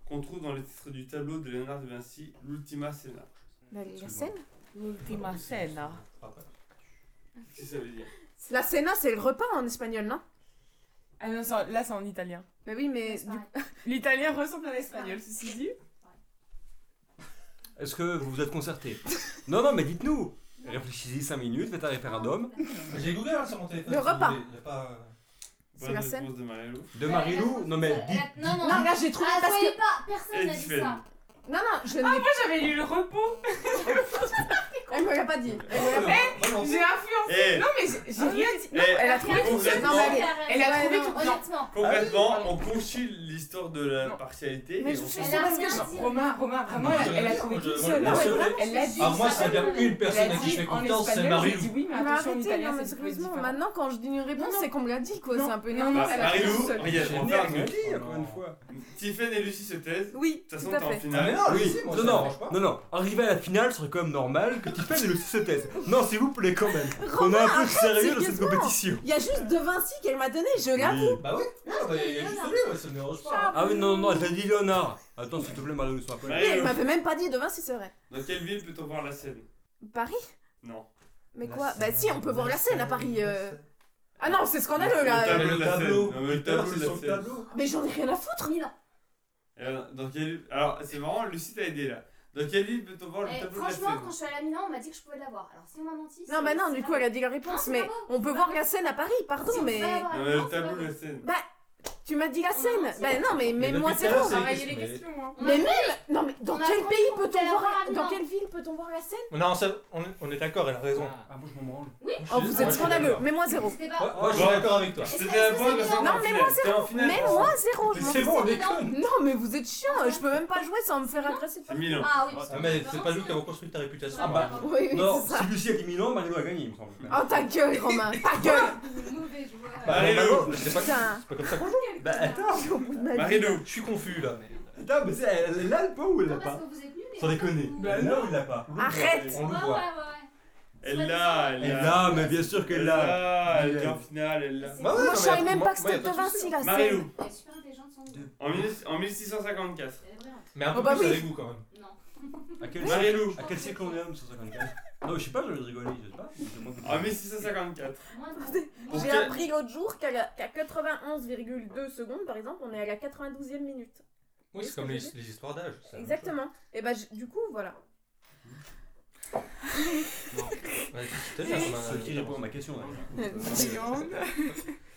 Speaker 2: Qu'on trouve dans le titre du tableau de Léonard de Vinci, l'Ultima Cena.
Speaker 1: la, la
Speaker 4: Excuse-moi.
Speaker 1: scène
Speaker 9: L'ultima
Speaker 1: hein.
Speaker 9: cena.
Speaker 4: Ah, ouais.
Speaker 2: Qu'est-ce que ça veut dire
Speaker 1: La cena, c'est le repas en espagnol, non
Speaker 5: Ah non, ça- là c'est en italien.
Speaker 1: Bah oui, mais.
Speaker 6: C'est pareil.
Speaker 5: L'italien ressemble à l'espagnol, ceci dit.
Speaker 4: Est-ce que vous vous êtes concerté Non, non, mais dites-nous Réfléchissez 5 minutes, faites un référendum.
Speaker 3: J'ai Google hein, sur mon téléphone.
Speaker 1: Le
Speaker 3: si vous
Speaker 1: repas.
Speaker 3: voulez. Y a pas, euh,
Speaker 1: C'est la scène.
Speaker 2: réponse de Marie-Lou.
Speaker 4: De Marie-Lou, non mais
Speaker 6: Elle
Speaker 4: dites.
Speaker 6: a- Non, non,
Speaker 1: Non, là j'ai trouvé
Speaker 6: Ah,
Speaker 1: parce
Speaker 6: soyez
Speaker 1: que.
Speaker 6: pas, personne n'a dit
Speaker 2: Edwin.
Speaker 6: ça.
Speaker 1: Non, non, je ne l'ai
Speaker 5: Moi j'avais lu le repos,
Speaker 1: Elle me l'a pas dit. Elle me l'a pas
Speaker 3: vraiment,
Speaker 5: j'ai influencé.
Speaker 2: Eh
Speaker 5: Non mais j'ai
Speaker 1: Ah
Speaker 5: j'ai rien dit.
Speaker 2: Eh,
Speaker 5: Non, elle a trouvé tout seul.
Speaker 2: complètement,
Speaker 5: Non, mais elle est-
Speaker 6: elle
Speaker 5: elle a trouvé
Speaker 1: non,
Speaker 5: tout seul.
Speaker 6: Honnêtement.
Speaker 2: Complètement,
Speaker 5: Ah oui,
Speaker 2: on conchit l'histoire de la
Speaker 5: Non.
Speaker 2: partialité.
Speaker 1: Mais
Speaker 2: et
Speaker 1: je
Speaker 2: on
Speaker 1: sais
Speaker 2: s'en
Speaker 1: pas.
Speaker 6: Elle a
Speaker 1: parce
Speaker 6: rien
Speaker 1: que
Speaker 6: dit.
Speaker 5: Non, Romain, Romain, vraiment,
Speaker 3: Moi,
Speaker 5: elle, elle a
Speaker 3: Ah, je-
Speaker 5: trouvé
Speaker 3: moi,
Speaker 5: toute
Speaker 3: je-
Speaker 5: seule.
Speaker 3: moi,
Speaker 5: Non,
Speaker 3: je-
Speaker 5: mais Elle l'a dit.
Speaker 3: Ah, moi, s'il y a bien une personne
Speaker 5: Elle a
Speaker 3: à qui je
Speaker 5: dit
Speaker 3: fais
Speaker 5: en
Speaker 3: confiance, c'est
Speaker 5: espagnol, j'ai dit
Speaker 3: Marie-Lou.
Speaker 5: oui,
Speaker 1: Mais
Speaker 5: mais attention, en
Speaker 1: arrêtez, non,
Speaker 5: italien,
Speaker 1: mais
Speaker 5: c'est un peu
Speaker 1: sérieusement,
Speaker 5: différent.
Speaker 1: maintenant quand je dis une réponse,
Speaker 5: Non,
Speaker 1: c'est qu'on me l'a dit quoi,
Speaker 5: Non,
Speaker 1: c'est un peu
Speaker 5: non,
Speaker 1: énervant.
Speaker 5: non,
Speaker 2: Bah,
Speaker 1: elle a
Speaker 2: Marie-Lou,
Speaker 1: trouvé tout seul.
Speaker 2: regarde, on va faire un
Speaker 4: Rien
Speaker 2: truc.
Speaker 4: dit, encore une fois.
Speaker 2: Tiffany et Lucie se taisent. De
Speaker 1: Oui,
Speaker 2: toute
Speaker 1: tout
Speaker 2: façon,
Speaker 1: à
Speaker 2: t'es en
Speaker 1: fait.
Speaker 3: Ah, mais
Speaker 2: finale.
Speaker 3: non,
Speaker 4: Oui,
Speaker 3: si, moi,
Speaker 4: non,
Speaker 3: ça
Speaker 4: non,
Speaker 3: me dérange pas.
Speaker 4: non, non, arriver à la finale serait quand même normal que Tiffany et le se taisent. Non, s'il vous plaît, quand même. On a un peu de sérieux dans cette
Speaker 1: sérieusement.
Speaker 4: compétition.
Speaker 1: Il y a juste De Vinci qu'elle m'a donné, je l'avoue.
Speaker 4: Oui.
Speaker 3: Bah oui,
Speaker 1: Ah,
Speaker 3: ouais, bah, il y a juste lui, ouais, ça me dérange pas. hein.
Speaker 4: Ah oui, non, non, elle t'a dit Léonard. Attends, s'il te plaît, Marie-Lou, sois pas là.
Speaker 1: Elle
Speaker 2: Marie-Lou,
Speaker 1: m'avait même pas dit De Vinci, c'est vrai.
Speaker 2: dans quelle ville peut-on voir la scène
Speaker 1: Paris
Speaker 2: Non.
Speaker 1: Mais
Speaker 3: La
Speaker 1: quoi Bah
Speaker 3: scène,
Speaker 1: si, on peut voir la scène à Paris. euh. Ah non, c'est scandaleux
Speaker 2: Le
Speaker 1: là.
Speaker 2: tableau de
Speaker 3: Le
Speaker 2: la scène.
Speaker 3: tableau.
Speaker 2: Non, mais le tableau de
Speaker 3: C'est
Speaker 2: la
Speaker 3: sur le
Speaker 2: scène.
Speaker 3: tableau.
Speaker 1: Mais j'en ai rien à foutre.
Speaker 2: Et alors, dans quelle- Alors, c'est marrant, Lucie t'a aidé là. Dans quelle ville peut-on voir le
Speaker 6: Eh,
Speaker 2: tableau de la scène
Speaker 6: Franchement, quand je suis allée à Milan, on m'a dit que je pouvais l'avoir. Alors si on m'a menti.
Speaker 1: Non, bah non, du coup, elle a dit la
Speaker 6: Ah, Non,
Speaker 1: réponse,
Speaker 6: c'est
Speaker 1: mais
Speaker 6: pas beau,
Speaker 1: on peut
Speaker 6: c'est
Speaker 1: voir
Speaker 6: pas
Speaker 1: la
Speaker 6: beau.
Speaker 1: scène à Paris, pardon, mais. bah,
Speaker 2: Non, mais le tableau de la scène.
Speaker 1: Tu m'as dit la
Speaker 6: On
Speaker 1: scène
Speaker 6: avance,
Speaker 1: Bah
Speaker 6: ouais.
Speaker 1: non, mais
Speaker 3: Mais
Speaker 1: mets-moi
Speaker 3: depuis tout à
Speaker 1: zéro
Speaker 3: l'heure, c'est-
Speaker 5: Travailler les
Speaker 3: Mais-
Speaker 5: questions, hein.
Speaker 1: Mais même Non, mais dans
Speaker 6: On a
Speaker 1: quel
Speaker 6: appris
Speaker 1: pays
Speaker 6: qu'on
Speaker 1: peut-on
Speaker 6: pouvait la voir
Speaker 1: voir
Speaker 6: à
Speaker 1: Dans
Speaker 6: Milan.
Speaker 1: quelle ville peut-on voir la scène
Speaker 3: Non, ça, on est- on est d'accord, elle a raison.
Speaker 4: Ah, moi, je m'en branle.
Speaker 1: Oh, vous êtes scandaleux, mets-moi zéro.
Speaker 6: C'était
Speaker 3: Ah, Ouais,
Speaker 6: pas.
Speaker 3: Moi, je suis
Speaker 2: Bon.
Speaker 3: d'accord avec toi.
Speaker 2: C'était la bonne personne
Speaker 1: Non,
Speaker 2: en
Speaker 1: mais
Speaker 2: finale.
Speaker 1: moi,
Speaker 2: T'es en finale.
Speaker 1: Mets-moi zéro, je
Speaker 3: Mais
Speaker 1: m'en
Speaker 3: c'est
Speaker 1: fous.
Speaker 3: bon, on déconne.
Speaker 1: Non, mais vous êtes chiant, je peux même pas jouer sans me faire agresser.
Speaker 2: C'est Milan.
Speaker 6: Ah oui.
Speaker 3: Ah, mais c'est pas nous qui avons construit ta réputation.
Speaker 6: Ah bah.
Speaker 1: Oui, oui,
Speaker 3: Non,
Speaker 1: c'est ça.
Speaker 4: Si Lucie a dit Milan, Marie-Lou a gagné, il me semble.
Speaker 1: Oh, ta gueule, Romain, ta gueule
Speaker 6: Mauvais joueur.
Speaker 3: Bah,
Speaker 2: Marie-Lou.
Speaker 3: normalement, C'est pas
Speaker 1: Putain
Speaker 3: c'est pas comme ça qu'on joue.
Speaker 4: Bah attends,
Speaker 2: Marie-Lou.
Speaker 3: Je suis confus là.
Speaker 4: attends, mais c'est- elle l'a le point ou elle l'a
Speaker 6: Non, parce
Speaker 4: pas
Speaker 6: que vous êtes nuls. mais-
Speaker 4: Sans déconner.
Speaker 3: Bah,
Speaker 4: Elle l'a ou elle l'a pas
Speaker 1: Arrête
Speaker 3: On
Speaker 6: Ouais,
Speaker 3: le
Speaker 6: ouais,
Speaker 3: voit.
Speaker 6: ouais, ouais.
Speaker 2: Elle l'a, elle
Speaker 4: Elle
Speaker 2: l'a.
Speaker 4: l'a, mais bien sûr qu'elle
Speaker 2: Elle
Speaker 4: l'a.
Speaker 2: l'a, elle est en finale, elle l'a.
Speaker 3: Bah ouais,
Speaker 1: Moi,
Speaker 3: non,
Speaker 1: je
Speaker 3: mais
Speaker 1: savais même
Speaker 3: moi-
Speaker 1: pas que
Speaker 3: moi, y a
Speaker 1: c'était De
Speaker 3: pas de souci.
Speaker 1: Vinci, la scène.
Speaker 2: Marie-Lou,
Speaker 6: Elle est super intelligente, sans doute.
Speaker 2: en 16- en 1654.
Speaker 6: Elle est vraiment.
Speaker 3: Mais un peu
Speaker 1: Oh, bah
Speaker 3: plus
Speaker 1: oui.
Speaker 3: avec vous quand même.
Speaker 6: Non.
Speaker 4: À quel
Speaker 2: Marie-Lou,
Speaker 4: À quel siècle on est homme 154 Non, mais je sais pas, je vais rigoler, je sais pas. C'est moi qui-
Speaker 3: Ah,
Speaker 2: en 1654.
Speaker 6: Moins de.
Speaker 2: Pour
Speaker 1: J'ai
Speaker 2: quel-
Speaker 1: appris l'autre jour qu'à la- qu'à 91,2 secondes, par exemple, on est à la 92e minute.
Speaker 3: Oui, c'est comme les, les histoires d'âge. c'est la même
Speaker 1: Exactement. Et bah, j- du coup, voilà.
Speaker 3: chose. Ouais, c'est bien, comme un-
Speaker 4: C'est qui répond à ma question. ouais.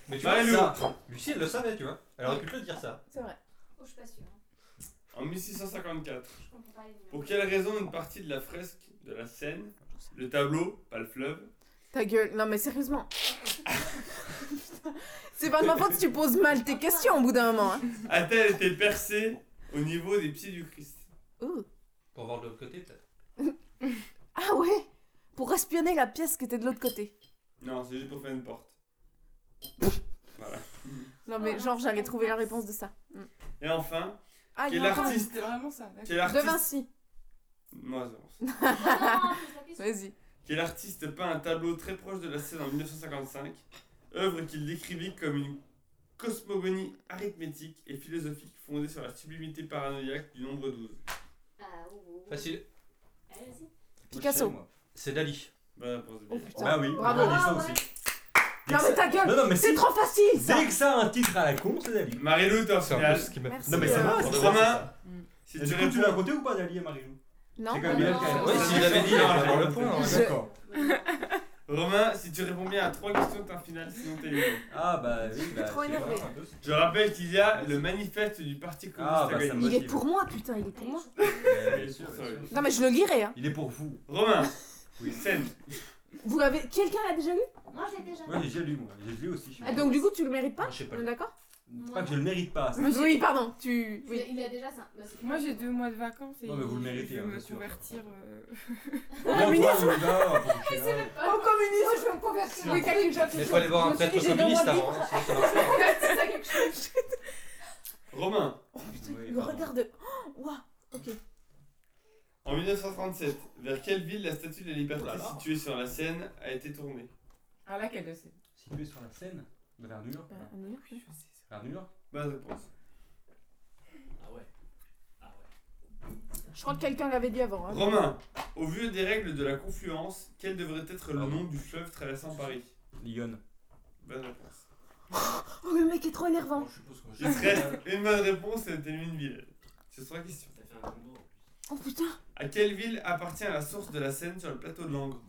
Speaker 3: Mais tu vois,
Speaker 2: Marie-Lou.
Speaker 3: ça, Lucie, elle le savait, tu vois. Elle aurait pu te le dire ça.
Speaker 1: C'est vrai.
Speaker 6: Oh, je suis pas sûre. hein.
Speaker 2: En 1654.
Speaker 6: Je comprends pas les numéros.
Speaker 2: Pour quelle raison une partie de la fresque de la Seine, le tableau, pas le fleuve,
Speaker 1: Ta gueule, non mais sérieusement. C'est pas de ma faute si tu poses mal tes questions au bout d'un moment. Hein.
Speaker 2: a-t-elle été percée au niveau des pieds du Christ
Speaker 1: Ouh.
Speaker 3: Pour voir de l'autre côté, peut-être.
Speaker 1: Ah ouais Pour espionner la pièce qui était de l'autre côté.
Speaker 2: Non, c'est juste pour faire une porte. Voilà.
Speaker 1: Non mais genre j'allais trouver la réponse de ça. Mm.
Speaker 2: Et enfin,
Speaker 1: Ah, il y
Speaker 2: quel
Speaker 1: a encore
Speaker 5: Ah,
Speaker 1: un-
Speaker 2: artiste
Speaker 5: C'était vraiment ça. d'accord.
Speaker 2: Quel
Speaker 1: De
Speaker 2: artiste
Speaker 1: Vinci.
Speaker 2: Moi, j'avance.
Speaker 6: Ah, non, non, c'est la question.
Speaker 1: Vas-y.
Speaker 2: Quel artiste peint un tableau très proche de la scène en 1955, œuvre qu'il décrivit comme une cosmogonie arithmétique et philosophique fondée sur la sublimité paranoïaque du nombre 12.
Speaker 6: Ah, oh, oh, oh.
Speaker 3: Facile.
Speaker 6: Allez-y.
Speaker 1: Picasso.
Speaker 4: Moi,
Speaker 3: Bah, C'est Dali.
Speaker 2: Bonne réponse de
Speaker 1: Oh
Speaker 2: Billy.
Speaker 4: je sais,
Speaker 1: putain.
Speaker 4: moi. Bah oui,
Speaker 1: Bravo.
Speaker 4: on dit ça aussi. Dès
Speaker 1: Non
Speaker 4: que
Speaker 1: mais
Speaker 4: ça-
Speaker 1: ta gueule
Speaker 4: Non, non, mais
Speaker 1: C'est
Speaker 4: si-
Speaker 1: trop facile ça
Speaker 4: Dès que ça a un titre à la con, c'est Dali.
Speaker 2: Marie-Lou, t'es en
Speaker 3: C'est un
Speaker 2: finale.
Speaker 3: peu ce qui m'a
Speaker 1: Merci,
Speaker 4: Non, mais ça
Speaker 1: euh,
Speaker 4: va,
Speaker 2: Romain, Si
Speaker 4: Et
Speaker 2: tu
Speaker 4: Du coup, tu l'as
Speaker 2: réponds.
Speaker 4: compté ou pas, Dali et Marilou
Speaker 1: Non,
Speaker 4: C'est
Speaker 1: bah
Speaker 4: quand même
Speaker 1: non.
Speaker 4: bien
Speaker 3: Ouais,
Speaker 4: si
Speaker 3: s'il l'avait dit, il aurait avoir le point. hein.
Speaker 1: Je-
Speaker 4: D'accord.
Speaker 2: Romain, si tu réponds bien à trois questions, t'as un final, sinon t'es éliminé.
Speaker 4: Ah bah oui, bah.
Speaker 1: trop
Speaker 4: c'est
Speaker 1: énervé.
Speaker 4: vrai, un peu.
Speaker 2: Je rappelle qu'il y a le manifeste du Parti communiste
Speaker 4: Ah,
Speaker 2: à
Speaker 4: bah, ça
Speaker 2: gagner.
Speaker 4: me-
Speaker 1: Il est
Speaker 4: motive.
Speaker 1: pour moi, putain, il est pour moi.
Speaker 4: Ouais,
Speaker 2: Bien
Speaker 4: bien
Speaker 2: sûr,
Speaker 4: sûr,
Speaker 2: ça,
Speaker 4: bien sûr.
Speaker 1: Non, mais je le lirai, hein.
Speaker 4: Euh, Il est pour vous.
Speaker 2: Romain,
Speaker 4: Oui.
Speaker 2: scène.
Speaker 1: Vous l'avez. Quelqu'un l'a déjà lu
Speaker 6: Moi, j'ai déjà.
Speaker 4: Ouais, j'ai lu, moi. J'ai lu aussi. je suis
Speaker 1: Ah, Donc, du coup, tu le mérites pas
Speaker 3: Je sais pas.
Speaker 1: On est d'accord
Speaker 4: C'est pas que je le mérite pas. c'est-
Speaker 1: Oui, Ah, pardon, tu.
Speaker 6: Il a-
Speaker 1: Oui.
Speaker 6: Il a déjà ça. Bah, c'est-
Speaker 5: Moi j'ai deux mois de vacances et
Speaker 4: Non, mais vous le
Speaker 5: je
Speaker 4: méritez,
Speaker 5: vais
Speaker 4: hein,
Speaker 5: me
Speaker 4: bien sûr.
Speaker 5: convertir. euh,
Speaker 4: Non, toi, non, non,
Speaker 1: Ah,
Speaker 4: pour que tu l'as.
Speaker 1: Au communisme Moi, je vais me convertir. Oui, quelque chose.
Speaker 3: Mais faut aller voir un prêtre communiste avant. hein, sinon ça marche pas.
Speaker 2: Romain,
Speaker 1: Oh,
Speaker 4: Oui,
Speaker 1: Le
Speaker 4: pardon.
Speaker 1: regard de. Oh, Waouh Ok.
Speaker 2: en 1937, vers quelle ville la statue de la liberté
Speaker 3: Oh là là.
Speaker 2: située sur la Seine a été tournée
Speaker 5: Ah là, quelle de ces
Speaker 4: Situé sur la Seine, vers New York.
Speaker 1: Bah.
Speaker 4: hein. Vers New York
Speaker 2: Bonne réponse.
Speaker 7: Ah ouais. Ah
Speaker 1: Je crois que quelqu'un l'avait dit avant. hein.
Speaker 2: Romain, au vu des règles de la confluence, quel devrait être le nom du fleuve traversant Paris
Speaker 4: Lyon.
Speaker 2: Bonne réponse.
Speaker 1: Oh, le mec est trop
Speaker 8: Bon,
Speaker 1: énervant.
Speaker 8: je suppose que
Speaker 2: Il te reste une bonne réponse et t'es une ville. C'est trois questions.
Speaker 7: ouais. T'as fait un bon mot.
Speaker 1: Oh putain,
Speaker 2: À quelle ville appartient la source de la Seine sur le plateau de Langres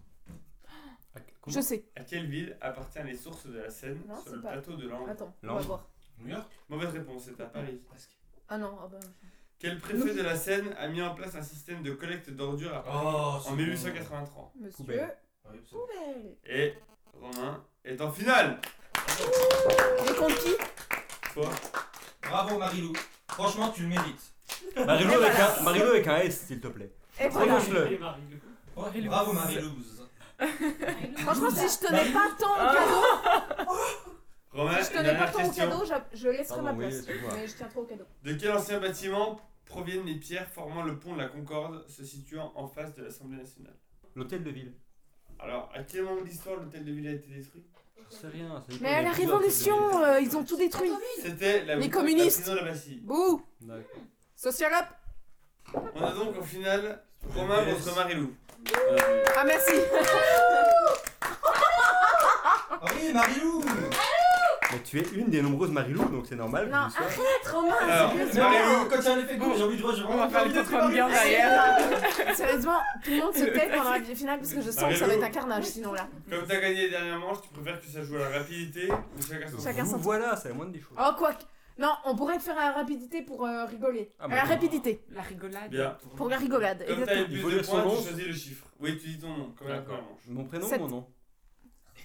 Speaker 4: Ah, comment
Speaker 1: je sais.
Speaker 2: À quelle ville appartient les sources de la Seine
Speaker 1: Non,
Speaker 2: sur
Speaker 1: c'est
Speaker 2: le
Speaker 1: pas-
Speaker 2: plateau de Langres
Speaker 1: Attends, on va
Speaker 4: Langres.
Speaker 1: voir.
Speaker 8: New York
Speaker 2: Mauvaise réponse, c'est à Paris.
Speaker 3: Oh,
Speaker 1: Ah non, ah bah.
Speaker 2: Quel préfet de la Seine a mis en place un système de collecte d'ordures à Paris
Speaker 8: Oh,
Speaker 2: en 1883
Speaker 1: Monsieur.
Speaker 4: Poubelle.
Speaker 3: Ah
Speaker 8: Oui, c'est bon.
Speaker 1: Poubelle.
Speaker 2: Et Romain est en finale
Speaker 1: Les comptes qui
Speaker 2: Toi
Speaker 3: Bravo Marilou. Franchement, tu le mérites.
Speaker 4: Marilou avec, un- Marilou avec un S, s'il te plaît.
Speaker 1: Et voilà.
Speaker 4: Prononce-le.
Speaker 7: Et Marie, du coup.
Speaker 3: Bravo Marilouze.
Speaker 1: Franchement, si je tenais pas tant au cadeau,
Speaker 2: Romain,
Speaker 1: si je tenais pas
Speaker 2: Ah. dernière
Speaker 1: tant au
Speaker 2: question.
Speaker 1: cadeau, j'a- je laisserais
Speaker 4: Pardon,
Speaker 1: ma
Speaker 4: oui,
Speaker 1: place.
Speaker 4: excuse-moi.
Speaker 1: Mais je tiens trop au cadeau.
Speaker 2: De quel ancien bâtiment proviennent les pierres formant le pont de la Concorde se situant en face de l'Assemblée nationale
Speaker 4: L'hôtel de ville.
Speaker 2: Alors, à quel moment de l'histoire l'hôtel de ville a été détruit
Speaker 4: Je sais rien. ça dépend
Speaker 1: Mais à
Speaker 4: des
Speaker 1: la
Speaker 4: épisodes,
Speaker 1: révolution,
Speaker 4: l'hôtel de ville.
Speaker 1: euh, ils ont tout détruit.
Speaker 2: C'était la,
Speaker 1: Les
Speaker 2: la
Speaker 1: communistes.
Speaker 2: prison de la Bastille.
Speaker 1: Bouh
Speaker 4: D'accord.
Speaker 1: Social up
Speaker 2: On a donc en finale Romain contre Marilou. Euh,
Speaker 1: Ah merci
Speaker 3: Ah oui, Marilou.
Speaker 4: Mais tu es une des nombreuses Marilou, donc c'est normal que
Speaker 1: Non,
Speaker 4: tu sois-
Speaker 1: Trop mal
Speaker 2: Alors,
Speaker 8: euh,
Speaker 2: Marilou,
Speaker 3: Marilou, quand il y a un effet de bourre, j'ai envie de rejoindre.
Speaker 5: On va faire les
Speaker 3: Marilou.
Speaker 5: autres hommes bien derrière.
Speaker 1: Sérieusement, tout le monde se tait pendant la finale parce que je sens que ça va être un carnage sinon là.
Speaker 2: comme t'as gagné les dernières manches, tu préfères que ça joue à la rapidité ou chacun son
Speaker 1: Chacun
Speaker 4: Vous
Speaker 1: son
Speaker 4: Voilà, c'est la moindre des choses.
Speaker 1: Oh quoi que- Non, on pourrait faire à la rapidité pour euh, rigoler.
Speaker 4: Ah,
Speaker 1: à
Speaker 4: bah,
Speaker 1: la
Speaker 4: non.
Speaker 1: rapidité,
Speaker 5: La rigolade.
Speaker 2: Bien.
Speaker 1: pour la rigolade,
Speaker 2: Comme t'as
Speaker 1: exactement.
Speaker 4: Il
Speaker 2: eu plus
Speaker 4: faut
Speaker 2: de
Speaker 4: lire son
Speaker 2: points,
Speaker 4: nom.
Speaker 2: tu choisis le chiffre. Oui, tu dis ton nom, comme la première manche.
Speaker 4: Mon prénom,
Speaker 1: Sept.
Speaker 4: mon nom.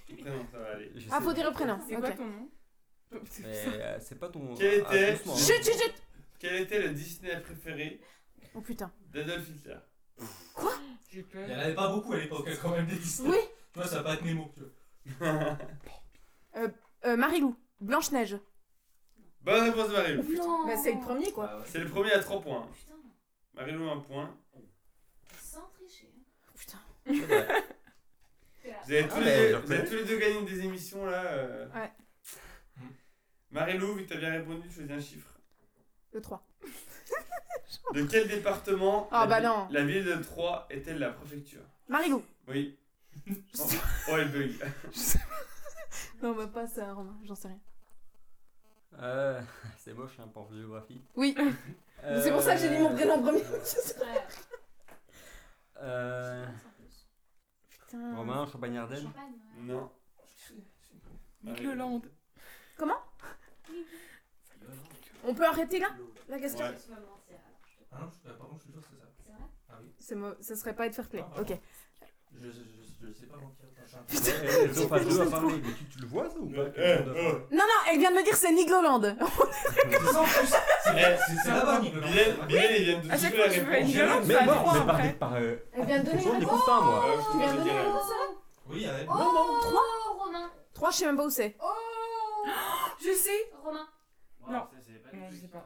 Speaker 2: Ton prénom, ça va aller.
Speaker 4: Je
Speaker 1: Ah,
Speaker 4: sais-
Speaker 1: faut dire le prénom.
Speaker 5: C'est quoi
Speaker 1: ok.
Speaker 5: ton nom
Speaker 4: Mais euh, c'est pas ton.
Speaker 2: Quel
Speaker 4: ah,
Speaker 2: était-
Speaker 4: doucement, hein.
Speaker 1: Chut, chut, chut
Speaker 2: Quel était le Disney préféré
Speaker 1: Oh putain.
Speaker 2: d'Adolf Hitler
Speaker 5: J'ai
Speaker 8: Il n'y en
Speaker 5: peur.
Speaker 8: avait pas beaucoup à l'époque, quand même, des Disney.
Speaker 1: Oui
Speaker 8: Tu vois, ça va pas être Nemo. tu vois.
Speaker 1: Euh, Marilou, Blanche-Neige.
Speaker 2: Bonne réponse de Marilou.
Speaker 6: Non.
Speaker 1: Bah c'est le premier quoi.
Speaker 8: Ah ouais.
Speaker 2: C'est le premier à 3 points.
Speaker 6: Oh, Putain,
Speaker 2: Marilou, un point.
Speaker 6: sans tricher. hein.
Speaker 1: Oh, Putain.
Speaker 4: C'est vrai.
Speaker 6: T'es là.
Speaker 2: Vous avez, tous,
Speaker 4: Ah,
Speaker 2: les
Speaker 4: mais je
Speaker 2: deux, vous avez
Speaker 4: reconnais.
Speaker 2: tous les deux gagné des émissions là. euh.
Speaker 1: Ouais.
Speaker 2: Marilou, vu que t'as bien répondu, choisis un chiffre.
Speaker 1: Le 3.
Speaker 2: De quel département
Speaker 1: Ah,
Speaker 2: la,
Speaker 1: bah
Speaker 2: vi-
Speaker 1: non.
Speaker 2: la ville de Troyes est-elle la préfecture
Speaker 1: Marilou.
Speaker 2: Oui. Oh, oh, elle bug.
Speaker 1: Non, bah pas ça, Romain, j'en sais rien.
Speaker 4: Euh, c'est moche hein, pour géographie.
Speaker 1: Oui, mais c'est pour ça que j'ai dit mon prénom en premier.
Speaker 6: Ouais.
Speaker 4: Euh,
Speaker 6: Sans plus.
Speaker 1: Putain.
Speaker 4: Romain, Champagne-Ardenne.
Speaker 6: Champagne, ouais.
Speaker 2: Non.
Speaker 5: Le land.
Speaker 1: On peut arrêter là La
Speaker 6: Est-ce que
Speaker 1: question
Speaker 2: Ouais.
Speaker 6: tu vas me mentir alors je te-
Speaker 8: Ah non, je- euh, par contre, je suis sûr que c'est ça.
Speaker 6: C'est vrai
Speaker 1: C'est mo- Ça serait pas être fair play.
Speaker 8: Ah,
Speaker 1: ok.
Speaker 8: Je, je, je, je sais pas mentir. machin.
Speaker 4: Eh, eh, ils ont pas
Speaker 1: J'ai
Speaker 4: deux à
Speaker 1: fait
Speaker 4: parler, mais tu, tu le vois ça ou pas
Speaker 2: Eh,
Speaker 4: qu'ils ont deux à
Speaker 2: oh.
Speaker 4: parler
Speaker 1: Non, non, Ah, elle vient de me dire c'est Nigloland.
Speaker 8: C'est ça en plus C'est- C'est c'est là-bas, Nicolas.
Speaker 2: Bilal, Bilal, il vient de
Speaker 5: À chaque
Speaker 2: trouver
Speaker 5: fois
Speaker 2: la
Speaker 5: que je veux
Speaker 2: réponse.
Speaker 5: une violence,
Speaker 4: Mais
Speaker 5: ça
Speaker 4: moi, on
Speaker 5: trois
Speaker 4: est parti
Speaker 5: après.
Speaker 4: par. Euh,
Speaker 1: Elle vient de donner
Speaker 4: fonction
Speaker 1: une
Speaker 4: du
Speaker 1: réponse.
Speaker 4: coussin, moi.
Speaker 2: Euh,
Speaker 1: Tu
Speaker 2: je
Speaker 1: viens
Speaker 2: te
Speaker 1: de donner
Speaker 2: dirai.
Speaker 1: la réponse là
Speaker 8: Oui, avec.
Speaker 1: Non, non, 3.
Speaker 6: Oh, Romain
Speaker 1: 3, je sais même pas où c'est.
Speaker 6: Oh
Speaker 5: Je sais.
Speaker 6: Romain
Speaker 7: Waouh,
Speaker 5: Non.
Speaker 7: ça, c'est pas
Speaker 5: Non,
Speaker 7: du tout
Speaker 5: je sais pas.
Speaker 7: ça.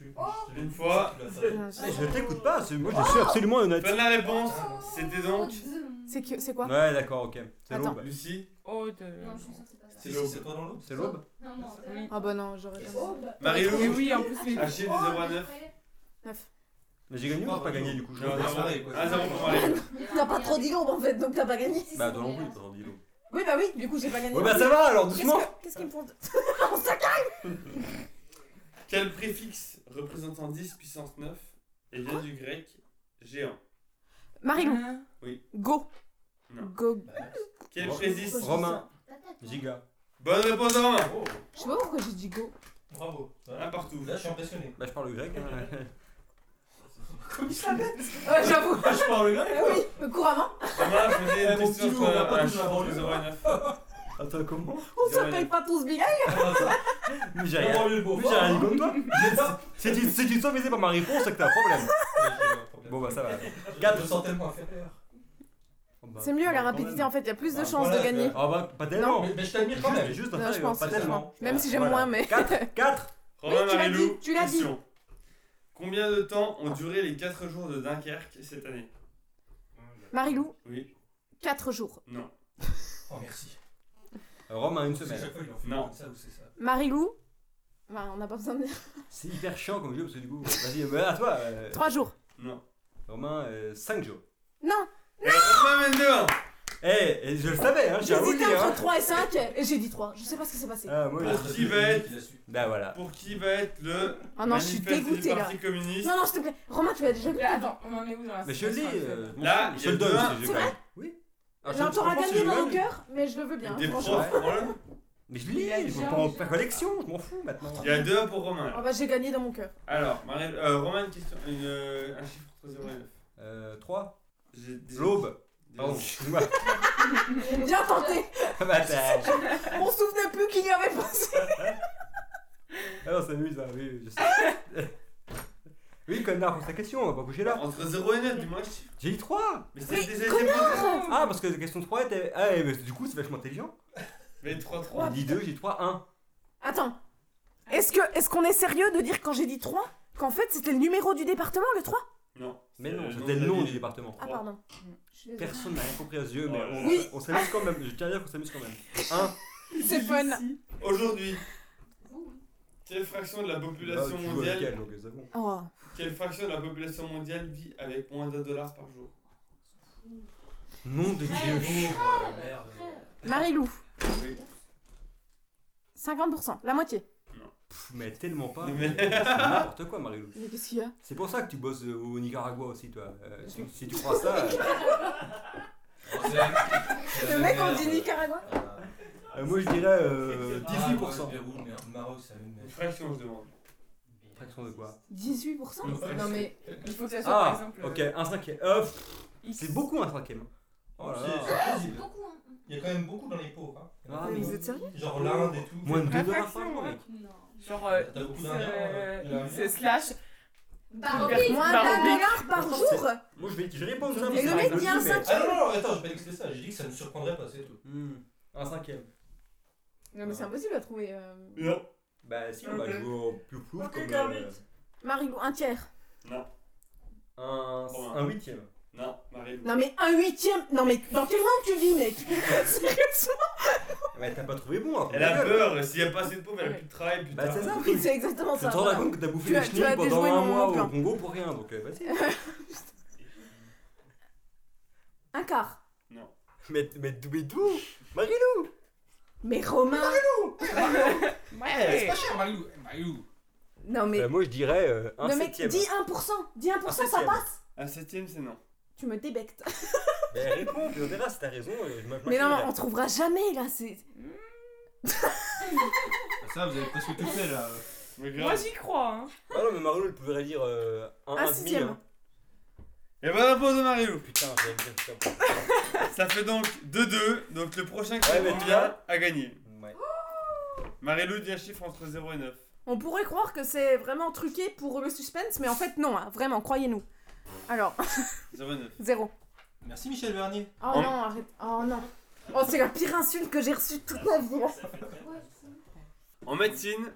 Speaker 8: Tu-
Speaker 1: Oh.
Speaker 2: Une fois.
Speaker 4: Eh, Je t'écoute pas, c'est- moi je suis absolument honnête.
Speaker 2: Bonne la réponse, c'était
Speaker 6: Oh,
Speaker 2: donc.
Speaker 1: C'est que- c'est quoi
Speaker 4: Ouais, d'accord, ok. C'est
Speaker 1: Attends.
Speaker 4: l'aube.
Speaker 2: Lucie,
Speaker 5: Oh, de.
Speaker 6: Non, je suis sûre que c'est pas ça.
Speaker 8: Si, si, c'est toi dans l'eau
Speaker 4: C'est l'aube
Speaker 6: Non, non, Oh, c'est
Speaker 5: Oui.
Speaker 1: Ah bah non, j'aurais
Speaker 5: Et
Speaker 2: Marilou,
Speaker 5: oui, en plus, les
Speaker 2: un chiffre de 0 à 9.
Speaker 4: Mais j'ai gagné ou j'ai pas gagné du coup je
Speaker 2: Non,
Speaker 4: sais pas.
Speaker 2: non, non.
Speaker 8: soirée, quoi.
Speaker 2: Un zéro pour Marilou.
Speaker 1: T'as pas trop dit l'aube en fait, donc t'as pas gagné.
Speaker 4: Bah, toi non plus, t'as envie l'aube.
Speaker 1: Oui, bah oui, du coup j'ai pas gagné.
Speaker 4: Ouais, bah ça va alors,
Speaker 1: Qu'est-ce
Speaker 4: doucement
Speaker 1: que- Qu'est-ce qu'ils me font de-
Speaker 2: Quel préfixe représentant 10 puissance 9 et vient du grec géant.
Speaker 1: Marilou,
Speaker 5: Hein
Speaker 1: go.
Speaker 2: Non.
Speaker 1: Go.
Speaker 2: Quel
Speaker 10: Bon.
Speaker 2: précice
Speaker 4: Romain.
Speaker 6: Patate, moi.
Speaker 10: Giga.
Speaker 2: Bonne réponse à Romain
Speaker 1: Je sais pas pourquoi j'ai dit go.
Speaker 3: Bravo.
Speaker 2: Un
Speaker 3: Voilà.
Speaker 2: partout.
Speaker 3: Là, je suis impressionné.
Speaker 4: Bah, je parle le grec. hein.
Speaker 1: Ouais, Euh, j'avoue.
Speaker 3: je parle grec
Speaker 1: Ah oui, mais couramment.
Speaker 2: Romain, je faisais
Speaker 3: Eh,
Speaker 2: une
Speaker 3: mon
Speaker 2: question euh,
Speaker 3: petit loup, on va pas toucher la banlieue.
Speaker 4: Attends, comment
Speaker 11: On s'appelle pas tous bilingues.
Speaker 4: Mais j'ai
Speaker 3: La
Speaker 4: rien.
Speaker 3: banlieue de
Speaker 4: Mais j'ai rien dit
Speaker 3: Beaufort.
Speaker 4: comme toi. Si tu, si tu te sens visé par ma réponse, c'est que t'as un problème. Bon, bah, ça va.
Speaker 3: Quatre, je me sens tellement inférieur.
Speaker 1: C'est mieux la rapidité en fait, il y a plus de
Speaker 3: Bah,
Speaker 1: chances
Speaker 3: voilà,
Speaker 1: de gagner.
Speaker 4: Ah, bah, pas tellement.
Speaker 3: Mais, mais je t'admire quand
Speaker 4: Juste,
Speaker 3: même.
Speaker 4: juste,
Speaker 1: Non, je pense,
Speaker 4: pas tellement.
Speaker 1: Même si j'aime
Speaker 4: Voilà.
Speaker 1: moins, mais.
Speaker 4: 4 4
Speaker 2: Romain
Speaker 1: Oui, tu l'as
Speaker 2: Marilou,
Speaker 1: dit, tu l'as dit.
Speaker 2: question. Combien de temps ont duré les 4 jours de Dunkerque cette année
Speaker 1: Marilou,
Speaker 2: Oui,
Speaker 1: 4 jours.
Speaker 2: non,
Speaker 3: Oh, merci.
Speaker 4: Rome a une
Speaker 3: Parce que
Speaker 4: semaine.
Speaker 3: chaque fois, il en fait
Speaker 2: Non.
Speaker 3: comme ça ou c'est ça.
Speaker 1: Marilou, enfin, on n'a pas besoin de dire.
Speaker 4: C'est hyper chiant comme jeu parce que du coup, vas-y, bah, à toi. euh,
Speaker 1: 3 jours.
Speaker 2: non.
Speaker 4: Romain, euh, 5 jours.
Speaker 1: Non,
Speaker 2: Et Romain Mendoza.
Speaker 4: Eh, et je le savais, hein, j'ai un
Speaker 1: j'hésitais
Speaker 4: oublié, hein.
Speaker 1: entre 3 et 5 et j'ai dit 3. Je sais pas ce qui s'est passé.
Speaker 4: Ah, moi,
Speaker 2: Pour
Speaker 4: je-
Speaker 2: qui va être,
Speaker 3: Il a su.
Speaker 4: Bah voilà.
Speaker 2: pour qui va être le
Speaker 1: Ah non, je suis
Speaker 2: manifeste du
Speaker 1: dégoûtée, là.
Speaker 2: Parti communiste
Speaker 1: Non, non, s'il te plaît. Romain, tu l'as déjà
Speaker 5: Là,
Speaker 1: gagné.
Speaker 5: attends, on en est où dans la
Speaker 4: Mais je le dis.
Speaker 5: situation
Speaker 4: euh, bon,
Speaker 2: Là, il y
Speaker 4: je
Speaker 2: a
Speaker 4: le donne
Speaker 2: deux.
Speaker 4: si je
Speaker 1: C'est
Speaker 4: gagne. Oui. Ah, je-
Speaker 1: J'en
Speaker 4: je
Speaker 1: t'auras
Speaker 4: pense que
Speaker 1: gagné
Speaker 4: je
Speaker 1: dans
Speaker 4: gagne.
Speaker 1: mon cœur, mais je le veux bien.
Speaker 2: Des
Speaker 1: franchement.
Speaker 2: profs, voilà.
Speaker 4: Mais je
Speaker 5: Il a
Speaker 4: lis, je
Speaker 5: déjà-
Speaker 4: prends en collection, je m'en fous maintenant.
Speaker 2: Il y a 2 pour Romain.
Speaker 1: Oh
Speaker 2: là.
Speaker 1: bah, j'ai gagné dans mon cœur.
Speaker 2: Alors, Marie- euh, Romain, une question, une, euh, un chiffre entre 0 et 9.
Speaker 4: Euh, 3.
Speaker 2: J'ai déjà-
Speaker 4: L'aube.
Speaker 2: déjà-
Speaker 4: Pardon, excuse-moi.
Speaker 1: Bien tenté.
Speaker 4: Ah bah, t'as-
Speaker 1: On se souvenait plus qu'il y avait pensé.
Speaker 4: Ah non, ça m'amuse, hein, oui, je sais. Oui, connard, pose ta question, on va pas bouger là.
Speaker 2: Entre 0 et 9, dis-moi un chiffre.
Speaker 4: J'ai dit 3
Speaker 2: Mais c'est
Speaker 1: Mais
Speaker 2: déjà été posé.
Speaker 4: Ah, parce que la question 3 était. Ah, mais du coup, c'est vachement intelligent.
Speaker 2: Mais 3,
Speaker 4: J'ai
Speaker 2: 3.
Speaker 4: dit 2, j'ai dit 3, 1.
Speaker 1: Attends. Est-ce que est-ce qu'on est sérieux de dire quand j'ai dit 3 qu'en fait c'était le numéro du département le 3
Speaker 2: Non.
Speaker 4: Mais
Speaker 2: c'est
Speaker 4: non,
Speaker 2: le
Speaker 4: c'était
Speaker 2: nom
Speaker 4: le
Speaker 2: de la
Speaker 4: nom
Speaker 2: ville.
Speaker 4: du département.
Speaker 1: Ah pardon. Je suis désolée.
Speaker 4: Personne n'a rien compris à ce jeu, mais on,
Speaker 1: Oui.
Speaker 4: on s'amuse quand même. Je tiens à dire qu'on s'amuse quand même. 1.
Speaker 1: C'est fun.
Speaker 2: Aujourd'hui, quelle fraction de la
Speaker 4: Ah, Bah,
Speaker 2: population mondiale
Speaker 4: donc euh, c'est bon.
Speaker 1: Oh.
Speaker 2: Quelle fraction de la population mondiale vit avec moins d'un dollar par jour
Speaker 4: Nom de Dieu.
Speaker 3: Oh, merde.
Speaker 1: Marilou,
Speaker 2: Oui.
Speaker 1: 50%, la moitié.
Speaker 4: Pff, mais tellement pas.
Speaker 2: Mais-
Speaker 4: C'est n'importe quoi, Marie-Lou.
Speaker 1: Mais qu'est-ce qu'il y a
Speaker 4: C'est pour ça que tu bosses euh, au Nicaragua aussi, toi. Euh, si, si tu crois ça. euh,
Speaker 3: Oh, c'est la- c'est
Speaker 1: Le
Speaker 3: la
Speaker 1: mec on
Speaker 3: merde.
Speaker 1: dit Nicaragua
Speaker 3: Ah,
Speaker 4: euh, moi, je dirais euh,
Speaker 3: ah,
Speaker 4: 18%.
Speaker 3: ouais, Pérou, merde. Maroc, ça une
Speaker 2: Une
Speaker 3: merde.
Speaker 2: fraction, je demande.
Speaker 4: Fraction de quoi
Speaker 1: 18%
Speaker 5: Non mais il faut que ça soit par
Speaker 4: Ah,
Speaker 5: exemple.
Speaker 4: ok,
Speaker 5: euh,
Speaker 4: un cinquième. Euh, pff,
Speaker 5: X.
Speaker 4: c'est beaucoup un cinquième. Oh là là.
Speaker 3: C'est possible.
Speaker 6: Beaucoup, hein.
Speaker 3: Il y a quand même beaucoup dans les pauvres. Hein.
Speaker 4: Ah,
Speaker 1: Mais
Speaker 4: mais-
Speaker 1: vous êtes sérieux
Speaker 3: Genre l'Inde et tout.
Speaker 4: Moins de 2
Speaker 5: Vraie
Speaker 4: dollars
Speaker 5: fraction,
Speaker 4: par jour,
Speaker 5: ouais.
Speaker 4: mec.
Speaker 6: Non.
Speaker 5: Genre euh,
Speaker 3: T'as beaucoup
Speaker 5: X,
Speaker 3: d'Indiens, hein.
Speaker 5: euh,
Speaker 3: il a un
Speaker 5: X
Speaker 3: million.
Speaker 5: slash
Speaker 6: Bah,
Speaker 5: Moins
Speaker 6: oui.
Speaker 1: Moins d'un
Speaker 5: Barobic.
Speaker 1: dollar par jour
Speaker 4: Moi, je vais, je réponds ça.
Speaker 1: Et
Speaker 4: parce
Speaker 1: le
Speaker 4: que
Speaker 1: mec
Speaker 4: Marie-Lou,
Speaker 1: dit un
Speaker 4: mais-
Speaker 1: cinquième.
Speaker 3: Ah non, non, non, attends, j'ai pas dit que c'était ça. J'ai dit que ça ne surprendrait pas, c'est tout.
Speaker 4: Hmm, Un cinquième.
Speaker 1: Non mais c'est impossible à trouver. euh.
Speaker 2: Non.
Speaker 4: Bah, si, on va
Speaker 5: Ok.
Speaker 4: jouer au plus flou
Speaker 12: Ok,
Speaker 4: comme.
Speaker 12: Carl
Speaker 4: euh,
Speaker 1: Marilou, un tiers.
Speaker 4: Un
Speaker 2: Romain.
Speaker 4: un huitième.
Speaker 2: Non, Marie-Lou.
Speaker 1: Non mais un huitième Non mais dans quel monde tu vis mec Sérieusement
Speaker 4: Mais t'as pas trouvé bon, hein.
Speaker 2: Elle a peur, s'il n'y a pas assez de pauvres, elle a plus de travail, putain.
Speaker 4: Bah, c'est ça.
Speaker 1: Oui, c'est exactement
Speaker 4: Je
Speaker 1: ça.
Speaker 4: te rends compte que t'as bouffé
Speaker 1: Tu as-
Speaker 4: les
Speaker 1: tu
Speaker 4: chenilles
Speaker 1: as
Speaker 4: pendant
Speaker 1: déjoué
Speaker 4: un
Speaker 1: mon-
Speaker 4: mois
Speaker 1: mon plan.
Speaker 4: au Congo pour rien, donc euh, vas-y.
Speaker 1: Un quart.
Speaker 4: mais, mais, d'où- mais d'où Marie
Speaker 1: Mais Romain
Speaker 3: Eh, C'est pas cher, Marilou. Marilou.
Speaker 1: Non mais.
Speaker 4: Moi je dirais euh, un
Speaker 1: non mais dis
Speaker 4: septième.
Speaker 1: 1%, dis 1%,
Speaker 4: Un
Speaker 1: ça
Speaker 4: septième.
Speaker 1: passe
Speaker 2: Un septième, c'est non.
Speaker 1: Tu me débectes.
Speaker 4: Mais Ben, réponds, tu verras si t'as raison. euh, je m'en-
Speaker 1: Mais
Speaker 4: je
Speaker 1: non,
Speaker 4: m'en
Speaker 1: mais on trouvera jamais là, c'est.
Speaker 3: Ça, vous avez presque tout fait là.
Speaker 2: Mais grave.
Speaker 5: Moi j'y crois hein.
Speaker 4: Ah non, mais Marie elle pourrait dire euh, un,
Speaker 1: Un
Speaker 4: un demi.
Speaker 1: sixième.
Speaker 4: hein.
Speaker 2: Et bonne réponse de Marie-Lou.
Speaker 4: Putain, j'allais le dire putain.
Speaker 2: Ça fait donc 2-2, donc le prochain qui
Speaker 4: Ouais, mais
Speaker 2: revient
Speaker 4: tu vois.
Speaker 2: a gagné.
Speaker 4: Ouais.
Speaker 1: Oh.
Speaker 2: Marie-Lou dit un chiffre entre 0 et 9.
Speaker 1: On pourrait croire que c'est vraiment truqué pour le suspense, mais en fait non, hein, vraiment, croyez-nous. Alors,
Speaker 2: 0 et 9.
Speaker 1: zéro.
Speaker 3: Merci Michel Vernier.
Speaker 1: Oh
Speaker 2: Oh.
Speaker 1: non, arrête. Oh non. Oh, c'est la pire insulte que j'ai reçue de toute ma vie. là.
Speaker 6: Ouais, c'est-
Speaker 2: En médecine,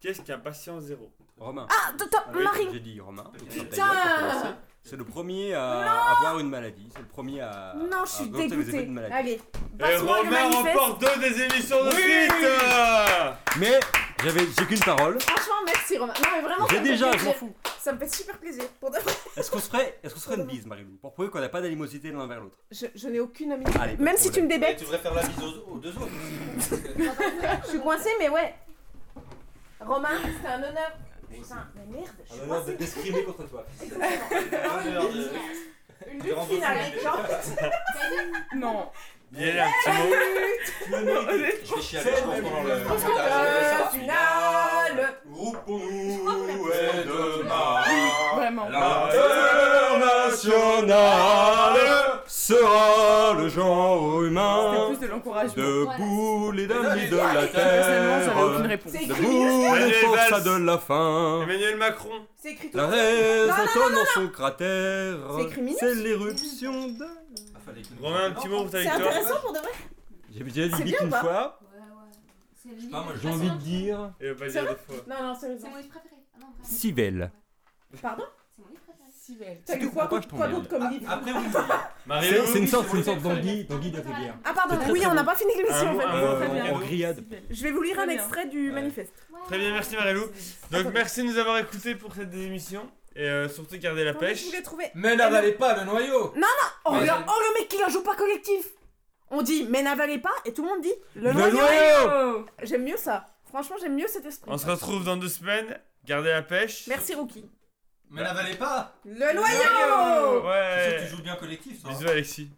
Speaker 2: qu'est-ce qu'un patient 0
Speaker 4: Romain.
Speaker 1: Ah, attends,
Speaker 2: oui,
Speaker 1: Marie.
Speaker 4: J'ai dit Romain.
Speaker 2: Putain.
Speaker 4: Ta gueule, pour commencer. C'est le premier à avoir une maladie. C'est le premier à.
Speaker 1: Non,
Speaker 4: à
Speaker 1: je suis
Speaker 4: présenter les effets
Speaker 1: dégoûtée.
Speaker 4: d'une maladie.
Speaker 1: Allez,
Speaker 2: Et
Speaker 1: passe-moi le
Speaker 2: Romain
Speaker 1: manifeste.
Speaker 2: remporte deux des émissions de
Speaker 4: Oui.
Speaker 2: suite
Speaker 4: Mais j'avais, j'ai qu'une parole.
Speaker 1: Franchement, merci Romain. Non mais vraiment, ça
Speaker 4: J'ai
Speaker 1: me fait
Speaker 4: déjà, je m'en
Speaker 1: plaisir.
Speaker 4: fous.
Speaker 1: Ça me fait super plaisir. Pour de vrai.
Speaker 4: Est-ce qu'on se ferait, est-ce qu'on se ferait une bise, Marie-Lou, pour prouver qu'on n'a pas d'animosité l'un vers l'autre
Speaker 1: Je, je n'ai aucune amitié.
Speaker 4: Allez, pas
Speaker 1: Même
Speaker 4: de
Speaker 1: si tu me
Speaker 3: Eh,
Speaker 1: débectes,
Speaker 3: Tu devrais faire la bise aux, aux deux autres. aussi.
Speaker 1: je suis coincée, mais ouais. Romain, c'était un honneur.
Speaker 6: Putain, mais merde, je
Speaker 4: Un
Speaker 1: Ah,
Speaker 6: suis pas
Speaker 4: honneur de
Speaker 6: sûre.
Speaker 4: t'exprimer contre toi.
Speaker 6: Exactement.
Speaker 4: Un honneur de-
Speaker 6: Une
Speaker 4: de
Speaker 6: lutte
Speaker 4: rembourser
Speaker 6: finale,
Speaker 4: les-
Speaker 6: genre.
Speaker 5: Non.
Speaker 2: Bien là, un petit mot.
Speaker 4: Tu le mérites. Je vais chialer, je pense, pendant le.
Speaker 3: Ah,
Speaker 1: Ah,
Speaker 13: Le final
Speaker 4: Groupons-nous et demain.
Speaker 5: Vraiment.
Speaker 4: L'international sera le genre
Speaker 5: C'était
Speaker 4: humain.
Speaker 5: plus de
Speaker 1: Ah,
Speaker 5: l'encouragement.
Speaker 4: Debout les dames de la
Speaker 5: Personnellement, j'avais aucune
Speaker 4: terre.
Speaker 5: réponse.
Speaker 13: C'est écrit,
Speaker 4: Debout
Speaker 2: Manuel
Speaker 4: les forces
Speaker 2: Valls.
Speaker 4: de la fin.
Speaker 2: Emmanuel Macron.
Speaker 13: c'est écrit tout.
Speaker 4: La rêve étonne dans son cratère.
Speaker 1: C'est écrit minute
Speaker 4: C'est l'éruption d'un.
Speaker 2: Romain, un petit mot pour ta
Speaker 1: C'est
Speaker 2: victoire.
Speaker 1: intéressant pour de vrai.
Speaker 4: J'ai déjà dit
Speaker 1: C'est bien
Speaker 4: Bic
Speaker 1: ou
Speaker 4: une
Speaker 1: pas
Speaker 4: fois.
Speaker 6: Ouais, ouais. C'est
Speaker 3: sais pas, moi,
Speaker 6: le
Speaker 3: j'ai
Speaker 4: J'ai
Speaker 3: envie
Speaker 4: envie
Speaker 6: livre.
Speaker 4: de dire.
Speaker 2: Et pas
Speaker 1: C'est
Speaker 2: dire deux fois.
Speaker 1: Non, non,
Speaker 6: C'est
Speaker 1: sérieusement.
Speaker 6: mon livre préféré. Ah non, vraiment.
Speaker 4: Civelle.
Speaker 1: Pardon
Speaker 6: C'est mon livre préféré.
Speaker 1: T'as
Speaker 4: tout,
Speaker 1: lu quoi,
Speaker 4: pourquoi
Speaker 1: d'autre-
Speaker 4: je tombe Ah.
Speaker 1: quoi
Speaker 4: là
Speaker 1: d'autre comme livre
Speaker 3: Après, on dit.
Speaker 2: Marie-Lou.
Speaker 4: C'est c'est une sorte, c'est une sorte
Speaker 3: Marie-Lou,
Speaker 4: d'anguille, d'anguille d'Abrière.
Speaker 1: Ah, pardon,
Speaker 4: Peut-être
Speaker 1: oui,
Speaker 4: que-
Speaker 1: on n'a pas fini l'émission
Speaker 2: Un
Speaker 1: en
Speaker 2: mot,
Speaker 1: fait.
Speaker 2: un
Speaker 1: Très
Speaker 4: mot.
Speaker 5: Euh,
Speaker 1: bien.
Speaker 4: en grillade.
Speaker 1: Je vais vous lire un
Speaker 5: Très bien.
Speaker 1: extrait du
Speaker 4: Ouais.
Speaker 1: manifeste.
Speaker 6: Ouais.
Speaker 2: Très bien, merci Marie-Lou. Donc
Speaker 1: Attends.
Speaker 2: merci de nous avoir écoutés pour cette émission. Et euh, surtout gardez la
Speaker 1: Attends,
Speaker 2: pêche.
Speaker 1: Je voulais trouver.
Speaker 3: Mais n'avalez pas le noyau
Speaker 1: Oh,
Speaker 3: Ouais.
Speaker 1: regarde, oh, le mec, il a joue pas collectif On dit, mais n'avalez pas, et tout le monde dit, le
Speaker 4: Le
Speaker 1: noyau.
Speaker 4: noyau
Speaker 1: J'aime mieux ça. Franchement, j'aime mieux cet esprit.
Speaker 2: On se retrouve dans deux semaines. Gardez la pêche.
Speaker 1: Merci, Rookie.
Speaker 3: Mais n'avalez pas
Speaker 1: Le noyau
Speaker 2: Ouais.
Speaker 3: C'est sûr que tu joues bien collectif, toi.
Speaker 2: Bisous Alexis.